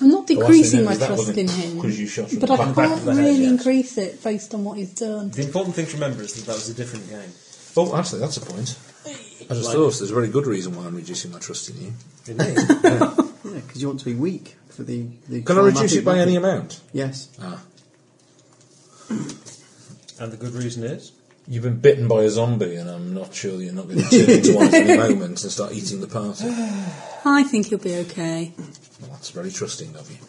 Speaker 4: I'm not
Speaker 5: The last
Speaker 4: decreasing
Speaker 5: thing
Speaker 4: my
Speaker 5: that was
Speaker 4: trust
Speaker 5: that
Speaker 4: in
Speaker 5: wasn't-
Speaker 4: him,
Speaker 5: 'cause you shot from
Speaker 4: but
Speaker 5: the
Speaker 4: I
Speaker 5: back, back
Speaker 4: can't
Speaker 5: of the head,
Speaker 4: really
Speaker 5: yeah.
Speaker 4: increase it based on what he's done.
Speaker 3: The important thing to remember is that that was a different game.
Speaker 5: Oh, actually, that's a point. I just thought there's a very good reason why I'm reducing my trust in you.
Speaker 3: In me.
Speaker 2: Yeah, because you want to be weak for the. the
Speaker 5: Can I reduce
Speaker 2: traumatic
Speaker 5: it by any
Speaker 2: weapon.
Speaker 5: amount?
Speaker 2: Yes.
Speaker 5: Ah.
Speaker 3: and the good reason is
Speaker 5: You've been bitten by a zombie, and I'm not sure you're not going to turn into one at any moment and start eating the party. Well,
Speaker 4: I think he'll be okay.
Speaker 5: that's very trusting of you.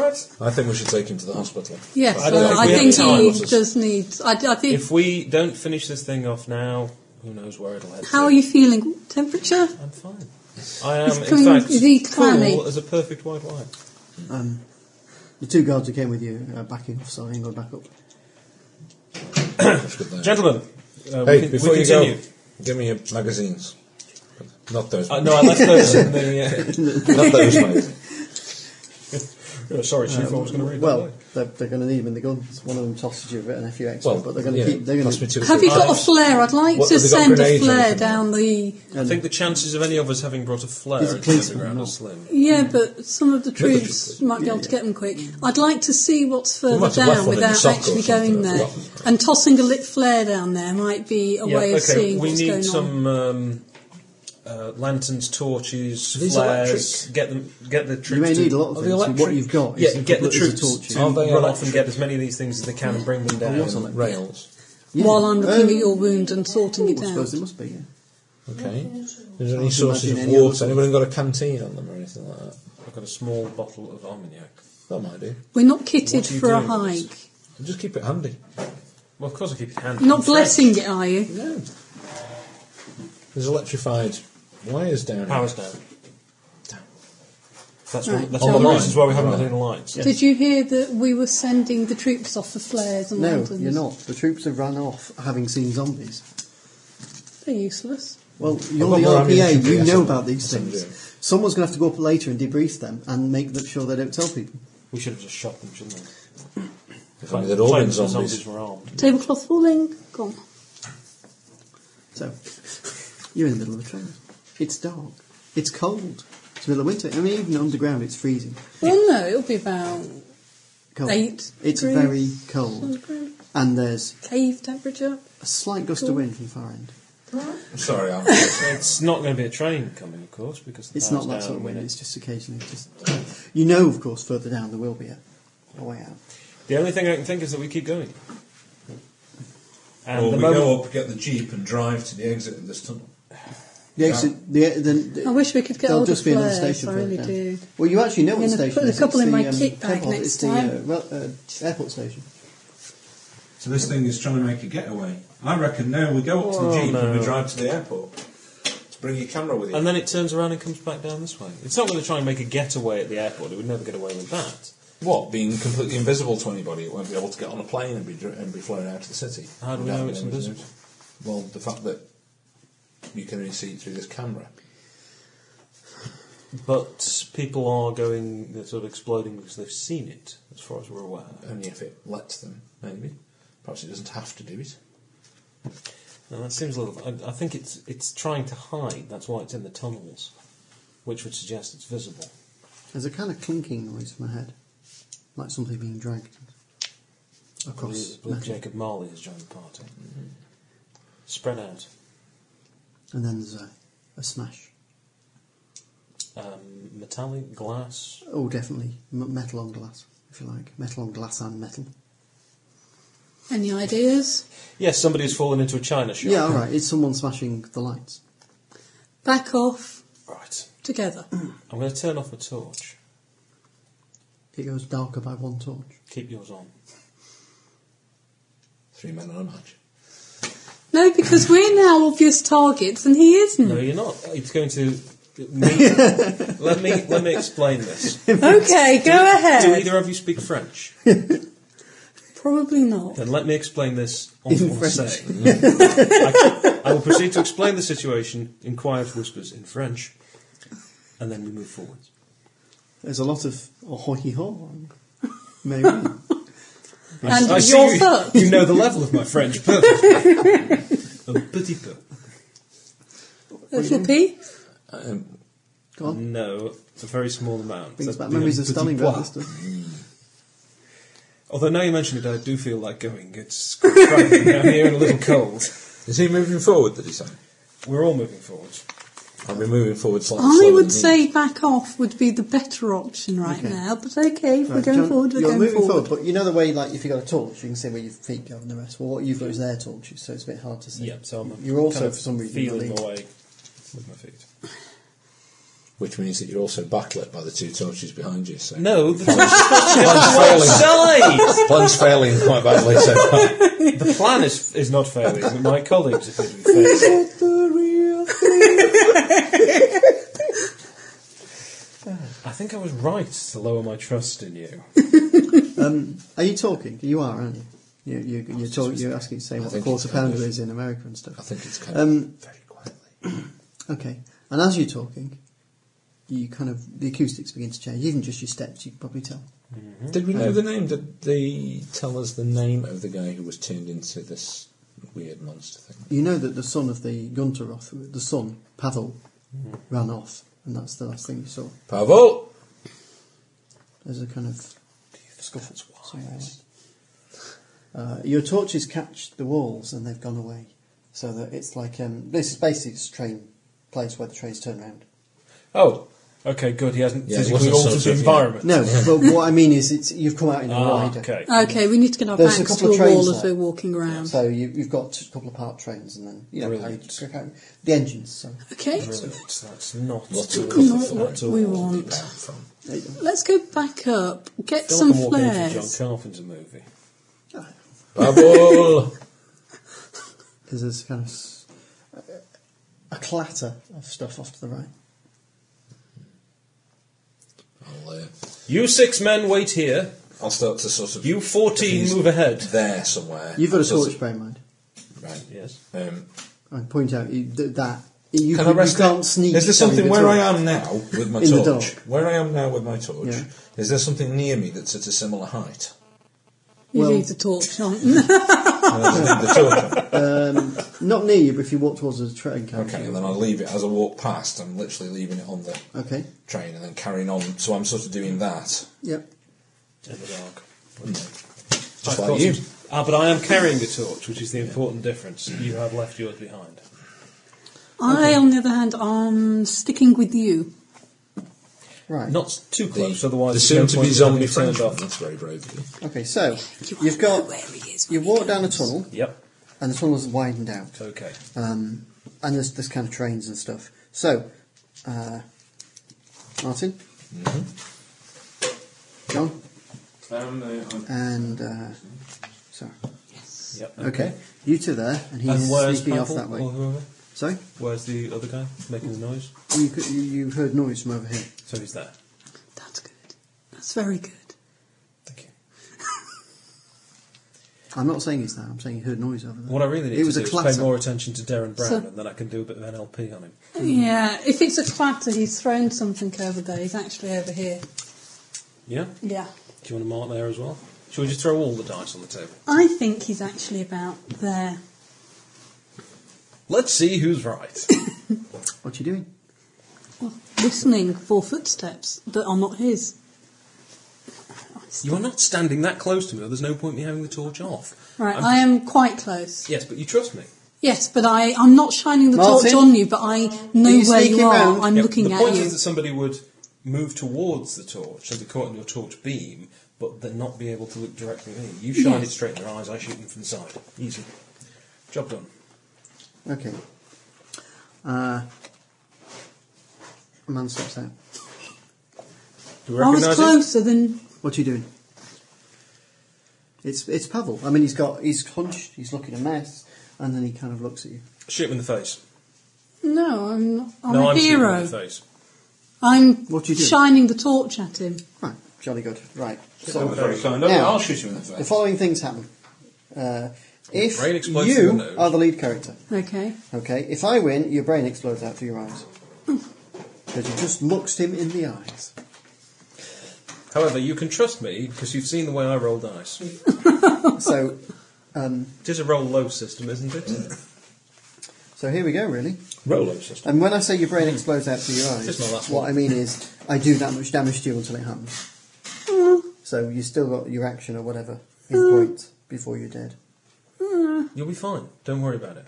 Speaker 3: right.
Speaker 5: I think we should take him to the hospital.
Speaker 4: Yes, uh,
Speaker 3: I
Speaker 4: I,
Speaker 3: don't know if we have
Speaker 4: think
Speaker 3: time.
Speaker 4: he
Speaker 5: What's this?
Speaker 4: does need. I, I think.
Speaker 3: If we don't finish this thing off now, who knows where it'll head.
Speaker 4: how
Speaker 3: to.
Speaker 4: are you feeling? Temperature?
Speaker 3: I'm fine. I am,
Speaker 4: He's
Speaker 3: in
Speaker 4: coming-
Speaker 3: fact,
Speaker 4: is he clammy?
Speaker 3: cool as a perfect white wine.
Speaker 2: Um, the two guards who came with you are backing off sign or back up.
Speaker 5: That's good there.
Speaker 3: Gentlemen, uh,
Speaker 5: Hey,
Speaker 3: we, can,
Speaker 5: before
Speaker 3: we
Speaker 5: you
Speaker 3: continue.
Speaker 5: go, give me your magazines. Not those.
Speaker 3: Uh, no, I left those in the.
Speaker 5: not those magazines.
Speaker 3: Uh, oh, sorry, Chief, I was going to read
Speaker 2: well,
Speaker 3: that.
Speaker 2: they're, they're going to need them in the guns. One of them tosses you a bit and a few extra,
Speaker 5: Well,
Speaker 2: but they're going to
Speaker 5: yeah,
Speaker 2: keep. They're going
Speaker 5: pass me
Speaker 2: to.
Speaker 5: two or
Speaker 4: Have
Speaker 5: three
Speaker 4: you got a
Speaker 5: knives.
Speaker 4: flare? I'd like
Speaker 5: What,
Speaker 4: to
Speaker 5: have they got
Speaker 4: send a
Speaker 5: grenades or
Speaker 4: flare
Speaker 5: anything?
Speaker 4: down the.
Speaker 3: I think the chances of any of us having brought a flare
Speaker 2: He's a
Speaker 3: into the
Speaker 2: policeman,
Speaker 3: underground
Speaker 2: no.
Speaker 3: are slim.
Speaker 4: Yeah, but some of the
Speaker 5: Military
Speaker 4: troops
Speaker 5: police.
Speaker 4: might be able to get them quick. I'd like to see what's
Speaker 5: might
Speaker 4: further
Speaker 5: have left
Speaker 4: down
Speaker 5: one in the
Speaker 4: without
Speaker 5: sock or
Speaker 4: actually
Speaker 5: something,
Speaker 4: going
Speaker 5: I've
Speaker 4: there.
Speaker 5: forgotten.
Speaker 4: And tossing a lit flare down there might be a way
Speaker 3: okay,
Speaker 4: of seeing
Speaker 3: we
Speaker 4: what's
Speaker 3: need
Speaker 4: going on.
Speaker 3: some um, uh, lanterns, torches,
Speaker 5: These
Speaker 3: flares. Get them. Get the troops.
Speaker 2: You may
Speaker 3: to,
Speaker 2: need a lot of
Speaker 5: Are
Speaker 2: things.
Speaker 5: they
Speaker 2: so What
Speaker 5: electric?
Speaker 2: you've got is
Speaker 3: yeah,
Speaker 2: a
Speaker 3: get
Speaker 2: couple
Speaker 3: the
Speaker 2: of- there's a
Speaker 3: troops
Speaker 2: torch.
Speaker 3: to
Speaker 5: Are
Speaker 3: run
Speaker 5: they
Speaker 3: off and
Speaker 5: electric?
Speaker 3: get as many of these things as they can and bring them down.
Speaker 2: electric?
Speaker 5: Rails.
Speaker 2: Yeah.
Speaker 4: While I'm looking
Speaker 2: Um,
Speaker 4: at your wound and sorting
Speaker 2: Ooh,
Speaker 4: it
Speaker 2: I
Speaker 4: out.
Speaker 2: suppose it must be. Yeah.
Speaker 9: Okay. Is there any
Speaker 2: Can't
Speaker 9: sources of
Speaker 2: imagine any
Speaker 9: water?
Speaker 2: other-
Speaker 9: Anyone got a canteen on them or anything like that?
Speaker 3: I've got a small bottle of armagnac.
Speaker 9: That might do.
Speaker 4: We're not
Speaker 3: What
Speaker 4: kitted
Speaker 3: do you
Speaker 4: for a
Speaker 3: do with this?
Speaker 4: hike.
Speaker 9: Just keep it handy.
Speaker 3: Well, of course I keep it handy.
Speaker 4: Not
Speaker 3: Fresh.
Speaker 4: blessing it, are you?
Speaker 9: No. There's electrified wires down here.
Speaker 3: Power's down. That's,
Speaker 4: Right.
Speaker 3: what, that's
Speaker 9: On
Speaker 3: one
Speaker 9: the
Speaker 3: of the
Speaker 9: line.
Speaker 3: reasons why we haven't
Speaker 9: Right.
Speaker 3: had any lights.
Speaker 4: Did you hear that we were sending the troops off for flares and
Speaker 2: No,
Speaker 4: lanterns?
Speaker 2: you're not. The troops have run off having seen zombies.
Speaker 4: They're useless.
Speaker 2: Well, you're
Speaker 9: got
Speaker 2: the
Speaker 9: more ammunition
Speaker 2: IPA,
Speaker 9: for
Speaker 2: you
Speaker 9: you,
Speaker 2: know
Speaker 9: so-
Speaker 2: about these
Speaker 9: so I'm
Speaker 2: things.
Speaker 9: doing.
Speaker 2: Someone's going to have to go up later and debrief them and make them sure they don't tell people.
Speaker 3: We should have just shot them, shouldn't we? If
Speaker 9: If only they'd all been
Speaker 3: the
Speaker 9: zombies.
Speaker 3: were armed.
Speaker 4: Tablecloth falling, gone.
Speaker 2: So, you're in the middle of a trail. It's dark. It's cold. It's the middle of winter. I mean, even underground, it's freezing.
Speaker 4: Well, no, it'll be about
Speaker 2: Cold.
Speaker 4: Eight
Speaker 2: It's
Speaker 4: degrees.
Speaker 2: very cold. And there's
Speaker 4: cave temperature.
Speaker 2: a slight gust of wind from the far end.
Speaker 5: I'm sorry, I'm
Speaker 3: It's not going to be a train coming, of course, because the
Speaker 2: It's not
Speaker 3: power's
Speaker 2: that
Speaker 3: down
Speaker 2: sort of
Speaker 3: and we
Speaker 2: wind.
Speaker 3: know-
Speaker 2: It's just occasionally just. You know, of course, further down there will be a, a way out.
Speaker 3: The only thing I can think is that we keep going. And
Speaker 5: Or
Speaker 3: the
Speaker 5: we
Speaker 3: moment,
Speaker 5: go up, get the jeep, and drive to the exit of this tunnel.
Speaker 2: The exit. The, the, the-
Speaker 4: I wish we could get
Speaker 2: there'll
Speaker 4: all the
Speaker 2: just be another
Speaker 4: flares.
Speaker 2: station
Speaker 4: I
Speaker 2: further
Speaker 4: really
Speaker 2: down.
Speaker 4: do.
Speaker 2: Well, you actually know
Speaker 4: I'm
Speaker 2: what the
Speaker 4: gonna
Speaker 2: station
Speaker 4: put a
Speaker 2: is.
Speaker 4: couple
Speaker 2: it's
Speaker 4: in
Speaker 2: the,
Speaker 4: my
Speaker 2: um,
Speaker 4: kit bag
Speaker 2: Pebble.
Speaker 4: next
Speaker 2: it's the, Uh,
Speaker 4: time.
Speaker 2: well, uh, airport station.
Speaker 5: So this thing is trying to make a getaway. I reckon now we go up to the
Speaker 3: Well,
Speaker 5: jeep and
Speaker 3: no.
Speaker 5: we drive to the airport. Bring your camera with you.
Speaker 3: and then it turns around and comes back down this way. It's not going to try and make a getaway at the airport. It would never get away with that.
Speaker 5: what? Being completely invisible to anybody, it won't be able to get on a plane and be dri- and be flown out to the city.
Speaker 3: How do we
Speaker 5: Without
Speaker 3: know it's
Speaker 5: being able to-
Speaker 3: invisible?
Speaker 5: Well, the fact that you can only see it through this camera.
Speaker 3: But people are going, they're sort of exploding because they've seen it, as far as we're aware.
Speaker 5: Only if it lets them, maybe. Perhaps it doesn't have to do it.
Speaker 3: Now that seems a little. I, I think it's it's trying to hide. That's why it's in the tunnels, which would suggest it's visible.
Speaker 2: There's a kind of clinking noise from my head, like something being dragged across.
Speaker 3: I believe
Speaker 2: metal.
Speaker 3: Jacob Marley has joined the party. Spread out.
Speaker 2: And then there's a, a smash.
Speaker 3: Um, metallic glass.
Speaker 2: Oh, definitely M- metal on glass, if you like, metal on glass and metal.
Speaker 4: Any ideas?
Speaker 3: Yes, somebody has fallen into a china shop.
Speaker 2: Yeah, all right. It's someone smashing the lights.
Speaker 4: Back off
Speaker 3: Right.
Speaker 4: together.
Speaker 3: I'm going to turn off my torch.
Speaker 2: It goes darker by one torch.
Speaker 3: Keep yours on.
Speaker 5: Three men on a match.
Speaker 4: no, because we're now obvious targets and he isn't.
Speaker 3: No, you're not. It's going to. me- let me let me explain this.
Speaker 4: Okay, go
Speaker 3: Do
Speaker 4: ahead.
Speaker 3: either of you speak French?
Speaker 4: Probably not.
Speaker 3: Then let me explain this en
Speaker 2: In
Speaker 3: français. I, I will proceed to explain the situation in quiet whispers in French, and then we move forward.
Speaker 2: There's a lot of oh, hockey horn. Maybe.
Speaker 4: And
Speaker 3: I see
Speaker 4: your
Speaker 3: you,
Speaker 4: foot.
Speaker 3: You know the level of my French perfectly. Un petit peu.
Speaker 4: Little P.
Speaker 2: Go on.
Speaker 3: No, a very small amount.
Speaker 2: Brings
Speaker 3: That's
Speaker 2: back
Speaker 3: the
Speaker 2: memories of
Speaker 3: petit
Speaker 2: Stalingrad. uh,
Speaker 3: pois.
Speaker 2: this stuff.
Speaker 3: Although now you mention it, I do feel like going. It's quite frightening down here and a little cold.
Speaker 9: Is he moving forward, did he say?
Speaker 3: We're all moving forward.
Speaker 9: I'll be moving forward slightly.
Speaker 4: I
Speaker 9: slower than
Speaker 4: would
Speaker 9: he-
Speaker 4: say back off would be the better option right
Speaker 2: Okay.
Speaker 4: now, but okay, if we're
Speaker 2: Right,
Speaker 4: going
Speaker 2: John,
Speaker 4: forward, we're
Speaker 2: you're
Speaker 4: going
Speaker 2: moving
Speaker 4: forward.
Speaker 2: But you know the way, like if you've got a torch, you can see where your feet go and the rest. Well, what you've got is their torches, so it's a bit hard to see.
Speaker 3: Yep, so I'm
Speaker 2: you're also
Speaker 3: kind of
Speaker 2: for some reason
Speaker 3: feeling
Speaker 2: leading.
Speaker 3: my way with my feet.
Speaker 5: Which means that you're also backlit by the two torches behind you. So
Speaker 3: No, the plan's
Speaker 9: Plan's failing.
Speaker 3: side.
Speaker 9: Plan's failing quite badly so far.
Speaker 3: The plan is, is not failing, but my colleagues appear to be failing. I think I was right to lower my trust in you.
Speaker 2: Um, are you talking? You are, aren't you? You, you, you're, talk, you're asking to say what a
Speaker 5: think
Speaker 2: quarter
Speaker 5: it's kind
Speaker 2: pounder
Speaker 5: of-
Speaker 2: is in America and stuff.
Speaker 5: I think it's kind
Speaker 2: Um,
Speaker 5: of very quietly.
Speaker 2: Okay. And as you're talking, you kind of the acoustics begin to change. Even just your steps, you can probably tell.
Speaker 5: Did we know the name? Did they tell us the name of the guy who was turned into this weird monster thing?
Speaker 2: You know that the son of the Gunteroth, the son Pavel,
Speaker 3: Mm-hmm.
Speaker 2: ran off, and that's the last thing you saw.
Speaker 5: Pavel!
Speaker 2: There's a kind of
Speaker 3: Scuffles wise.
Speaker 2: Uh, your torches catch the walls and they've gone away. So that it's like um, this is basically this train place where the trains turn round.
Speaker 3: Oh, Okay, good. He hasn't
Speaker 5: Yeah, it
Speaker 3: physically
Speaker 5: wasn't
Speaker 3: altered
Speaker 5: sort
Speaker 3: the
Speaker 5: of, yeah.
Speaker 3: environment.
Speaker 2: No, but what I mean is, it's, you've come out in a
Speaker 3: Ah,
Speaker 2: wider.
Speaker 3: okay.
Speaker 4: Okay, we need to get our
Speaker 2: There's a
Speaker 4: backs to
Speaker 2: couple
Speaker 4: a
Speaker 2: of trains
Speaker 4: wall as
Speaker 2: there.
Speaker 4: we're walking
Speaker 5: Um,
Speaker 4: around.
Speaker 2: So you, you've got a couple of part trains, and then you know
Speaker 5: Really?
Speaker 2: how you crack out the engines. So
Speaker 4: Okay,
Speaker 3: That's, that's not
Speaker 5: Lots of coffee
Speaker 4: not
Speaker 5: flavour.
Speaker 4: what we want.
Speaker 5: from.
Speaker 4: Let's go back up, get
Speaker 3: I feel
Speaker 4: some
Speaker 3: like I'm walking into a
Speaker 4: flares.
Speaker 3: John Carpenter movie. Ah,
Speaker 5: Bubble!
Speaker 2: because there's kind of s- a clatter of stuff off to the right.
Speaker 5: I'll, uh,
Speaker 3: You six men wait here.
Speaker 5: I'll start to sort of.
Speaker 3: You 14
Speaker 5: He's
Speaker 3: move ahead.
Speaker 5: There somewhere.
Speaker 2: You've got a
Speaker 5: I'll sort
Speaker 2: torch, bear in mind.
Speaker 5: of- Right.
Speaker 3: Yes.
Speaker 5: Um,
Speaker 2: I point out you, th- that you,
Speaker 5: Can
Speaker 2: can,
Speaker 5: I rest
Speaker 2: you
Speaker 5: it?
Speaker 2: can't sneak.
Speaker 5: Is there
Speaker 2: carrying
Speaker 5: something
Speaker 2: a
Speaker 5: where I
Speaker 2: torch.
Speaker 5: am now with my
Speaker 2: In the
Speaker 5: torch?
Speaker 2: dark.
Speaker 5: Where I am now with my torch?
Speaker 2: Yeah.
Speaker 5: Is there something near me that's at a similar height?
Speaker 4: You
Speaker 2: Well-
Speaker 4: need the torch on.
Speaker 5: the torch.
Speaker 2: Not near you, but if you walk towards the train, can
Speaker 5: Okay, and then I leave it as I walk past. I'm literally leaving it on the
Speaker 2: Okay.
Speaker 5: train and then carrying on. So I'm sort of doing that. Hmm.
Speaker 2: Yep.
Speaker 3: In the dark.
Speaker 5: Just
Speaker 3: I've
Speaker 5: like
Speaker 3: got
Speaker 5: you.
Speaker 3: some- Ah, but I am carrying a torch, which is the important difference. You have left yours behind.
Speaker 4: I, on the other hand, am sticking with you.
Speaker 2: Right.
Speaker 3: Not too close, otherwise.
Speaker 5: the
Speaker 3: there's no
Speaker 5: soon to be
Speaker 3: point in having
Speaker 5: zombie
Speaker 3: it turned
Speaker 5: Frenchman.
Speaker 3: off.
Speaker 5: That's very brave of you.
Speaker 2: Okay. So
Speaker 4: You
Speaker 2: you've
Speaker 4: won't know
Speaker 2: got
Speaker 4: where he is.
Speaker 2: you
Speaker 4: when he
Speaker 2: walk down a
Speaker 4: comes.
Speaker 2: tunnel,
Speaker 3: Yep.
Speaker 2: and the tunnel's widened out.
Speaker 3: Okay.
Speaker 2: um, and there's this kind of trains and stuff. So, uh, Martin,
Speaker 3: Mm-hmm.
Speaker 2: John,
Speaker 11: Um, uh,
Speaker 2: and uh, sorry,
Speaker 3: Yep.
Speaker 2: okay, you two there, and he's
Speaker 3: And where's
Speaker 2: sneaking off
Speaker 3: Purple
Speaker 2: that way.
Speaker 3: or whoever?
Speaker 2: Sorry,
Speaker 3: Where's the other guy making the noise?
Speaker 2: you, could- you you heard noise from over here.
Speaker 3: So he's there.
Speaker 4: That's good. That's very good.
Speaker 3: Thank you.
Speaker 2: I'm not saying he's there. I'm saying you heard noise over there.
Speaker 3: What I really need
Speaker 2: it was
Speaker 3: to
Speaker 2: a
Speaker 3: do
Speaker 2: clatter.
Speaker 3: is pay more attention to Darren Brown,
Speaker 4: So-
Speaker 3: and then I can do a bit of NLP on him.
Speaker 4: Yeah, if it's a clatter, he's thrown something over there. He's actually over here.
Speaker 3: Yeah?
Speaker 4: Yeah.
Speaker 3: Do you want to mark there as well? Shall we just throw all the dice on the table?
Speaker 4: I think he's actually about there.
Speaker 3: Let's see who's right.
Speaker 2: What you doing?
Speaker 4: Well, listening for footsteps that are not his.
Speaker 3: you are not standing that close to me, or there's no point in me having the torch off.
Speaker 4: Right,
Speaker 3: I'm-
Speaker 4: I am quite close.
Speaker 3: Yes, but you trust me.
Speaker 4: Yes, but I, I'm not shining the
Speaker 2: Martin?
Speaker 4: torch on you, but I know
Speaker 2: Are you
Speaker 4: where you
Speaker 2: sneaking
Speaker 4: are.
Speaker 2: round?
Speaker 4: I'm
Speaker 3: Yeah,
Speaker 4: looking
Speaker 3: the
Speaker 4: at
Speaker 3: point
Speaker 4: you.
Speaker 3: is that somebody would move towards the torch and be caught in your torch beam, but then not be able to look directly at me. You shine
Speaker 4: Yeah.
Speaker 3: it straight in their eyes, I shoot them from the side. Easy. Job done.
Speaker 2: Okay. Uh, a man steps out.
Speaker 3: Do we
Speaker 4: I was
Speaker 3: recognise him?
Speaker 4: closer than.
Speaker 2: What are you doing? It's it's Pavel. I mean, he's got he's hunched, he's looking a mess, and then he kind of looks at you.
Speaker 3: Shoot him in the face.
Speaker 4: No, I'm not. I'm
Speaker 3: no,
Speaker 4: a
Speaker 3: I'm shooting him
Speaker 4: hero.
Speaker 3: in the face.
Speaker 4: I'm
Speaker 2: What do you do?
Speaker 4: shining the torch at him.
Speaker 2: Right, jolly good. Right.
Speaker 11: that was
Speaker 2: So
Speaker 11: very kind. of you.
Speaker 2: Now-
Speaker 11: I'll shoot you in the
Speaker 2: the
Speaker 11: face.
Speaker 2: following things happen. Uh, if
Speaker 3: Brain explodes through the
Speaker 2: you
Speaker 3: nose.
Speaker 2: are the lead character,
Speaker 4: Okay.
Speaker 2: okay, if I win, your brain explodes out through your eyes because you just looked him in the eyes.
Speaker 3: However, you can trust me because you've seen the way I roll dice. It
Speaker 2: So
Speaker 3: is a roll low system, isn't it?
Speaker 2: so here we go, really.
Speaker 3: roll low system.
Speaker 2: And when I say your brain explodes out through your
Speaker 3: Just my
Speaker 2: eyes,
Speaker 3: last
Speaker 2: what
Speaker 3: one.
Speaker 2: I mean is I do that much damage to you until it happens. So you still got your action or whatever in point before you're dead.
Speaker 3: You'll be fine. Don't worry about it.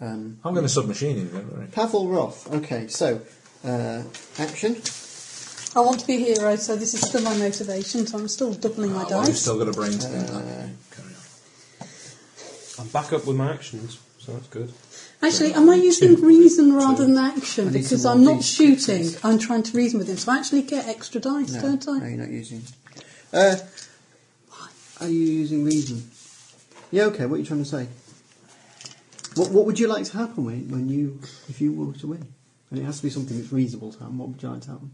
Speaker 2: Um,
Speaker 5: I'm going to submachine him, don't worry.
Speaker 2: Pavel Roth. Okay, so uh, action.
Speaker 4: I want to be a hero, so this is still my motivation, so I'm still doubling my
Speaker 3: Oh,
Speaker 5: Ah, well, you've
Speaker 4: dice.
Speaker 5: still got a brain to do that. Carry on.
Speaker 3: I'm back up with my actions, so that's good.
Speaker 4: Actually, am I using reason rather than action?
Speaker 2: I need
Speaker 4: Because
Speaker 2: some
Speaker 4: I'm
Speaker 2: more
Speaker 4: not
Speaker 2: dice,
Speaker 4: shooting,
Speaker 2: please.
Speaker 4: I'm trying to reason with him, so I actually get extra dice,
Speaker 2: No,
Speaker 4: don't I?
Speaker 2: no, you're not using. Uh, are you using reason? Yeah. Okay. What are you trying to say? What What would you like to happen when, when you if you were to win? And it has to be something that's reasonable to happen. What would you like to happen?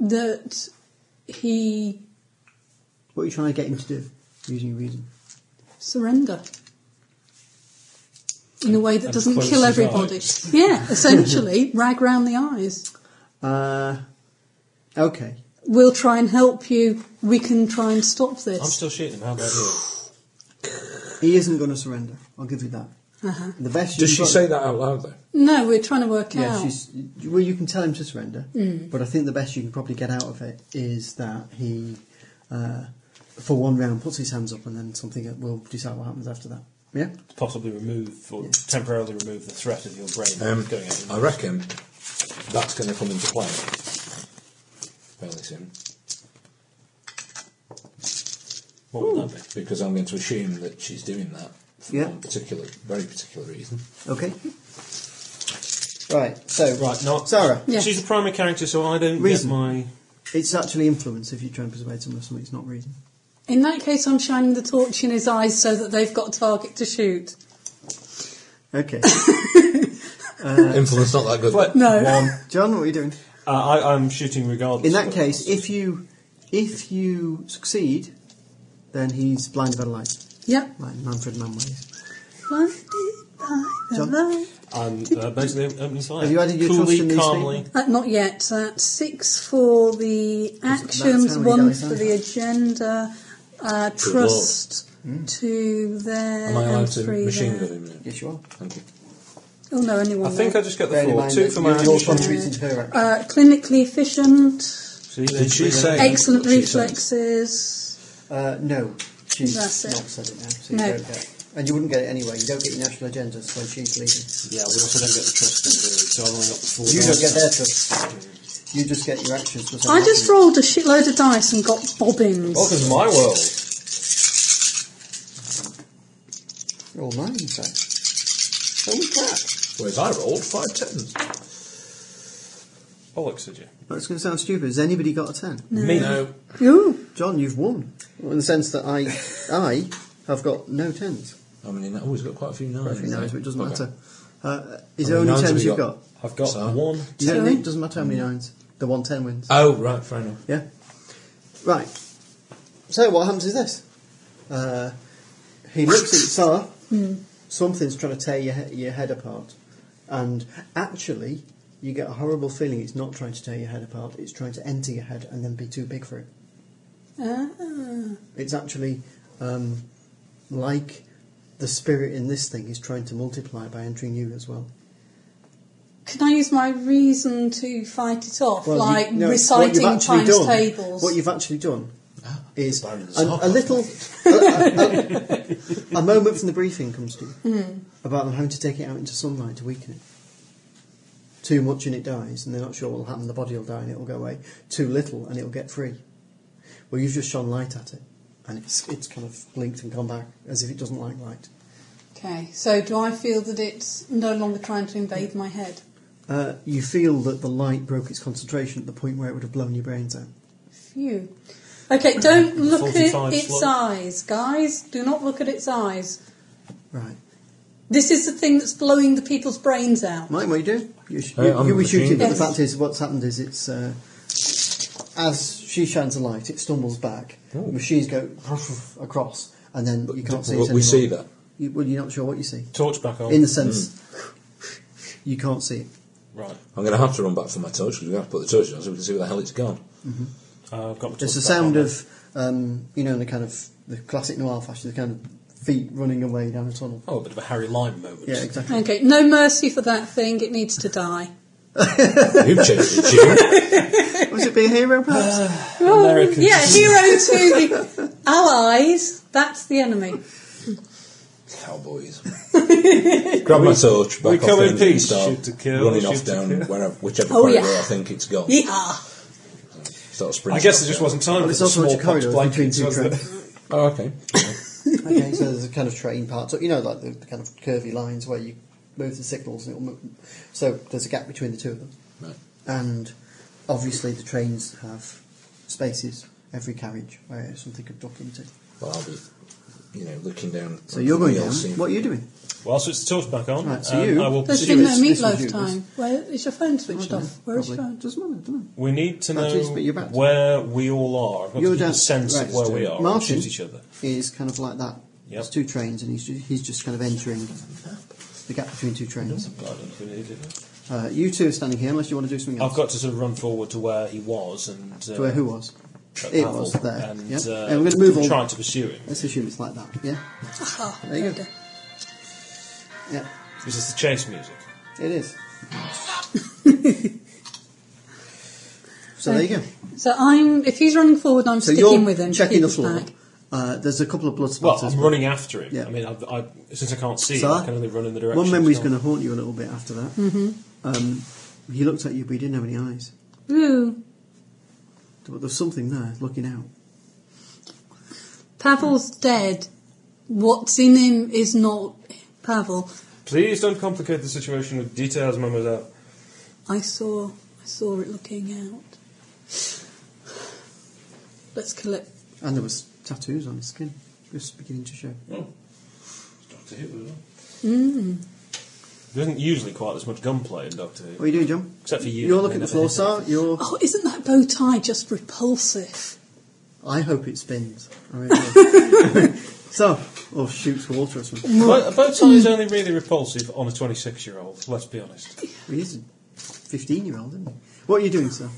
Speaker 4: That he
Speaker 2: What are you trying to get him to do using reason?
Speaker 4: surrender in a way that
Speaker 3: And
Speaker 4: doesn't
Speaker 3: close
Speaker 4: kill
Speaker 3: his
Speaker 4: everybody. Yeah, essentially, rag round the eyes.
Speaker 2: Uh, okay.
Speaker 4: We'll try and help you. We can try and stop
Speaker 3: I'm
Speaker 4: this.
Speaker 3: still shooting him. How about you?
Speaker 2: He isn't going to surrender. I'll give you that.
Speaker 4: Uh-huh.
Speaker 2: The best. you've
Speaker 5: Does she
Speaker 2: got-
Speaker 5: say that out loud, though?
Speaker 4: No, we're trying to work
Speaker 2: Yeah,
Speaker 4: out.
Speaker 2: she's. Well, you can tell him to surrender, but I think the best you can probably get out of it is that he, uh, for one round, puts his hands up, and then something that will decide what happens after that. Yeah.
Speaker 3: possibly remove or temporarily remove the threat of your brain
Speaker 5: Um,
Speaker 3: going out.
Speaker 5: I reckon that's going to come into play fairly soon.
Speaker 3: What would that be?
Speaker 5: Because I'm going to assume that she's doing that for
Speaker 2: Yeah.
Speaker 5: one particular, very particular reason.
Speaker 2: Okay. Right. So
Speaker 3: Right, no.
Speaker 2: Sarah,
Speaker 4: Yeah.
Speaker 3: She's the primary character, so I don't
Speaker 2: Reason.
Speaker 3: get my.
Speaker 2: it's actually influence if you try and persuade someone of something. It's not reason.
Speaker 4: In that case, I'm shining the torch in his eyes so that they've got a target to shoot.
Speaker 2: Okay. Uh,
Speaker 9: Influence not that good.
Speaker 4: No.
Speaker 2: John, what are you doing?
Speaker 3: Uh, I, I'm shooting regardless.
Speaker 2: In that
Speaker 3: but-
Speaker 2: case, if you if you succeed, then he's blinded by the light,
Speaker 4: Yep.
Speaker 2: like Manfred Mann ways.
Speaker 4: Blinded by the
Speaker 2: John?
Speaker 4: light.
Speaker 3: I'm uh, basically opening fire.
Speaker 2: Have you added your
Speaker 3: Coolly,
Speaker 2: trust in these
Speaker 3: calmly.
Speaker 2: people?
Speaker 4: Uh, not yet. So that's six for the
Speaker 2: how
Speaker 4: actions,
Speaker 2: many
Speaker 4: one
Speaker 2: dice I
Speaker 4: for the agenda, uh, trust
Speaker 2: hmm.
Speaker 4: two there,
Speaker 5: Am I allowed
Speaker 4: and
Speaker 5: to
Speaker 4: three
Speaker 5: machine
Speaker 4: there.
Speaker 5: gun him now?
Speaker 2: Yes, you are.
Speaker 5: Thank you.
Speaker 4: Oh no, only
Speaker 3: I
Speaker 4: one.
Speaker 3: think I
Speaker 4: there.
Speaker 3: just get the
Speaker 2: Bear in
Speaker 3: four.
Speaker 2: mind
Speaker 3: Two
Speaker 2: that
Speaker 3: for my
Speaker 2: you're
Speaker 3: action.
Speaker 2: contributing to her action.
Speaker 4: uh, clinically efficient,
Speaker 3: See,
Speaker 5: Did she say-
Speaker 4: excellent
Speaker 5: She said-
Speaker 4: reflexes.
Speaker 2: Uh, no, she's not
Speaker 4: That's it.
Speaker 2: said it now, so
Speaker 4: No.
Speaker 2: you don't get. And you wouldn't get it anyway. You don't get your national agendas when she's leaving.
Speaker 3: Yeah, we also don't get the trust in really, so I've only got the four.
Speaker 2: You don't
Speaker 3: dice.
Speaker 2: get their trust. You just get your actions. for
Speaker 4: I
Speaker 2: someone
Speaker 4: just
Speaker 2: else.
Speaker 4: rolled a shitload of dice and got bobbins.
Speaker 3: Oh,
Speaker 11: Welcome to my world.
Speaker 2: Roll nine, so. Oh,
Speaker 5: Holy crap! Whereas I rolled five tens.
Speaker 3: Bollocks, did you?
Speaker 2: That's going to sound stupid. Has anybody got a ten?
Speaker 3: Me.
Speaker 5: No.
Speaker 4: Ooh,
Speaker 2: John, you've won. In the sense that I, I have got no tens.
Speaker 5: I mean, oh, he's got quite a few nines.
Speaker 2: If you know,
Speaker 5: there.
Speaker 2: but it doesn't
Speaker 5: Okay.
Speaker 2: matter. Uh, is
Speaker 5: How many
Speaker 2: only
Speaker 5: nines have
Speaker 2: tens
Speaker 5: you
Speaker 2: you've got?
Speaker 5: got?
Speaker 3: I've got
Speaker 5: So?
Speaker 3: one.
Speaker 2: You don't
Speaker 4: Sorry?
Speaker 2: need, doesn't matter how many nines. The one ten wins.
Speaker 5: Oh, right, fair enough.
Speaker 2: Yeah. Right. So what happens is this: uh, he looks at Tsar. Something's trying to tear your he- your head apart, and actually, you get a horrible feeling. It's not trying to tear your head apart. It's trying to enter your head and then be too big for it.
Speaker 4: Ah.
Speaker 2: It's actually um, like the spirit in this thing is trying to multiply by entering you as well.
Speaker 4: can I use my reason to fight it off,
Speaker 2: Well, you-
Speaker 4: like
Speaker 2: no, what
Speaker 4: reciting
Speaker 2: you've
Speaker 4: times
Speaker 2: actually done-
Speaker 4: tables?
Speaker 2: What you've actually done is
Speaker 5: Baron
Speaker 2: a, a
Speaker 5: Zarkov.
Speaker 2: little. a, a- a- a moment from the briefing comes to you
Speaker 4: Hmm.
Speaker 2: about them having to take it out into sunlight to weaken it. Too much and it dies, and they're not sure what will happen. The body will die and it will go away. Too little and it will get free. Well, you've just shone light at it, and it's it's kind of blinked and gone back as if it doesn't like light.
Speaker 4: Okay, so do I feel that it's no longer trying to invade my head?
Speaker 2: Uh, you feel that the light broke its concentration at the point where it would have blown your brains out.
Speaker 4: Phew. Okay, don't look at
Speaker 3: 45
Speaker 4: its
Speaker 3: slot.
Speaker 4: eyes, guys. Do not look at its eyes.
Speaker 2: Right.
Speaker 4: This is the thing that's blowing the people's brains out.
Speaker 2: Mike, what are you doing? You, sh-
Speaker 9: Hey,
Speaker 2: you-
Speaker 9: I'm
Speaker 2: you were
Speaker 9: machine
Speaker 2: shooting, but the
Speaker 4: gun.
Speaker 2: fact is, what's happened is it's. Uh, as she shines a light, it stumbles back.
Speaker 9: Oh.
Speaker 2: Machines go across, and then you can't see it
Speaker 9: we
Speaker 2: anymore.
Speaker 9: see that. Hmm.
Speaker 2: You, well, you're not sure what you see.
Speaker 3: Torch back on.
Speaker 2: In the sense, you can't see it.
Speaker 3: right.
Speaker 5: I'm going to have to run back for my torch because we're going to have to put the torch on so we can see where the hell it's gone.
Speaker 3: Uh, I've got my torch
Speaker 2: There's the
Speaker 3: back
Speaker 2: sound
Speaker 3: on.
Speaker 2: of, um, you know, in the kind of the classic noir fashion, the kind of feet running away down a tunnel.
Speaker 3: Oh, a bit of a Harry Lime moment.
Speaker 2: Yeah, exactly.
Speaker 4: Okay, no mercy for that thing. It needs to die.
Speaker 5: Who changed it? You?
Speaker 2: Was it be a hero, perhaps?
Speaker 3: American.
Speaker 4: Oh, Yeah, hero to the allies. That's the enemy.
Speaker 5: Cowboys. Grab my torch, back
Speaker 3: we
Speaker 5: off
Speaker 3: come
Speaker 5: the
Speaker 3: in
Speaker 5: engine and
Speaker 3: peace,
Speaker 5: start
Speaker 3: shoot to kill,
Speaker 5: running
Speaker 3: shoot to
Speaker 5: off down
Speaker 3: kill.
Speaker 5: wherever, whichever
Speaker 4: Oh,
Speaker 5: corridor
Speaker 4: yeah.
Speaker 5: I think it's gone.
Speaker 4: Yeehaw.
Speaker 5: Start
Speaker 3: I
Speaker 5: sprinting.
Speaker 3: guess
Speaker 5: off
Speaker 3: there just
Speaker 5: down.
Speaker 3: wasn't time
Speaker 2: But
Speaker 3: for
Speaker 2: it's
Speaker 3: the
Speaker 2: not so much a
Speaker 3: smallpox
Speaker 2: corridor, it's between
Speaker 3: blankets.
Speaker 2: two
Speaker 3: was there?
Speaker 2: trains.
Speaker 5: Oh, okay.
Speaker 2: Okay, so there's a kind of train part, so you know, like the, the kind of curvy lines where you move the signals, and it'll move. so there's a gap between the two of them,
Speaker 5: Right.
Speaker 2: and obviously the trains have spaces every carriage where something could drop into.
Speaker 5: Well, I'll be, you know, looking down.
Speaker 2: So you're going
Speaker 5: You'll
Speaker 2: down.
Speaker 5: see.
Speaker 2: What are you doing?
Speaker 3: Well, so it's the torch back on.
Speaker 2: Right, so
Speaker 3: um,
Speaker 2: you-
Speaker 3: I will
Speaker 4: There's
Speaker 2: This
Speaker 4: been no
Speaker 2: is- this is you,
Speaker 4: meatloaf
Speaker 2: this-
Speaker 4: time. Where is your phone switched
Speaker 2: I don't know,
Speaker 4: off? Where is your
Speaker 2: probably.
Speaker 4: phone?
Speaker 2: Doesn't matter. Doesn't matter.
Speaker 3: We need to
Speaker 2: That
Speaker 3: know
Speaker 2: is, but you're back.
Speaker 3: where we all are. We've got
Speaker 2: You're
Speaker 3: to keep
Speaker 2: down-
Speaker 3: a sense
Speaker 2: right.
Speaker 3: of where we are. and
Speaker 2: Martin
Speaker 3: shoot each other.
Speaker 2: is kind of like that.
Speaker 3: Yep.
Speaker 2: It's two trains, and he's ju- he's just kind of entering the gap between two trains.
Speaker 3: I don't know if we need it.
Speaker 2: Uh, you two are standing here, unless you want to do something else.
Speaker 3: I've got to sort of run forward to where he was and uh,
Speaker 2: to where who was?
Speaker 3: at
Speaker 2: It
Speaker 3: Pavel
Speaker 2: was there.
Speaker 3: And,
Speaker 2: yeah.
Speaker 3: uh,
Speaker 2: and we're going to move on.
Speaker 3: Try to pursue him.
Speaker 2: Let's assume it's like that. Yeah.
Speaker 4: Ah,
Speaker 2: There you go. Yeah.
Speaker 3: This is the chase music.
Speaker 2: It is. so there you go.
Speaker 4: So I'm. If he's running forward, I'm
Speaker 2: So
Speaker 4: sticking
Speaker 2: you're
Speaker 4: with him. to
Speaker 2: checking
Speaker 4: keep
Speaker 2: the
Speaker 4: us
Speaker 2: floor.
Speaker 4: back.
Speaker 2: Uh, there's a couple of blood
Speaker 3: Well,
Speaker 2: spatters.
Speaker 3: I'm
Speaker 2: but-
Speaker 3: running after him.
Speaker 2: Yeah.
Speaker 3: I mean, I, I, since I can't see,
Speaker 2: Sir,
Speaker 3: I can only run in the direction.
Speaker 2: one memory's going
Speaker 3: to.
Speaker 4: Mm-hmm.
Speaker 2: to haunt you a little bit after that. Um, He looked at you, but he didn't have any eyes.
Speaker 4: Ooh.
Speaker 2: But there's something there looking out.
Speaker 4: Pavel's dead. What's in him is not Pavel.
Speaker 3: Please don't complicate the situation with details, mademoiselle.
Speaker 4: I saw I saw it looking out. Let's collect
Speaker 2: And there was tattoos on his skin, just beginning to show.
Speaker 11: Doctor Who as well.
Speaker 3: There isn't usually quite as much gunplay in Doctor Who.
Speaker 2: What are you doing, John?
Speaker 3: Except for you.
Speaker 2: You're looking at
Speaker 3: They
Speaker 2: the floor, sir.
Speaker 3: never
Speaker 2: You're.
Speaker 4: Oh, isn't that bow tie just repulsive?
Speaker 2: I hope it spins. I really do. so, or shoots water or something.
Speaker 3: hit. Bo- Bow tie is only really repulsive on a 26 year old, let's be honest.
Speaker 2: Well, he's a 15 year old, isn't he? What are you doing, sir?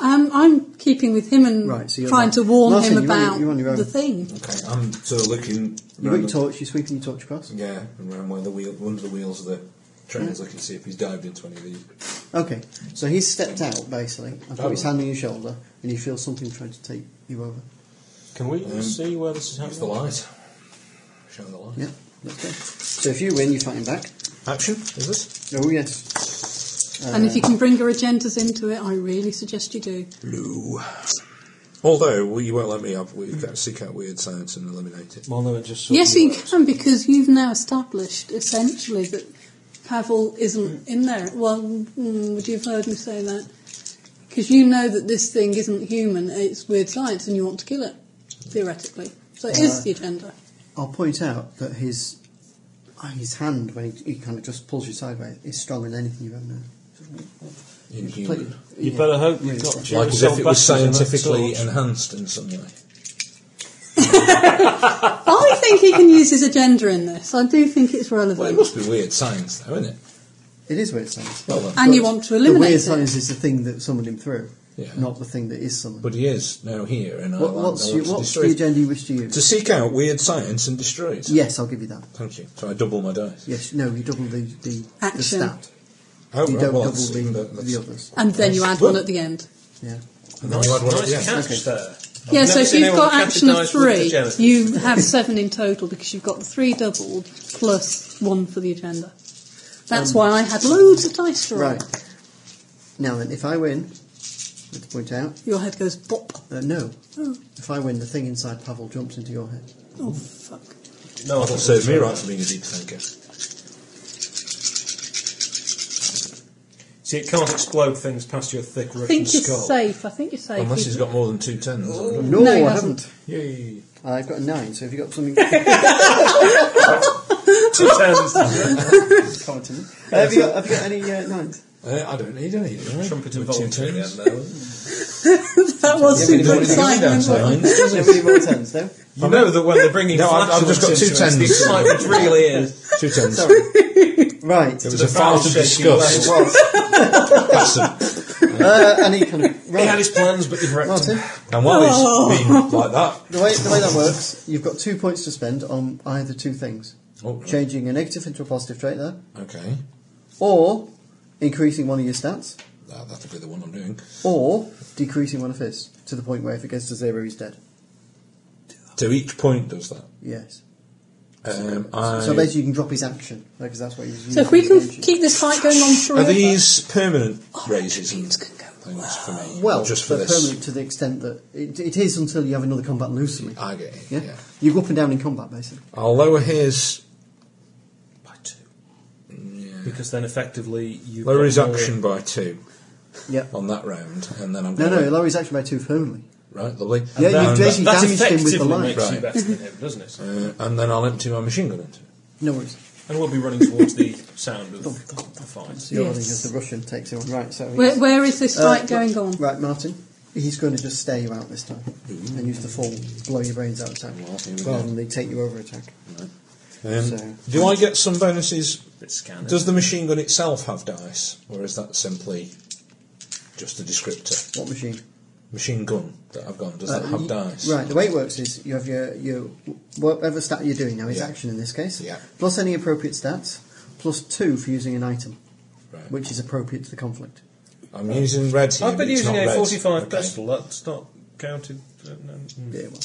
Speaker 4: Um, I'm keeping with him and
Speaker 2: Right, so you're
Speaker 4: trying
Speaker 2: not-
Speaker 4: to warn
Speaker 2: Martin,
Speaker 4: him
Speaker 2: you're on-
Speaker 4: about
Speaker 2: you're on your own.
Speaker 4: the thing.
Speaker 5: Okay, I'm sort of looking.
Speaker 2: You've got
Speaker 5: round
Speaker 2: your
Speaker 5: the-
Speaker 2: torch, you're sweeping your torch across.
Speaker 5: Yeah, and round where the wheel, under the wheels of the train is looking to see if he's dived into any of these.
Speaker 2: Okay, so he's stepped out basically and put his hand on your shoulder, and you feel something trying to take you over.
Speaker 3: Can we see where this is
Speaker 5: Um, Use the
Speaker 3: happening?
Speaker 5: light. Shine the light.
Speaker 2: Yeah, let's go. So if you win, you're fighting back.
Speaker 5: Action, is this?
Speaker 2: Oh, yes. Uh,
Speaker 4: and if you can bring your agendas into it, I really suggest you do.
Speaker 5: No. Although, well, you won't let me up. We've got to seek out weird science and eliminate it.
Speaker 3: Well, no, it just. sort
Speaker 4: yes,
Speaker 3: of
Speaker 4: you
Speaker 3: works.
Speaker 4: can because you've now established essentially that Pavel isn't in there. Well, mm, would you have heard me say that? Because you know that this thing isn't human; it's weird science, and you want to kill it theoretically. So it is
Speaker 2: Uh,
Speaker 4: the agenda.
Speaker 2: I'll point out that his uh, his hand, when he, he kind of just pulls you sideways, is stronger than anything you've ever known.
Speaker 5: Inhuman.
Speaker 3: You better hope you've got
Speaker 5: Like as if it was
Speaker 3: Bacon in that
Speaker 5: scientifically
Speaker 3: torch.
Speaker 5: enhanced in some way.
Speaker 4: I think he can use his agenda in this. I do think it's
Speaker 5: Well, it
Speaker 4: relevant.
Speaker 5: must be weird science, though, isn't it?
Speaker 2: It is weird science.
Speaker 3: uh,
Speaker 5: Well, then.
Speaker 4: And you want to
Speaker 2: The
Speaker 4: eliminate
Speaker 2: weird
Speaker 4: it.
Speaker 2: science is the thing that summoned him through,
Speaker 5: Yeah.
Speaker 2: not the thing that is summoned.
Speaker 5: But he is now here, and
Speaker 2: what,
Speaker 5: I
Speaker 2: what's
Speaker 5: I
Speaker 2: your,
Speaker 5: want to
Speaker 2: what's
Speaker 5: destroy
Speaker 2: the
Speaker 5: it.
Speaker 2: agenda you wish to use?
Speaker 5: To seek out weird science and destroy it.
Speaker 2: Yes, I'll give you that.
Speaker 5: Thank you. So I double my dice.
Speaker 2: Yes, no, you double the the, the
Speaker 4: Action.
Speaker 2: stat.
Speaker 5: Oh,
Speaker 2: You
Speaker 5: right,
Speaker 2: don't
Speaker 5: well,
Speaker 2: double
Speaker 5: that's-
Speaker 2: the,
Speaker 5: that- that's-
Speaker 2: the others.
Speaker 4: And then you add one at the end.
Speaker 2: Yeah.
Speaker 5: And then you add one at
Speaker 3: Nice
Speaker 5: the end.
Speaker 3: catch
Speaker 2: Okay.
Speaker 3: there.
Speaker 4: Yeah,
Speaker 3: I've
Speaker 4: so
Speaker 3: never
Speaker 4: if
Speaker 3: seen
Speaker 4: you've
Speaker 3: anyone
Speaker 4: got action of
Speaker 3: capitalise with the
Speaker 4: three,
Speaker 3: agenda.
Speaker 4: you have seven in total because you've got the three doubled plus one for the agenda. That's
Speaker 3: Um,
Speaker 4: why I had loads of dice to roll.
Speaker 2: Right. Now then, if I win, let's point out.
Speaker 4: Your head goes bop.
Speaker 2: Uh, no.
Speaker 4: Oh.
Speaker 2: If I win, the thing inside Pavel jumps into your head.
Speaker 4: Oh, fuck.
Speaker 3: No, I
Speaker 5: That
Speaker 3: thought
Speaker 5: serves me right for being a deep thinker.
Speaker 3: See, it can't explode things past your thick Russian
Speaker 4: I think you're
Speaker 3: skull.
Speaker 4: safe. I think you're safe.
Speaker 5: Unless he's got more than two tens.
Speaker 3: Oh.
Speaker 2: No,
Speaker 4: No, he
Speaker 2: I
Speaker 4: hasn't.
Speaker 2: haven't.
Speaker 5: Yay.
Speaker 2: I've got a nine. So have you got something?
Speaker 3: Two tens.
Speaker 2: comment on it? have, you got, have you got any uh, nines?
Speaker 5: Uh, I don't need any. do I?
Speaker 3: Trumpet
Speaker 5: With two
Speaker 3: involved again,
Speaker 5: tens.
Speaker 4: that
Speaker 2: Yeah,
Speaker 4: was
Speaker 2: but
Speaker 4: super
Speaker 2: he's already
Speaker 4: exciting. wasn't it?
Speaker 2: Nobody more tens, though.
Speaker 3: You know that when they're bringing
Speaker 5: No, I've- I've just got
Speaker 3: flatulence
Speaker 5: two
Speaker 3: into it,
Speaker 5: tens.
Speaker 3: The excitement really is.
Speaker 5: Two tens.
Speaker 2: Sorry. Right.
Speaker 5: It was a file to discuss. Bastard.
Speaker 2: Uh, and he kind of
Speaker 3: He had
Speaker 2: right.
Speaker 3: his plans, but he wrecked
Speaker 2: Martin,
Speaker 3: them.
Speaker 5: And while he's been like that,
Speaker 2: the way the way that works, you've got two points to spend on either two things:
Speaker 5: Oh, right.
Speaker 2: changing a negative into a positive trait there,
Speaker 5: okay,
Speaker 2: or increasing one of your stats,
Speaker 5: that, that'll be the one I'm doing.
Speaker 2: or decreasing one of his to the point where if it gets to zero, he's dead.
Speaker 5: So each point does that.
Speaker 2: Yes.
Speaker 5: Um, I,
Speaker 2: So basically, you can drop his action because that's what he was.
Speaker 4: So
Speaker 2: using
Speaker 4: if we
Speaker 2: for
Speaker 4: can
Speaker 2: the action.
Speaker 4: keep this fight going on
Speaker 5: are
Speaker 4: forever.
Speaker 5: these permanent raises and
Speaker 4: dreams can go
Speaker 5: things for me?
Speaker 2: well,
Speaker 5: Or just for
Speaker 2: they're
Speaker 5: this.
Speaker 2: permanent to the extent that it, it is until you have another combat and lose something.
Speaker 5: I get it.
Speaker 2: Yeah?
Speaker 5: Ah, Yeah.
Speaker 2: you go up and down in combat basically.
Speaker 5: I'll lower his. By two.
Speaker 3: Because then effectively you.
Speaker 5: Lower his action by two
Speaker 2: Yeah.
Speaker 5: on that round, and then I'm
Speaker 2: No,
Speaker 5: going
Speaker 2: no, it lowers action by two permanently.
Speaker 5: right, lovely.
Speaker 2: Yeah,
Speaker 5: and
Speaker 2: you've
Speaker 5: then,
Speaker 2: basically
Speaker 3: That
Speaker 2: damaged him
Speaker 3: effectively
Speaker 2: with the light.
Speaker 3: makes you
Speaker 5: Right.
Speaker 3: better than him, doesn't it?
Speaker 5: uh, and then I'll empty my machine gun into it.
Speaker 2: No worries.
Speaker 3: And we'll be running towards the sound of the fight.
Speaker 2: So you're
Speaker 4: Yes.
Speaker 2: running as the Russian takes him on. Right, so he's-
Speaker 4: Where, where is this
Speaker 2: Uh,
Speaker 4: fight
Speaker 2: right-
Speaker 4: going on?
Speaker 2: Right, Martin. He's going to just stare you out this time and use the full blow your brains out attack
Speaker 5: Well, here we
Speaker 2: rather
Speaker 5: go.
Speaker 2: than the take you over attack.
Speaker 5: Um,
Speaker 2: So-
Speaker 5: Do I get some bonuses?
Speaker 3: It's scanning.
Speaker 5: Does the machine gun itself have dice, or is that simply just a descriptor?
Speaker 2: What machine?
Speaker 5: machine gun that I've got, does
Speaker 2: Uh,
Speaker 5: that have
Speaker 2: you-
Speaker 5: dice?
Speaker 2: Right, the way it works is you have your, your whatever stat you're doing now is
Speaker 5: Yeah.
Speaker 2: action in this case,
Speaker 5: Yeah.
Speaker 2: plus any appropriate stats, plus two for using an item,
Speaker 5: Right.
Speaker 2: which is appropriate to the conflict.
Speaker 5: I'm using red here.
Speaker 3: I've been
Speaker 5: but it's
Speaker 3: using
Speaker 5: not
Speaker 3: a
Speaker 5: red.
Speaker 3: 45
Speaker 5: Okay.
Speaker 3: pistol. That's not counted. uh, no.
Speaker 2: Yeah, well,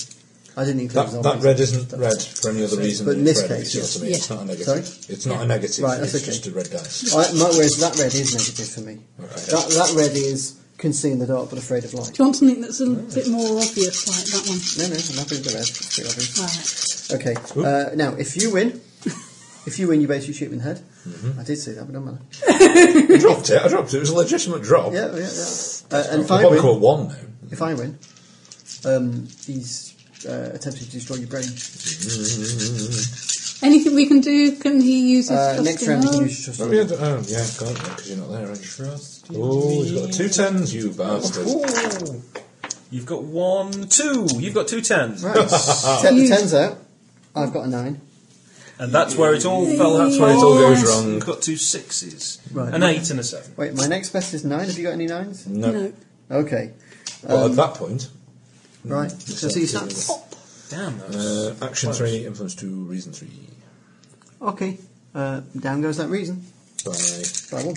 Speaker 2: I didn't include
Speaker 5: That,
Speaker 2: zombies.
Speaker 5: that red isn't red for any other reason
Speaker 2: But
Speaker 5: than
Speaker 2: in
Speaker 5: it's
Speaker 2: this
Speaker 5: red.
Speaker 2: case,
Speaker 5: you know what I mean?
Speaker 4: yes.
Speaker 5: It's not a
Speaker 4: Yeah.
Speaker 5: negative.
Speaker 2: Sorry?
Speaker 5: It's not a negative.
Speaker 2: Right, that's
Speaker 5: it's
Speaker 2: okay.
Speaker 5: just a red dice.
Speaker 2: I, my, whereas that red is negative for me.
Speaker 5: Okay.
Speaker 2: That, that red is can see in the dark but afraid of light.
Speaker 4: Do you want something that's a little bit more obvious, like that one?
Speaker 2: No, no, I'm happy with the red. It's pretty obvious.
Speaker 4: Right.
Speaker 2: Okay. Uh, now, if you win, if you win, you basically shoot him in the head. I did say that, but it don't matter.
Speaker 5: I dropped it. I dropped it. It was a legitimate drop.
Speaker 2: Yeah, yeah, yeah. Uh, and
Speaker 5: I'll
Speaker 2: if I
Speaker 5: probably
Speaker 2: win,
Speaker 5: call one though.
Speaker 2: if I win, um, he's uh, attempting to destroy your brain.
Speaker 4: Anything we can do? Can he use his
Speaker 2: Uh,
Speaker 4: trust
Speaker 2: next
Speaker 4: in
Speaker 2: round, he
Speaker 4: us?
Speaker 2: can use his
Speaker 5: Oh
Speaker 2: trust.
Speaker 5: yeah, d- oh, yeah, can't because you're not there. Trust oh, he's got two tens, you bastard.
Speaker 3: You've got one, two. You've got two tens,
Speaker 2: Right. Set the
Speaker 4: Use-
Speaker 2: tens out. I've got a nine.
Speaker 3: and that's where it all fell. That's
Speaker 5: where it all goes
Speaker 3: apart.
Speaker 5: wrong.
Speaker 3: You've got two sixes,
Speaker 2: Right.
Speaker 3: an eight, and a seven.
Speaker 2: Wait, my next best is nine. Have you got any nines?
Speaker 5: No.
Speaker 4: No.
Speaker 2: Okay.
Speaker 5: Well,
Speaker 2: Um,
Speaker 5: at that point,
Speaker 2: Right. So see your stats.
Speaker 3: Damn, that was
Speaker 5: uh, action three, influence two, reason three.
Speaker 2: Okay. Uh, down goes that reason
Speaker 5: By
Speaker 2: by one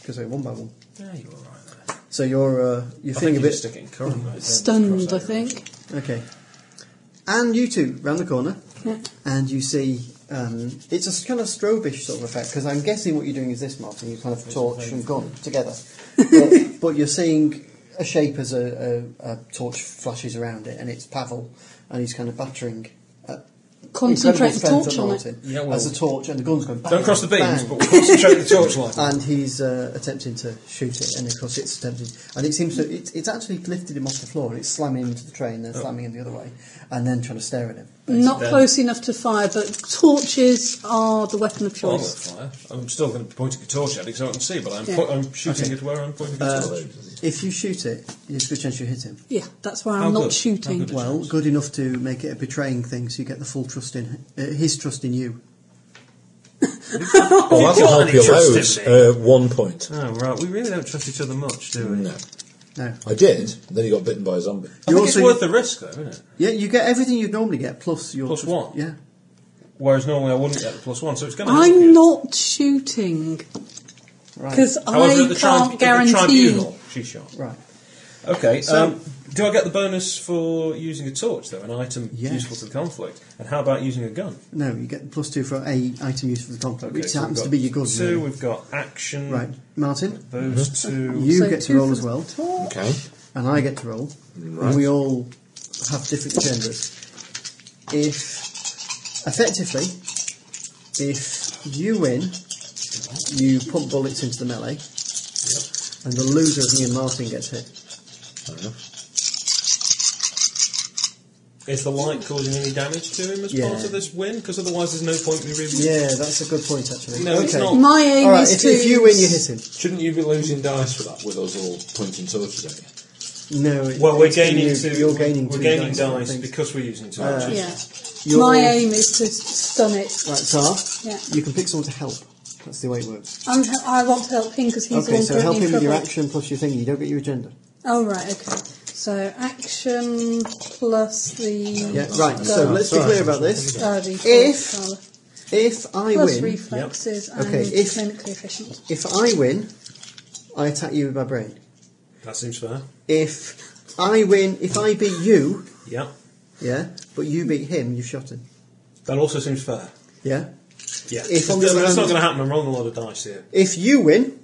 Speaker 2: because I won by one.
Speaker 3: yeah, you were right. There.
Speaker 2: So you're uh, you're feeling a
Speaker 3: you're
Speaker 2: bit
Speaker 3: sticking current. right?
Speaker 4: Stunned, I think.
Speaker 2: Okay. And you two, round the corner,
Speaker 4: Yeah.
Speaker 2: and you see um, it's a s- kind of strobish sort of effect because I'm guessing what you're doing is this, Martin. You kind of torch and gun together, but, but you're seeing a shape as a, a, a torch flashes around it, and it's Pavel, and he's kind of battering. uh,
Speaker 4: Concentrate the
Speaker 2: incredible strength
Speaker 4: torch
Speaker 2: at
Speaker 4: on it.
Speaker 2: Martin
Speaker 3: Yeah, well-
Speaker 2: as a torch, and the gun's going. Bang,
Speaker 3: Don't cross the beams,
Speaker 2: bang
Speaker 3: but we'll concentrate the torchlight.
Speaker 2: and he's uh, attempting to shoot it, and of course it's attempting, and it seems to it, it's actually lifted him off the floor, and it's slamming him into the train,
Speaker 3: Oh.
Speaker 2: then slamming him the other way, and then trying to stare at him.
Speaker 4: Not close enough to fire, but torches are the weapon of
Speaker 3: Well,
Speaker 2: Oh.
Speaker 4: choice.
Speaker 3: I'm on fire. I'm still going to point a torch at it so I can see, but I'm,
Speaker 4: Yeah.
Speaker 3: po- I'm shooting it where I'm pointing the torch.
Speaker 2: If you shoot it, there's a good chance you hit him.
Speaker 4: Yeah, that's why
Speaker 3: How
Speaker 4: I'm not
Speaker 3: good? How
Speaker 4: shooting.
Speaker 3: good is
Speaker 2: Well, good enough to make it a betraying thing, so you get the full trust in uh, his trust in you.
Speaker 5: Oh, that'll help your
Speaker 3: Trust
Speaker 5: loads.
Speaker 3: in me.
Speaker 5: Uh, one point.
Speaker 3: Oh, right. We really don't trust each other much, do we?
Speaker 5: No,
Speaker 2: No,
Speaker 5: I did. Then he got bitten by a zombie.
Speaker 3: I
Speaker 2: You
Speaker 3: think it's
Speaker 2: also-
Speaker 3: worth the risk, though, isn't it?
Speaker 2: yeah, you get everything you'd normally get plus your
Speaker 3: Plus
Speaker 2: trust-
Speaker 3: one?
Speaker 2: Yeah,
Speaker 3: Whereas normally I wouldn't get the plus one, so it's going to.
Speaker 4: I'm not shooting
Speaker 2: right,
Speaker 4: because
Speaker 3: However, at
Speaker 4: I
Speaker 3: the,
Speaker 4: can't
Speaker 3: tri- at the
Speaker 4: guarantee.
Speaker 3: tribunal, she shot.
Speaker 2: right.
Speaker 3: Okay.
Speaker 2: So-
Speaker 3: um, do I get the bonus for using a torch, though, an item
Speaker 2: Yes.
Speaker 3: useful to the conflict? And how about using a gun?
Speaker 2: No, you get plus two for a item used for the conflict,
Speaker 3: Okay,
Speaker 2: which
Speaker 3: so we've
Speaker 2: happens to
Speaker 3: got
Speaker 2: be your gun.
Speaker 3: Two.
Speaker 2: really.
Speaker 3: We've got action.
Speaker 2: Right, Martin,
Speaker 3: Those two.
Speaker 2: you
Speaker 4: So
Speaker 2: get to
Speaker 4: two
Speaker 2: roll
Speaker 4: for
Speaker 2: as
Speaker 4: the
Speaker 2: well.
Speaker 5: Okay.
Speaker 2: and I get to roll,
Speaker 5: Right.
Speaker 2: and we all have different genders. If effectively, if you win, you pump bullets into the melee, and the loser of me and Martin gets hit.
Speaker 3: Is the light causing any damage to him as
Speaker 2: Yeah.
Speaker 3: part of this win? Because otherwise, there's no point in me really.
Speaker 2: Yeah, that's a good point actually.
Speaker 3: No, it's not.
Speaker 4: My aim
Speaker 2: All right,
Speaker 4: is
Speaker 2: if,
Speaker 4: to.
Speaker 2: if you win, you hit him.
Speaker 5: Shouldn't you be losing dice for that with us all pointing torches at you?
Speaker 2: No, it,
Speaker 3: Well, we're
Speaker 2: it's-
Speaker 3: gaining
Speaker 2: you,
Speaker 3: two.
Speaker 2: You're gaining
Speaker 3: we're
Speaker 2: two
Speaker 3: gaining
Speaker 2: dice, Uh, I
Speaker 3: dice,
Speaker 2: think.
Speaker 3: because we're using torches.
Speaker 4: Yeah.
Speaker 2: You're-
Speaker 4: My aim is to stun it.
Speaker 2: Right, Tsar,
Speaker 4: Yeah.
Speaker 2: you can pick someone to help. That's the way it works.
Speaker 4: I'm, hel- I want to help him because he's
Speaker 2: okay,
Speaker 4: all
Speaker 2: so help him
Speaker 4: in
Speaker 2: with
Speaker 4: trouble.
Speaker 2: your action plus your thing. You don't get your agenda.
Speaker 4: Oh right, okay. So action plus the
Speaker 2: Yeah, right. So
Speaker 4: Go.
Speaker 2: let's be clear about this.
Speaker 4: uh, the
Speaker 2: If
Speaker 4: color.
Speaker 2: If I
Speaker 4: plus
Speaker 2: win,
Speaker 4: reflexes and
Speaker 2: Okay, if-
Speaker 4: clinically efficient.
Speaker 2: if I win, I attack you with my brain.
Speaker 3: That seems fair.
Speaker 2: If I win, if I beat you,
Speaker 3: Yeah.
Speaker 2: yeah, but you beat him, you've shot him.
Speaker 3: That also seems fair.
Speaker 2: Yeah.
Speaker 3: Yeah.
Speaker 2: If on the
Speaker 3: that's
Speaker 2: other
Speaker 3: that's
Speaker 2: hand-
Speaker 3: not going to happen. I'm rolling a lot of dice here.
Speaker 2: If you win,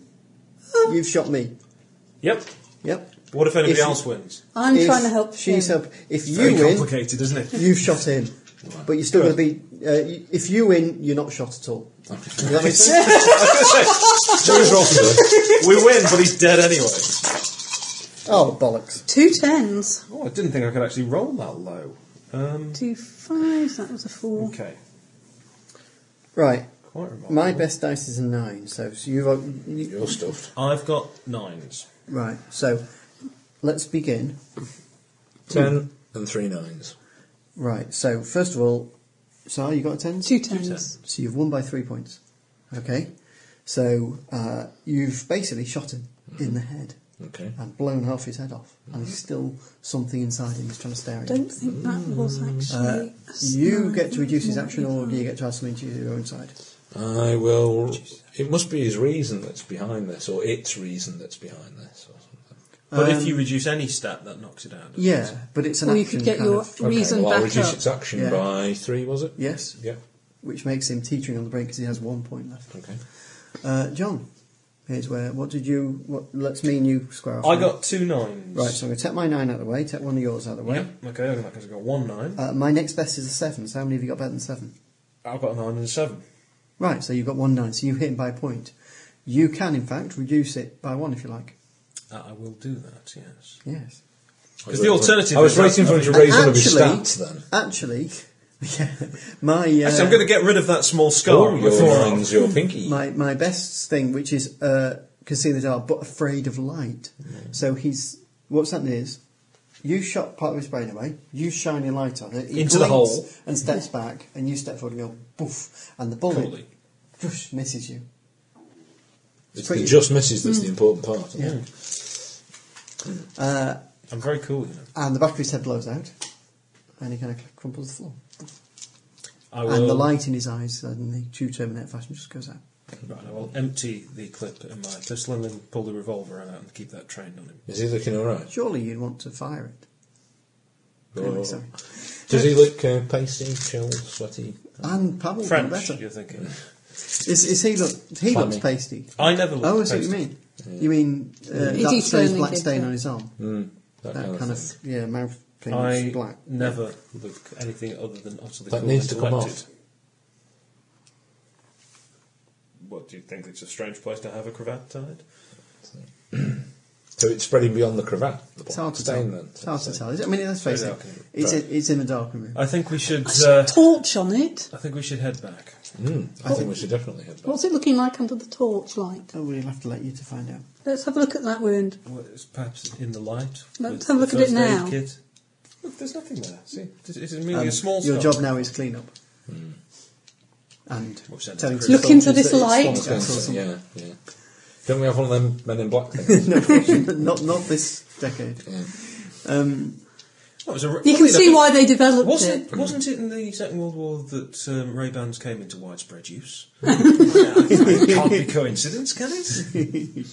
Speaker 2: you've shot me.
Speaker 3: Yep.
Speaker 2: Yep.
Speaker 3: What if anybody
Speaker 2: If-
Speaker 3: else wins?
Speaker 4: I'm
Speaker 2: If
Speaker 4: trying to help
Speaker 2: She's
Speaker 4: him.
Speaker 2: help. If
Speaker 3: Very
Speaker 2: you win,
Speaker 3: complicated, isn't it?
Speaker 2: you've shot him. But you're still going to be. Uh, y- if you win, you're not shot at all. Does that make sense?
Speaker 3: we win, but he's dead anyway.
Speaker 2: oh bollocks!
Speaker 4: Two tens,
Speaker 3: Oh, I didn't think I could actually roll that low. Um,
Speaker 4: two fives. That was a four.
Speaker 3: okay.
Speaker 2: Right,
Speaker 3: Quite remarkable.
Speaker 2: my best dice is a nine. So, so you've al- you,
Speaker 5: You're stuffed.
Speaker 3: I've got nines.
Speaker 2: right. So let's begin.
Speaker 5: Ten Hmm. and three nines.
Speaker 2: Right. So first of all, Sar, you got a ten.
Speaker 4: Two tens.
Speaker 2: So you've won by three points. Okay? So uh, you've basically shot him in the head
Speaker 5: Okay.
Speaker 2: and blown half his head off. And there's still something inside him he's trying to stare at.
Speaker 4: Don't think that was
Speaker 2: Uh,
Speaker 4: actually. a
Speaker 2: you
Speaker 4: nine.
Speaker 2: get to reduce his action or you get to add something to your own side.
Speaker 5: I will. It must be his reason that's behind this, or its reason that's behind this, or something.
Speaker 3: But if you reduce any stat, that knocks it out. doesn't
Speaker 2: Um, Yeah,
Speaker 3: it?
Speaker 2: but it's an
Speaker 4: Or you
Speaker 2: action
Speaker 4: could get
Speaker 2: kind
Speaker 4: your
Speaker 2: of-
Speaker 4: reason
Speaker 5: well, I'll
Speaker 4: back
Speaker 5: reduce
Speaker 4: up.
Speaker 5: its action
Speaker 2: Yeah.
Speaker 5: by three, was it?
Speaker 2: Yes,
Speaker 5: Yeah.
Speaker 2: which makes him teetering on the brain because he has one point left.
Speaker 5: Okay.
Speaker 2: Uh, John, here's where. What did you? What? Let's me and you square off.
Speaker 3: I
Speaker 2: now.
Speaker 3: got two nines.
Speaker 2: right. So I'm going to take my nine out of the way. Take one of yours out of the way.
Speaker 3: Yep. Okay, I reckon I got one nine.
Speaker 2: Uh, my next best is a seven. So how many have you got better than seven?
Speaker 3: I've got a nine and a seven.
Speaker 2: Right. So you've got one nine. So you hit him by a point. You can, in fact, reduce it by one if you like.
Speaker 3: Uh, I will do that, yes.
Speaker 2: Yes.
Speaker 3: Because the alternative
Speaker 5: I was
Speaker 3: is
Speaker 5: waiting for him to raise one of his
Speaker 2: Actually-
Speaker 5: stats then.
Speaker 2: Actually, yeah. My. Uh,
Speaker 3: Actually, I'm going to get rid of that small scar.
Speaker 5: Oh,
Speaker 3: on my
Speaker 5: your
Speaker 3: forearm.
Speaker 5: lines, your pinky.
Speaker 2: my my best thing, which is uh, can see in the dark, but afraid of light.
Speaker 5: Mm.
Speaker 2: So he's what's happening is you shot part of his brain away. You shine a light on it he
Speaker 3: Into the
Speaker 2: blinks
Speaker 3: hole.
Speaker 2: and steps back, and you step forward and go boof, and the bullet
Speaker 3: Coolly.
Speaker 2: whoosh, misses you.
Speaker 5: It's
Speaker 2: pretty- Hmm.
Speaker 5: the just misses that's the important part. isn't it?
Speaker 3: I'm very cool, you know.
Speaker 2: And the back of his head blows out, and he kind of crumples to the floor.
Speaker 3: I will,
Speaker 2: And the light in his eyes, in the true Terminator fashion, just goes out.
Speaker 3: Right, I will empty the clip in my pistol and then pull the revolver out and keep that trained on him.
Speaker 5: Is he looking alright?
Speaker 2: Surely you'd want to fire it. Anyway,
Speaker 5: Or-
Speaker 2: sorry.
Speaker 5: Does he look uh, pacey, chill, sweaty?
Speaker 2: And Pavel done
Speaker 3: French,
Speaker 2: better.
Speaker 3: you're thinking.
Speaker 2: Is, is he look? He looks
Speaker 5: Funny.
Speaker 2: pasty.
Speaker 3: I never looked
Speaker 2: Oh, I see what
Speaker 3: tasty.
Speaker 2: you mean. You mean uh,
Speaker 4: Is
Speaker 2: dark
Speaker 4: he
Speaker 2: stains,
Speaker 4: turning
Speaker 2: black
Speaker 4: his
Speaker 2: stain
Speaker 4: head?
Speaker 2: on his arm?
Speaker 5: That,
Speaker 2: That kind of
Speaker 5: thing.
Speaker 2: yeah, mouth thing that's
Speaker 3: I
Speaker 2: black.
Speaker 3: never look anything other than utterly
Speaker 5: That
Speaker 3: cool
Speaker 5: needs to
Speaker 3: and
Speaker 5: come off.
Speaker 3: collected. What do you think? It's a strange place to have a cravat tied.
Speaker 5: So it's spreading beyond the cravat. The
Speaker 2: It's
Speaker 5: black
Speaker 2: hard to tell.
Speaker 5: stain then.
Speaker 2: It's hard to tell. is it? I mean, let's face
Speaker 3: Very
Speaker 2: it.
Speaker 3: dark.
Speaker 2: It's it's in a darkened room.
Speaker 3: I think we should.
Speaker 4: Is there
Speaker 3: Uh,
Speaker 4: a torch on it?
Speaker 3: I think we should head back.
Speaker 5: Mm, I think we should definitely head back.
Speaker 4: What's it looking like under the torch light?
Speaker 2: Oh, we'll have to let you to find out.
Speaker 4: Let's have a look at that wound.
Speaker 3: Well, it's perhaps in the light.
Speaker 4: Let's
Speaker 3: with
Speaker 4: have
Speaker 3: the
Speaker 4: a look at it
Speaker 3: first aid
Speaker 4: now.
Speaker 3: Kit. Look, there's nothing there. See, it's, it's merely
Speaker 2: Um,
Speaker 3: a small. Hmm.
Speaker 2: your
Speaker 3: scar.
Speaker 2: job now is clean up. And
Speaker 3: We've sent
Speaker 2: telling
Speaker 3: it
Speaker 2: two
Speaker 4: Look into
Speaker 2: soldiers
Speaker 4: this
Speaker 2: that it's
Speaker 4: light.
Speaker 2: swamp gas or something.
Speaker 5: Yeah, yeah. Don't we have one of them men in black things?
Speaker 2: not not this decade.
Speaker 5: Yeah.
Speaker 2: Um,
Speaker 3: Oh, it was a re-
Speaker 4: You can
Speaker 3: funny
Speaker 4: see
Speaker 3: enough,
Speaker 4: why they
Speaker 3: it-
Speaker 4: developed it.
Speaker 3: Wasn't wasn't it in the Second World War that um, Ray Bans came into widespread use? Yeah, it can't be coincidence, can it?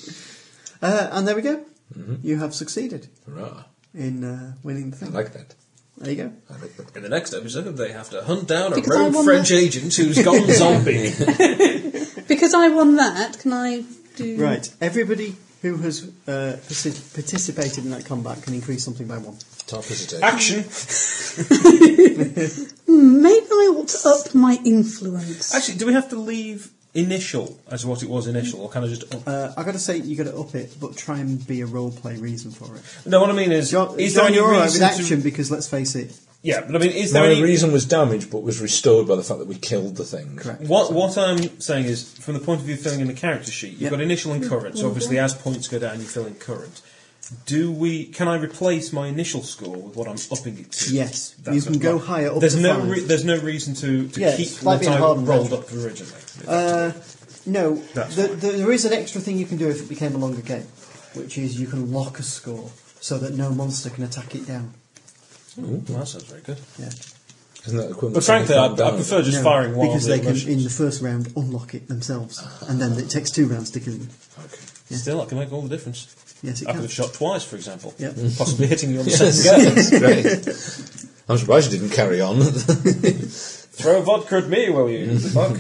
Speaker 2: uh, and there we go.
Speaker 3: Mm-hmm.
Speaker 2: You have succeeded
Speaker 5: Hurrah.
Speaker 2: in uh, winning the
Speaker 5: I
Speaker 2: thing.
Speaker 5: like that.
Speaker 2: There you go.
Speaker 5: I like that.
Speaker 3: In the next episode, they have to hunt down a
Speaker 4: Because I
Speaker 3: rogue
Speaker 4: won
Speaker 3: French agent who's gone zombie.
Speaker 4: Because I won that, can I do.
Speaker 2: Right, everybody who has uh, partici- participated in that combat can increase something by one.
Speaker 5: Top hesitation.
Speaker 3: Action!
Speaker 4: Hmm, Maybe I ought to up my influence.
Speaker 3: Actually, do we have to leave initial as what it was initial, or can I just? Up?
Speaker 2: Uh, I got to say, you got to up it, but try and be a role play reason for it.
Speaker 3: No, what I mean is,
Speaker 2: John,
Speaker 3: is
Speaker 2: John,
Speaker 3: there any
Speaker 2: you're all right
Speaker 3: reason
Speaker 2: with action
Speaker 3: to?
Speaker 2: because let's face it,
Speaker 3: Yeah, but I mean, is
Speaker 5: Now,
Speaker 3: there
Speaker 5: the
Speaker 3: any
Speaker 5: reason was damaged, but was restored by the fact that we killed the thing.
Speaker 2: Correct.
Speaker 3: What what I'm saying is, from the point of view of filling in the character sheet, you've
Speaker 2: Yep. Mm-hmm.
Speaker 3: got initial and current. So obviously, as points go down, you fill in current. Do we? Can I replace my initial score with what I'm upping it to?
Speaker 2: Yes.
Speaker 3: That's
Speaker 2: You can
Speaker 3: what
Speaker 2: go
Speaker 3: I'm-
Speaker 2: higher up
Speaker 3: There's
Speaker 2: to
Speaker 3: no
Speaker 2: five.
Speaker 3: re- there's no reason to, to
Speaker 2: Yeah, it's
Speaker 3: keep
Speaker 2: like
Speaker 3: what
Speaker 2: being
Speaker 3: I
Speaker 2: hard and
Speaker 3: rolled
Speaker 2: round.
Speaker 3: up originally.
Speaker 2: uh, no,
Speaker 3: That's
Speaker 2: the,
Speaker 3: fine.
Speaker 2: the, there is an extra thing you can do if it became a longer game, which is you can lock a score so that no monster can attack it down.
Speaker 3: Ooh, well, that sounds very good.
Speaker 2: Yeah.
Speaker 5: Isn't that equivalent
Speaker 3: But
Speaker 5: to
Speaker 3: frankly, I, I
Speaker 5: anything damaged?
Speaker 3: prefer just
Speaker 2: No,
Speaker 3: firing wildly
Speaker 2: because they
Speaker 3: at
Speaker 2: can in
Speaker 3: Russians.
Speaker 2: the first round unlock it themselves, and then it takes two rounds to kill you.
Speaker 3: Still, that can make all the difference.
Speaker 2: Yes, it
Speaker 3: I
Speaker 2: can.
Speaker 3: could have shot twice, for example.
Speaker 2: Yep.
Speaker 3: Possibly hitting you on the
Speaker 5: Yes,
Speaker 3: second go.
Speaker 5: yes, great. I'm surprised you didn't carry on.
Speaker 3: Throw vodka at me, will you? Fuck.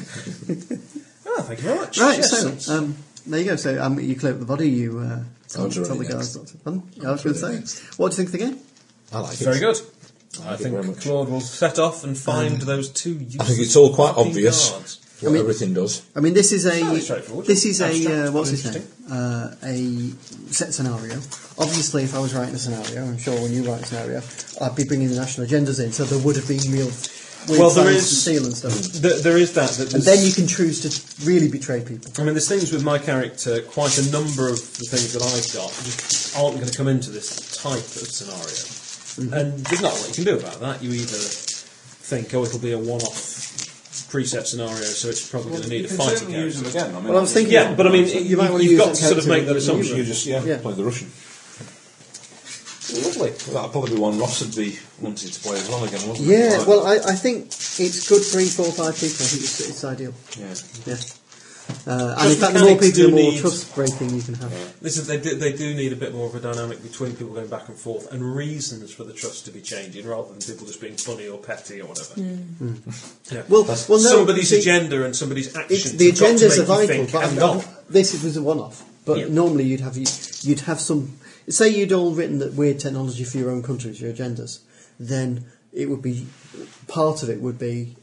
Speaker 3: Ah, thank you very much.
Speaker 2: Right,
Speaker 3: Yes.
Speaker 2: so um, there you go. So um, you clear up the body. You uh, tell,
Speaker 5: I'll draw
Speaker 2: tell the
Speaker 5: it
Speaker 2: guys
Speaker 5: next.
Speaker 2: not to. Pardon? Yeah, I was
Speaker 5: draw
Speaker 2: going to
Speaker 5: it
Speaker 2: say.
Speaker 5: next.
Speaker 2: What do you think of the game?
Speaker 5: I like it.
Speaker 3: Very good.
Speaker 5: Thank
Speaker 3: I
Speaker 5: you very
Speaker 3: think
Speaker 5: much. Um,
Speaker 3: Claude will set off and find those two. Useless
Speaker 5: I think it's all quite
Speaker 3: fucking
Speaker 5: obvious
Speaker 3: guards.
Speaker 5: what
Speaker 2: I mean-
Speaker 5: everything does.
Speaker 2: I mean, this is
Speaker 3: Fairly
Speaker 2: a
Speaker 3: straightforward.
Speaker 2: this is a
Speaker 3: Abstract,
Speaker 2: uh, what's his name?
Speaker 3: interesting.
Speaker 2: Uh, a set scenario. Obviously, if I was writing a scenario, I'm sure when you write a scenario, I'd be bringing the national agendas in, so there would have been real weird
Speaker 3: Well, there
Speaker 2: signs
Speaker 3: is-
Speaker 2: and seal and stuff.
Speaker 3: There, there is that. that
Speaker 2: And
Speaker 3: there's-
Speaker 2: then you can choose to really betray people.
Speaker 3: I mean, there's things with my character. Quite a number of the things that I've got just aren't going to come into this type of
Speaker 5: Mm-hmm.
Speaker 3: scenario, and there's not a lot you can do about that. You either think, oh, it'll be a one-off preset scenario, so it's probably going to need a fighting character.
Speaker 5: again. I mean,
Speaker 2: Well, I was thinking.
Speaker 3: Yeah, but I mean, you,
Speaker 2: might wanna
Speaker 3: have
Speaker 2: use
Speaker 3: got
Speaker 2: that
Speaker 3: to sort of
Speaker 2: character
Speaker 3: make that
Speaker 2: in-
Speaker 3: assumption.
Speaker 2: in-
Speaker 5: you just yeah,
Speaker 2: Yeah.
Speaker 5: play the Russian. Lovely. Well, that'll probably be one Ross would be wanting to play as well again, wasn't it?
Speaker 2: Yeah,
Speaker 5: Like-
Speaker 2: well, I, I think it's good three, four, five people. I think it's, it's ideal.
Speaker 5: yeah.
Speaker 2: Yeah. Uh, and in fact, the more
Speaker 3: mechanics
Speaker 2: people,
Speaker 3: do
Speaker 2: the more
Speaker 3: need-
Speaker 2: trust breaking you can have.
Speaker 3: This is, they, do, they do need a bit more of a dynamic between people going back and forth and reasons for the trust to be changing rather than people just being funny or petty or whatever. Hmm. Yeah.
Speaker 2: Well, well, no,
Speaker 3: somebody's
Speaker 2: see,
Speaker 3: agenda and somebody's
Speaker 2: It's,
Speaker 3: actions.
Speaker 2: the
Speaker 3: have got to
Speaker 2: agendas are
Speaker 3: make
Speaker 2: vital,
Speaker 3: you think
Speaker 2: but
Speaker 3: and
Speaker 2: I'm-
Speaker 3: not.
Speaker 2: this is- was a one-off. But
Speaker 3: Yeah.
Speaker 2: normally you'd have you'd have some. Say you'd all written that weird technology for your own countries, your agendas. Then it would be part of it would be.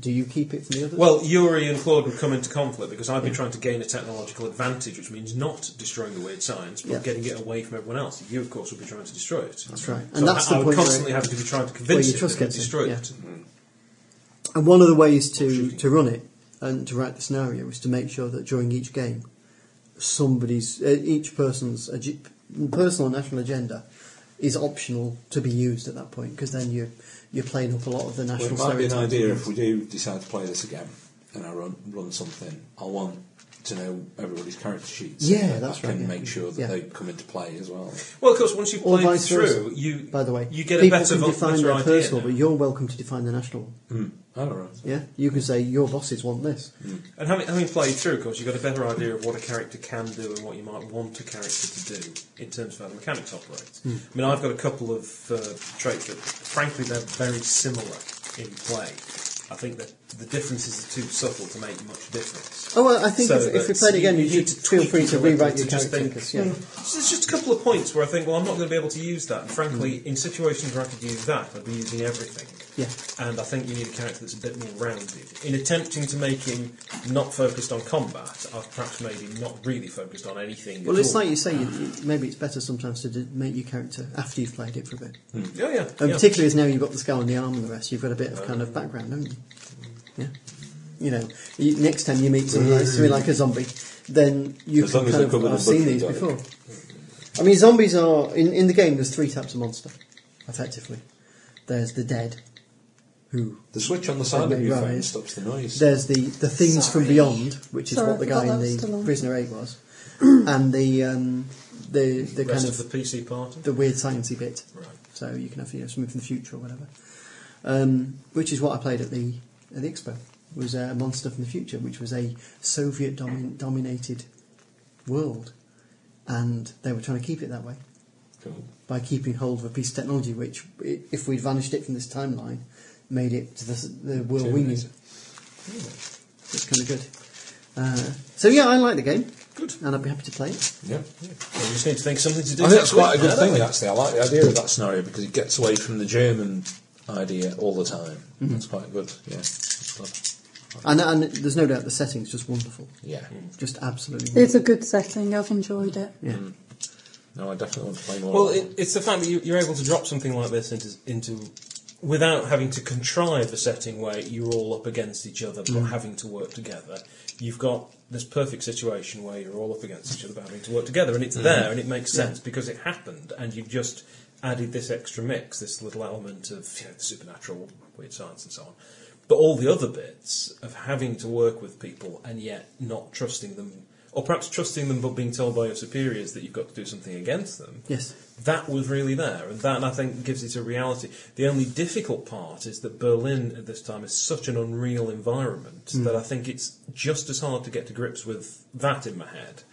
Speaker 2: Do you keep it from the others?
Speaker 3: Well, Yuri and Claude would come into conflict because I'd be trying to gain a technological advantage, which means not destroying the weird science, but
Speaker 2: Yeah.
Speaker 3: getting it away from everyone else. You, of course, would be trying to destroy it.
Speaker 2: That's right. And
Speaker 3: So
Speaker 2: that's
Speaker 3: I,
Speaker 2: the
Speaker 3: I would
Speaker 2: point where-
Speaker 3: constantly have to be trying to
Speaker 2: where
Speaker 3: convince
Speaker 2: your
Speaker 3: it
Speaker 2: trust
Speaker 3: that it
Speaker 2: gets in,
Speaker 3: destroyed
Speaker 2: yeah.
Speaker 3: it.
Speaker 2: And one of the ways to, to run it and to write the scenario is to make sure that during each game, somebody's uh, each person's ag- personal and national agenda is optional to be used at that point because then you you're playing up a lot of the
Speaker 5: Well,
Speaker 2: national
Speaker 5: it might be an
Speaker 2: stereotypes.
Speaker 5: idea if we do decide to play this again and I run run something. I want to know everybody's character sheets. so
Speaker 2: Yeah,
Speaker 5: that
Speaker 2: that's
Speaker 5: I
Speaker 2: right,
Speaker 5: can
Speaker 2: yeah.
Speaker 5: make sure that
Speaker 2: Yeah.
Speaker 5: they come into play as well.
Speaker 3: Well, of course, once you've
Speaker 2: Or
Speaker 3: played it
Speaker 2: vice versa,
Speaker 3: through, you
Speaker 2: by the way,
Speaker 3: you get a
Speaker 2: people
Speaker 3: better,
Speaker 2: can
Speaker 3: vo-
Speaker 2: define
Speaker 3: better
Speaker 2: their
Speaker 3: idea.
Speaker 2: personal,
Speaker 3: now.
Speaker 2: but you're welcome to define the national. one.
Speaker 5: All right.
Speaker 2: Yeah, you can say your bosses want this.
Speaker 3: And having, having played through, of course, you've got a better idea of what a character can do and what you might want a character to do in terms of how the mechanics operate.
Speaker 2: Hmm.
Speaker 3: I mean, I've got a couple of uh, traits that, frankly, they're very similar in play. I think that the differences are too subtle to make much difference.
Speaker 2: Oh, well, I think
Speaker 3: So
Speaker 2: if, if we
Speaker 3: that's-
Speaker 2: played again, you,
Speaker 3: need
Speaker 2: should
Speaker 3: to
Speaker 2: feel
Speaker 3: tweak
Speaker 2: free
Speaker 3: it
Speaker 2: to
Speaker 3: a little
Speaker 2: rewrite your
Speaker 3: just
Speaker 2: character.
Speaker 3: think-
Speaker 2: 'cause,
Speaker 3: hmm.
Speaker 2: yeah.
Speaker 3: So there's just a couple of points where I think, well, I'm not going to be able to use that. And frankly, in situations where I could use that, I'd be using everything.
Speaker 2: Hmm. Yeah.
Speaker 3: And I think you need a character that's a bit more rounded. In attempting to make him not focused on combat, I've perhaps made him not really focused on anything.
Speaker 2: Well,
Speaker 3: at
Speaker 2: it's
Speaker 3: all.
Speaker 2: like you say, you, you- maybe it's better sometimes to d- make your character after you've played it for a bit.
Speaker 3: Oh, yeah.
Speaker 2: And
Speaker 3: yeah.
Speaker 2: particularly as now you've got the skull and the arm and the rest, you've got a bit of kind of background, haven't you? Yeah. You know, you, next time you meet somebody like, somebody like a zombie, then you
Speaker 9: As long
Speaker 2: can
Speaker 9: as
Speaker 2: kind
Speaker 9: they're
Speaker 2: of,
Speaker 9: covered in
Speaker 2: I've seen
Speaker 9: blood,
Speaker 2: these
Speaker 9: don't
Speaker 2: before. I mean, zombies are, in, in the game, there's three types of monster, effectively. There's the dead, who
Speaker 5: The switch on the side
Speaker 2: Right,
Speaker 5: of your
Speaker 2: right.
Speaker 5: phone stops the noise.
Speaker 2: there's the, the things from beyond, which is
Speaker 4: Sorry,
Speaker 2: what the
Speaker 4: I
Speaker 2: guy
Speaker 4: forgot
Speaker 2: in
Speaker 4: that was still
Speaker 2: the
Speaker 4: on.
Speaker 2: Prisoner Eight was, and the um, the the
Speaker 3: Rest
Speaker 2: kind
Speaker 3: of, the PC party.
Speaker 2: the weird sciencey bit.
Speaker 3: Right.
Speaker 2: So you can have you know something from the future or whatever, um, which is what I played at the at the expo. Was a monster from the future, which was a Soviet domin- dominated world, and they were trying to keep it that way
Speaker 5: Cool.
Speaker 2: by keeping hold of a piece of technology which, i- if we'd vanished it from this timeline, made it to the, s- the world we knew.
Speaker 5: Terminator.
Speaker 2: It's kind of good. Uh, so yeah, I like the game. Good. And I'd be happy to play it.
Speaker 5: Yeah.
Speaker 3: You just need to think of something to do.
Speaker 5: I think
Speaker 3: next
Speaker 5: that's quite a
Speaker 3: week,
Speaker 5: good
Speaker 3: now, don't
Speaker 5: thing,
Speaker 3: we?
Speaker 5: actually. I like the idea of that scenario because it gets away from the German idea all the time.
Speaker 2: Mm-hmm.
Speaker 5: That's quite good. Yeah. That's good.
Speaker 2: And, and there's no doubt the setting's just wonderful.
Speaker 5: Yeah.
Speaker 2: Just absolutely wonderful.
Speaker 4: It's a good setting. I've enjoyed it.
Speaker 2: Yeah.
Speaker 5: No, I definitely want to play more.
Speaker 3: Well,
Speaker 5: of
Speaker 3: it, it's the fact that you, you're able to drop something like this into, into without having to contrive a setting where you're all up against each other but having to work together. You've got this perfect situation where you're all up against each other but having to work together, and it's there and it makes sense because it happened, and you've just added this extra mix, this little element of you know, the supernatural, weird science, and so on. But all the other bits of having to work with people and yet not trusting them, or perhaps trusting them but being told by your superiors that you've got to do something against them
Speaker 2: Yes.
Speaker 3: that was really there, and that I think gives it a reality. The only difficult part is that Berlin at this time is such an unreal environment that I think it's just as hard to get to grips with that in my head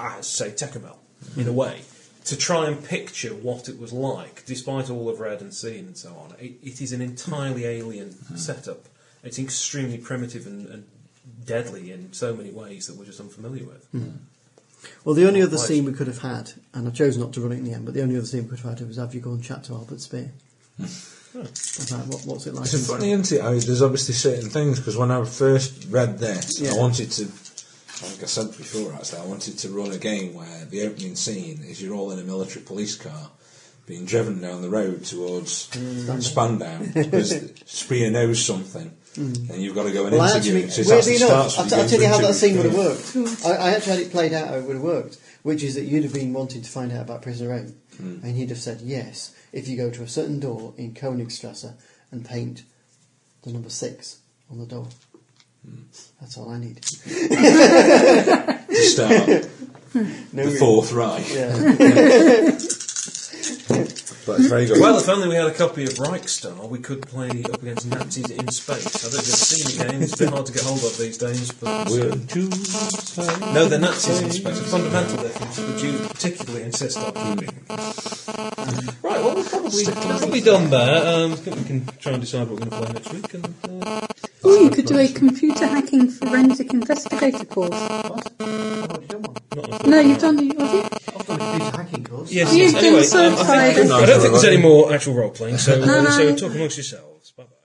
Speaker 3: as, say, Tecumel, in a way. To try and picture what it was like, despite all I've read and seen and so on, it, it is an entirely alien setup. It's extremely primitive and, and deadly in so many ways that we're just unfamiliar with.
Speaker 2: Well, the only other
Speaker 3: Right.
Speaker 2: scene we could have had, and I chose not to run it in the end, but the only other scene we could have had was have you go and chat to Albert Speer. About what, what's it like?
Speaker 5: It's funny, isn't it? I mean, there's obviously certain things because when I first read this,
Speaker 2: Yeah.
Speaker 5: I wanted to, like I said before, actually, I wanted to run a game where the opening scene is you're all in a military police car being driven down the road towards
Speaker 2: Mm.
Speaker 5: Spandau because Spear knows something and you've got to go and
Speaker 2: Mm. Well, I actually,
Speaker 5: interview him. So it
Speaker 2: weirdly
Speaker 5: actually
Speaker 2: enough,
Speaker 5: starts
Speaker 2: I'll,
Speaker 5: with
Speaker 2: t- I'll
Speaker 5: going
Speaker 2: tell you
Speaker 5: to
Speaker 2: how that
Speaker 5: interview-
Speaker 2: scene would have worked. I, I actually had it played out how it would have worked, which is that you'd have been wanting to find out about Prisoner Aim,
Speaker 5: Hmm.
Speaker 2: and he'd have said yes if you go to a certain door in Königstrasse and paint the number six on the door.
Speaker 5: Hmm.
Speaker 2: That's all I need.
Speaker 5: to start
Speaker 2: No
Speaker 5: the
Speaker 2: real-
Speaker 5: Fourth Reich.
Speaker 2: Yeah.
Speaker 5: But
Speaker 9: But there you go.
Speaker 3: Well, if only we had a copy of Reichstar, we could play up against Nazis in space. I don't know if you've seen the game, it's a bit hard to get hold of these days, but. uh,
Speaker 9: We're
Speaker 3: No, they're Nazis in space. A fundamental difference the Jews particularly insist on keeping. Right, well, we're probably, we're probably done there. Um, I think we can try and decide what we're going to play next week. And, uh,
Speaker 4: Ooh, you could do a computer hacking forensic investigator course.
Speaker 2: I've already done one.
Speaker 4: No, you've done it, have you?
Speaker 2: I've done a computer hacking course.
Speaker 3: yes,
Speaker 4: You've
Speaker 3: yes,
Speaker 4: been
Speaker 3: anyway,
Speaker 4: so
Speaker 3: um, I, think,
Speaker 4: tired.
Speaker 3: I don't think there's any more actual role playing, so, uh,
Speaker 4: No, no.
Speaker 3: so talk amongst yourselves. Bye bye.